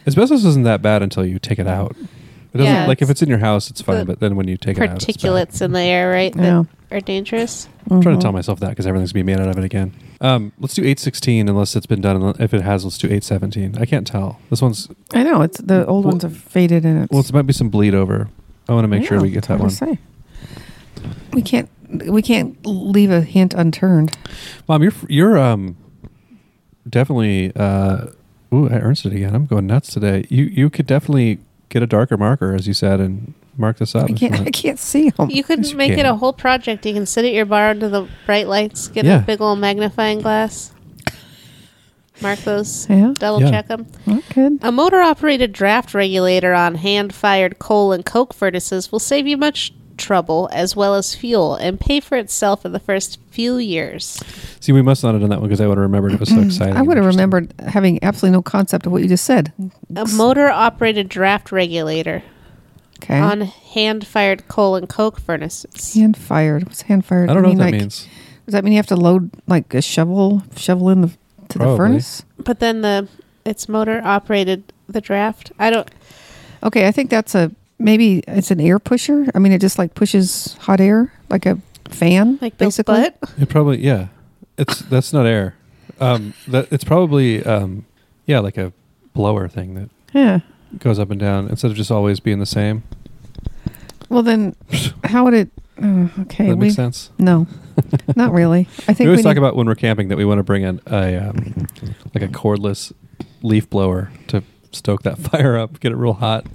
Speaker 2: Asbestos isn't that bad until you take it out. It doesn't
Speaker 3: Yeah,
Speaker 2: like if
Speaker 3: it's
Speaker 2: it's in your house, it's fine.
Speaker 3: the
Speaker 2: But then when you take it out, it's bad.
Speaker 3: Particulates in the air, right? That
Speaker 4: Yeah.
Speaker 3: are dangerous.
Speaker 2: I'm trying to tell myself that because everything's being made out of it again. Um, let's do 816 unless it's been done. If it has, let's do 817. I can't tell. This one's
Speaker 4: I know it's the old
Speaker 2: Well-
Speaker 4: ones are faded and it's.
Speaker 2: well, it might be some bleed over. I want to make sure
Speaker 4: Yeah,
Speaker 2: we get
Speaker 4: it's
Speaker 2: that one.
Speaker 4: hard to say. We can't. We can't leave a hint unturned.
Speaker 2: Mom, you're you're um definitely uh ooh, I earned it again. I'm going nuts today. You you could definitely get a darker marker, as you said, and mark this up.
Speaker 4: I
Speaker 2: if
Speaker 4: can't.
Speaker 2: you want.
Speaker 4: I can't see them.
Speaker 3: You could
Speaker 2: Yes, you
Speaker 3: make it
Speaker 2: can.
Speaker 3: a whole project. You can sit at your bar under the bright lights, get
Speaker 2: Yeah.
Speaker 3: a big old magnifying glass, mark those,
Speaker 4: Yeah.
Speaker 3: double
Speaker 2: Yeah.
Speaker 3: check them.
Speaker 4: Not good.
Speaker 3: A motor operated draft regulator on hand fired coal and coke furnaces will save you much trouble as well as fuel and pay for itself in the first few years.
Speaker 2: See, we must not have done that one because I would have remembered it was so exciting.
Speaker 4: I would
Speaker 2: and
Speaker 4: have
Speaker 2: interesting.
Speaker 4: remembered having absolutely no concept of what you just said.
Speaker 3: A motor operated draft regulator
Speaker 4: Okay.
Speaker 3: on hand fired coal and coke furnaces.
Speaker 4: Hand fired. What's hand fired?
Speaker 2: I don't know
Speaker 4: mean,
Speaker 2: what that
Speaker 4: like,
Speaker 2: means.
Speaker 4: Does that mean you have to load like a shovel, shovel in the to the
Speaker 2: Probably.
Speaker 4: furnace?
Speaker 3: But then the it's motor operated the draft. I don't
Speaker 4: Okay, I think that's a maybe it's an air pusher. I mean, it just like pushes hot air like a fan,
Speaker 3: like Bill's
Speaker 4: basically.
Speaker 3: butt.
Speaker 2: It probably yeah. It's that's not air. Um, that it's probably um, yeah, like a blower thing that
Speaker 4: Yeah.
Speaker 2: goes up and down instead of just always being the same.
Speaker 4: Well, then how would it? Oh, okay,
Speaker 2: that
Speaker 4: we
Speaker 2: makes sense.
Speaker 4: no, not really. I
Speaker 2: We
Speaker 4: think we,
Speaker 2: always talk
Speaker 4: need-
Speaker 2: about when we're camping that we want to bring in a um, like a cordless leaf blower to stoke that fire up, get it real hot.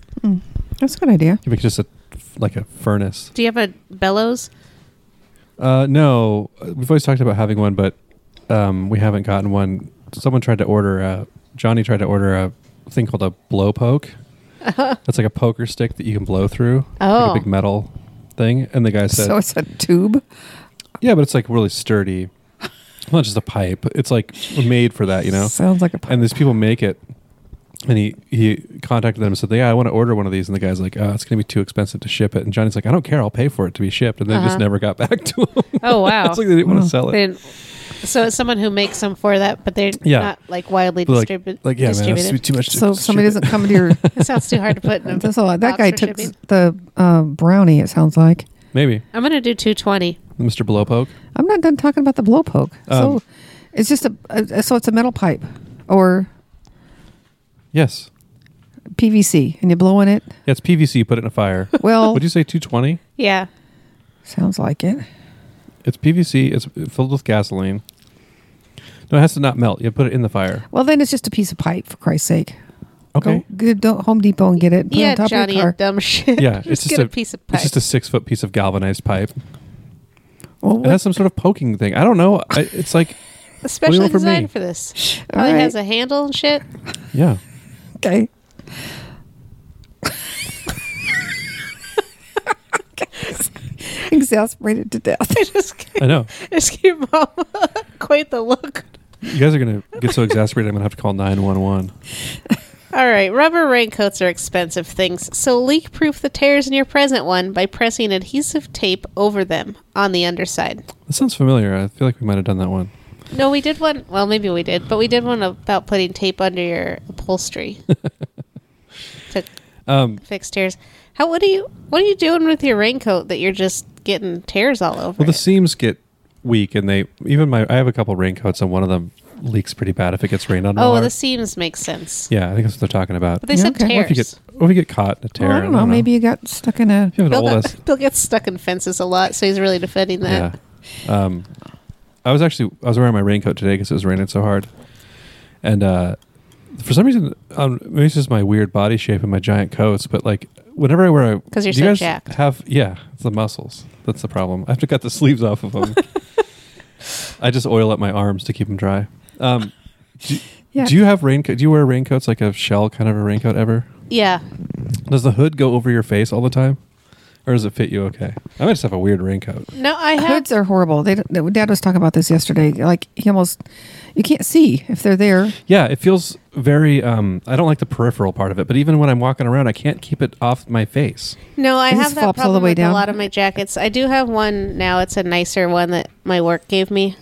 Speaker 4: that's a good idea.
Speaker 2: If it's just a like a furnace.
Speaker 3: Do you have a bellows?
Speaker 2: Uh, no, we've always talked about having one, but um, we haven't gotten one. Someone tried to order a Johnny tried to order a thing called a blow poke. That's like a poker stick that you can blow through,
Speaker 3: Oh.
Speaker 2: like a big metal thing. And the guy said,
Speaker 4: So it's a tube.
Speaker 2: "Yeah, but it's like really sturdy. It's not just a pipe. It's like made for that, you know."
Speaker 4: Sounds like a pipe.
Speaker 2: and these people make it and he he contacted them and said yeah i want to order one of these and the guy's like oh it's going to be too expensive to ship it and johnny's like i don't care i'll pay for it to be shipped and they just
Speaker 3: Uh-huh.
Speaker 2: never got back to him
Speaker 3: Oh wow.
Speaker 2: it's like they didn't want to sell
Speaker 3: They
Speaker 2: it
Speaker 3: didn't- so it's someone who makes them for that, but they're
Speaker 2: Yeah.
Speaker 3: not like widely
Speaker 2: But like,
Speaker 3: distribu-
Speaker 2: like yeah man that's
Speaker 3: distributed.
Speaker 2: too much to
Speaker 4: so if somebody
Speaker 2: ship
Speaker 4: doesn't
Speaker 2: it.
Speaker 4: come to your,
Speaker 3: It sounds too hard to put in.
Speaker 4: that's a lot. That
Speaker 3: Box
Speaker 4: guy
Speaker 3: for
Speaker 4: took
Speaker 3: shipping.
Speaker 4: the uh, brownie. It sounds like.
Speaker 2: maybe
Speaker 3: I'm gonna do 220.
Speaker 2: mr blowpoke
Speaker 4: I'm not done talking about the blowpoke.
Speaker 2: Um,
Speaker 4: so it's just a, a so it's a metal pipe or
Speaker 2: yes
Speaker 4: PVC, and you blow in it.
Speaker 2: yeah, it's pvc you put it in a fire
Speaker 4: Well,
Speaker 2: would you say 220
Speaker 3: Yeah.
Speaker 4: Sounds like it.
Speaker 2: It's PVC. It's filled with gasoline. No, it has to not melt. You put it in the fire.
Speaker 4: Well, then it's just a piece of pipe, for Christ's sake.
Speaker 2: Okay.
Speaker 4: Go, go to Home Depot and get it. Put it
Speaker 3: yeah,
Speaker 4: on top
Speaker 3: Johnny,
Speaker 4: of
Speaker 3: you
Speaker 4: your car.
Speaker 3: dumb shit.
Speaker 2: Yeah,
Speaker 3: just, get a, piece of pipe.
Speaker 2: It's just a six foot piece of galvanized pipe.
Speaker 4: Well,
Speaker 2: It has some sort of poking thing. I don't know. I, it's like,
Speaker 3: Especially
Speaker 2: wheel for me.
Speaker 3: designed for this. Probably
Speaker 4: right.
Speaker 3: has a handle and shit.
Speaker 2: yeah.
Speaker 4: okay. Exasperated to death.
Speaker 3: I just can't-
Speaker 2: I know.
Speaker 3: I just give mom quite the look.
Speaker 2: You guys are gonna get so exasperated. I'm gonna have to call nine one one.
Speaker 3: All right, rubber raincoats are expensive things, so leak proof the tears in your present one by pressing adhesive tape over them on the underside.
Speaker 2: That sounds familiar. I feel like we might have done that one.
Speaker 3: No, we did one. Well, maybe we did, but we did one about putting tape under your upholstery to
Speaker 2: Um,
Speaker 3: fix tears. How what are you what are you doing with your raincoat that you're just getting tears all over?
Speaker 2: well, the
Speaker 3: it?
Speaker 2: seams get weak, and they even my I have a couple raincoats, and one of them leaks pretty bad if it gets rained on. real
Speaker 3: oh, well,
Speaker 2: hard.
Speaker 3: the seams make sense.
Speaker 2: yeah, I think that's what they're talking about.
Speaker 3: But they said
Speaker 4: Okay.
Speaker 2: Or
Speaker 3: tears.
Speaker 4: Well,
Speaker 2: if you get, or if you get caught in a tear,
Speaker 4: Well, I don't know. Maybe you got stuck in a.
Speaker 2: if you have an
Speaker 3: Bill,
Speaker 2: old
Speaker 3: got,
Speaker 2: ass-
Speaker 3: Bill gets stuck in fences a lot, so he's really defending that.
Speaker 2: Yeah. Um, I was actually I was wearing my raincoat today because it was raining so hard, and uh, for some reason, um, maybe it's just my weird body shape and my giant coats, but like whenever I wear a
Speaker 3: 'Cause you're
Speaker 2: do you
Speaker 3: so
Speaker 2: guys
Speaker 3: jacked.
Speaker 2: have yeah, it's the muscles that's the problem. I have to cut the sleeves off of them. I just oil up my arms to keep them dry. Um, do,
Speaker 4: Yeah.
Speaker 2: do you have raincoat? Do you wear raincoats like a shell kind of a raincoat ever?
Speaker 3: Yeah.
Speaker 2: Does the hood go over your face all the time, or does it fit you okay? I might just have a weird raincoat.
Speaker 3: No, I have.
Speaker 4: Hoods are horrible. They don't, Dad was talking about this yesterday. Like he almost, you can't see if they're there.
Speaker 2: Yeah, it feels very. Um, I don't like the peripheral part of it, but even when I'm walking around, I can't keep it off my face.
Speaker 3: No, I
Speaker 4: It just
Speaker 3: have that
Speaker 4: flops all the
Speaker 3: problem
Speaker 4: way
Speaker 3: with
Speaker 4: down.
Speaker 3: a lot of my jackets. I do have one now. It's a nicer one that my work gave me,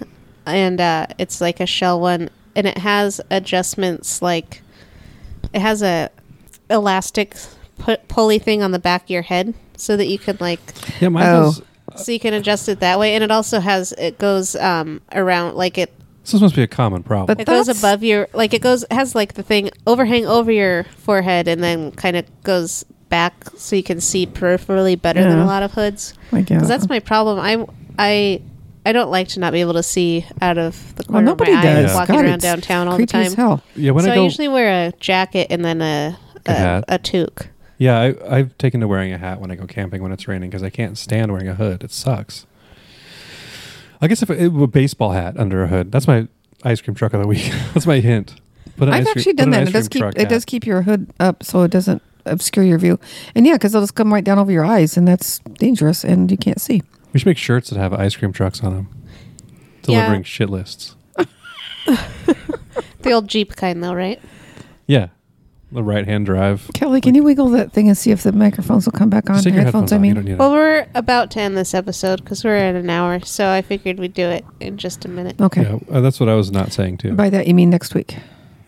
Speaker 3: and uh, it's like a shell one, and it has adjustments. Like it has a elastic pu- pulley thing on the back of your head, so that you can like
Speaker 2: Yeah, mine
Speaker 4: Oh.
Speaker 2: does-
Speaker 3: so you can adjust it that way. And it also has it goes um, around like it
Speaker 2: This must be a common problem.
Speaker 4: But
Speaker 3: It goes
Speaker 4: That's-
Speaker 3: above your like it goes it has like the thing overhang over your forehead and then kind of goes back so you can see peripherally better than
Speaker 4: Yeah.
Speaker 3: a lot of hoods.
Speaker 4: My God.
Speaker 3: 'Cause that's my problem. I I I don't like to not be able to see out of the
Speaker 4: Well,
Speaker 3: corner
Speaker 4: nobody
Speaker 3: of my
Speaker 4: does.
Speaker 3: eye walking
Speaker 4: God,
Speaker 3: around
Speaker 4: it's
Speaker 3: downtown all the
Speaker 4: creepy
Speaker 3: time.
Speaker 4: As hell.
Speaker 2: yeah, when
Speaker 3: so
Speaker 2: I
Speaker 3: I,
Speaker 2: go,
Speaker 3: usually wear a jacket and then a
Speaker 2: A
Speaker 3: a,
Speaker 2: hat.
Speaker 3: a toque.
Speaker 2: yeah, I, I've taken to wearing a hat when I go camping when it's raining because I can't stand wearing a hood. It sucks. I guess if it, a baseball hat under a hood. That's my ice cream truck of the week. that's my hint. Put an
Speaker 4: I've
Speaker 2: ice cream-
Speaker 4: actually
Speaker 2: put
Speaker 4: done
Speaker 2: an
Speaker 4: that.
Speaker 2: ice
Speaker 4: It does
Speaker 2: cream
Speaker 4: keep
Speaker 2: truck
Speaker 4: it
Speaker 2: hat.
Speaker 4: does keep your hood up so it doesn't obscure your view. And yeah, because it'll just come right down over your eyes, and that's dangerous, and you can't see.
Speaker 2: We should make shirts that have ice cream trucks on them,
Speaker 3: Yeah.
Speaker 2: delivering shit lists.
Speaker 3: The old Jeep kind though, right?
Speaker 2: Yeah, the right hand drive.
Speaker 4: Kelly, can you wiggle that thing and see if the microphones will come back on?
Speaker 2: Just take your headphones
Speaker 4: I
Speaker 2: off. You
Speaker 4: mean, Oh,
Speaker 2: don't need
Speaker 3: Well,
Speaker 2: it.
Speaker 3: we're about to end this episode because we're at an hour, so I figured we'd do it in just a minute.
Speaker 4: okay.
Speaker 2: Yeah, uh, that's what I was not saying too.
Speaker 4: By that you mean next week?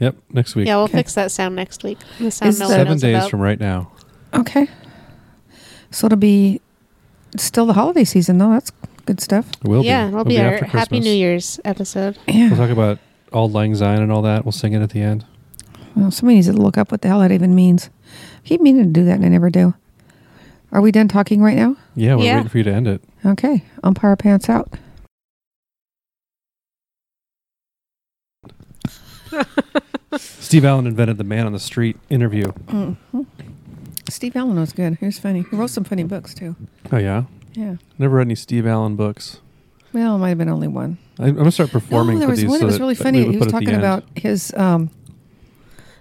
Speaker 2: Yep, next week.
Speaker 3: Yeah, we'll
Speaker 4: Okay.
Speaker 3: fix that sound next week. The sound
Speaker 4: Is
Speaker 3: no
Speaker 4: that-
Speaker 3: one
Speaker 2: seven
Speaker 3: knows
Speaker 2: days
Speaker 3: about.
Speaker 2: from right now.
Speaker 4: Okay. So it'll be still the holiday season, though. That's good stuff.
Speaker 2: It will
Speaker 3: yeah,
Speaker 2: be.
Speaker 3: it'll be, our Happy New Year's episode.
Speaker 4: Yeah.
Speaker 2: We'll talk about Auld Lang Syne and all that. We'll sing it at the end.
Speaker 4: Well, somebody needs to look up what the hell that even means. I keep meaning to do that, and I never do. Are we done talking right now?
Speaker 2: Yeah, we're
Speaker 3: Yeah.
Speaker 2: waiting for you to end it.
Speaker 4: Okay. Umpire pants out.
Speaker 2: Steve Allen invented the man on the street interview.
Speaker 4: Mm-hmm. Steve Allen was good. He was funny. He wrote some funny books too.
Speaker 2: Oh yeah,
Speaker 4: Yeah.
Speaker 2: never read any Steve Allen books.
Speaker 4: Well, it might have been only one.
Speaker 2: I, I'm gonna start performing
Speaker 4: no, there
Speaker 2: for
Speaker 4: was
Speaker 2: these. so
Speaker 4: one that was
Speaker 2: that-
Speaker 4: really
Speaker 2: that we
Speaker 4: funny.
Speaker 2: would
Speaker 4: He
Speaker 2: put
Speaker 4: was
Speaker 2: at the
Speaker 4: talking
Speaker 2: end.
Speaker 4: about his. Um,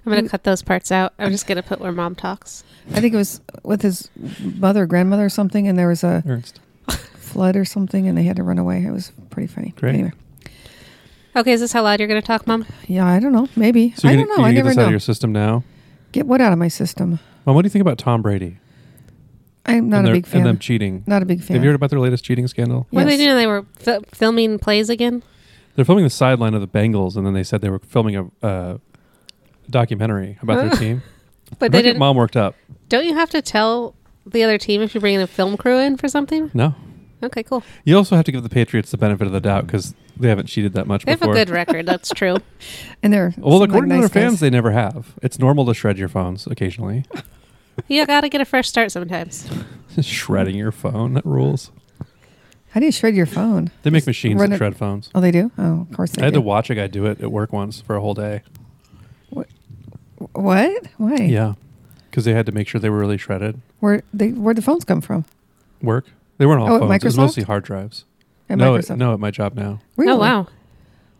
Speaker 3: I'm gonna cut those parts out. I'm just gonna put where mom talks.
Speaker 4: I think it was with his mother, grandmother, or something, and there was a
Speaker 2: Ernst.
Speaker 4: flood or something, and they had to run away. It was pretty funny.
Speaker 2: Great.
Speaker 4: Anyway,
Speaker 3: Okay, is this how loud you're gonna talk, mom?
Speaker 4: yeah, I don't know. Maybe
Speaker 2: So
Speaker 4: I
Speaker 2: you're
Speaker 4: don't
Speaker 2: gonna,
Speaker 4: know.
Speaker 2: you're
Speaker 4: I
Speaker 2: gonna get
Speaker 4: never
Speaker 2: this out
Speaker 4: know.
Speaker 2: of your system now.
Speaker 4: Get what out of my system?
Speaker 2: Mom, what do you think about Tom Brady?
Speaker 4: I'm
Speaker 2: and
Speaker 4: not a
Speaker 2: their-
Speaker 4: big fan.
Speaker 2: And them cheating.
Speaker 4: Not a big fan.
Speaker 2: Have you heard about their latest cheating scandal?
Speaker 3: What are they
Speaker 4: Yes.
Speaker 3: doing? They were fi- filming plays again.
Speaker 2: They're filming the sideline of the Bengals, and then they said they were filming a uh, documentary about their team.
Speaker 3: But
Speaker 2: Don't
Speaker 3: they
Speaker 2: get
Speaker 3: didn't.
Speaker 2: Mom worked up.
Speaker 3: Don't you have to tell the other team if you're bringing a film crew in for something?
Speaker 2: No.
Speaker 3: Okay, cool.
Speaker 2: You also have to give the Patriots the benefit of the doubt because they haven't cheated that much
Speaker 3: They have
Speaker 2: before.
Speaker 3: a good record. That's true.
Speaker 4: And they're
Speaker 2: well,
Speaker 4: seem like
Speaker 2: according
Speaker 4: nice
Speaker 2: to their fans,
Speaker 4: guys.
Speaker 2: they never have. It's normal to shred your phones occasionally.
Speaker 3: You gotta get a fresh start sometimes. Oh,
Speaker 2: Shredding your phone, that rules.
Speaker 4: How do you shred your phone?
Speaker 2: They make machines
Speaker 4: run
Speaker 2: that
Speaker 4: it-
Speaker 2: shred phones.
Speaker 4: Oh, they do. Oh, of course they
Speaker 2: I had
Speaker 4: do.
Speaker 2: to watch a guy do it at work once for a whole day.
Speaker 4: what? Why?
Speaker 2: Yeah, because they had to make sure they were really shredded.
Speaker 4: Where they where the phones come from?
Speaker 2: Work. They weren't all
Speaker 4: Oh, at
Speaker 2: phones. It was
Speaker 4: Microsoft?
Speaker 2: mostly hard drives.
Speaker 4: At
Speaker 2: no,
Speaker 4: Microsoft.
Speaker 2: At, no, at my job now
Speaker 4: Really?
Speaker 3: Oh wow,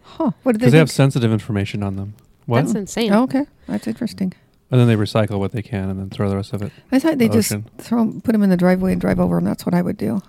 Speaker 4: Huh. What did they,
Speaker 2: because they have
Speaker 4: think?
Speaker 2: sensitive information on them. What?
Speaker 3: that's insane.
Speaker 4: Oh, okay. That's interesting.
Speaker 2: and then they recycle what they can and then throw the rest of it.
Speaker 4: I thought they just
Speaker 2: Ocean.
Speaker 4: throw 'em- put them in the driveway and drive over them. That's what I would do.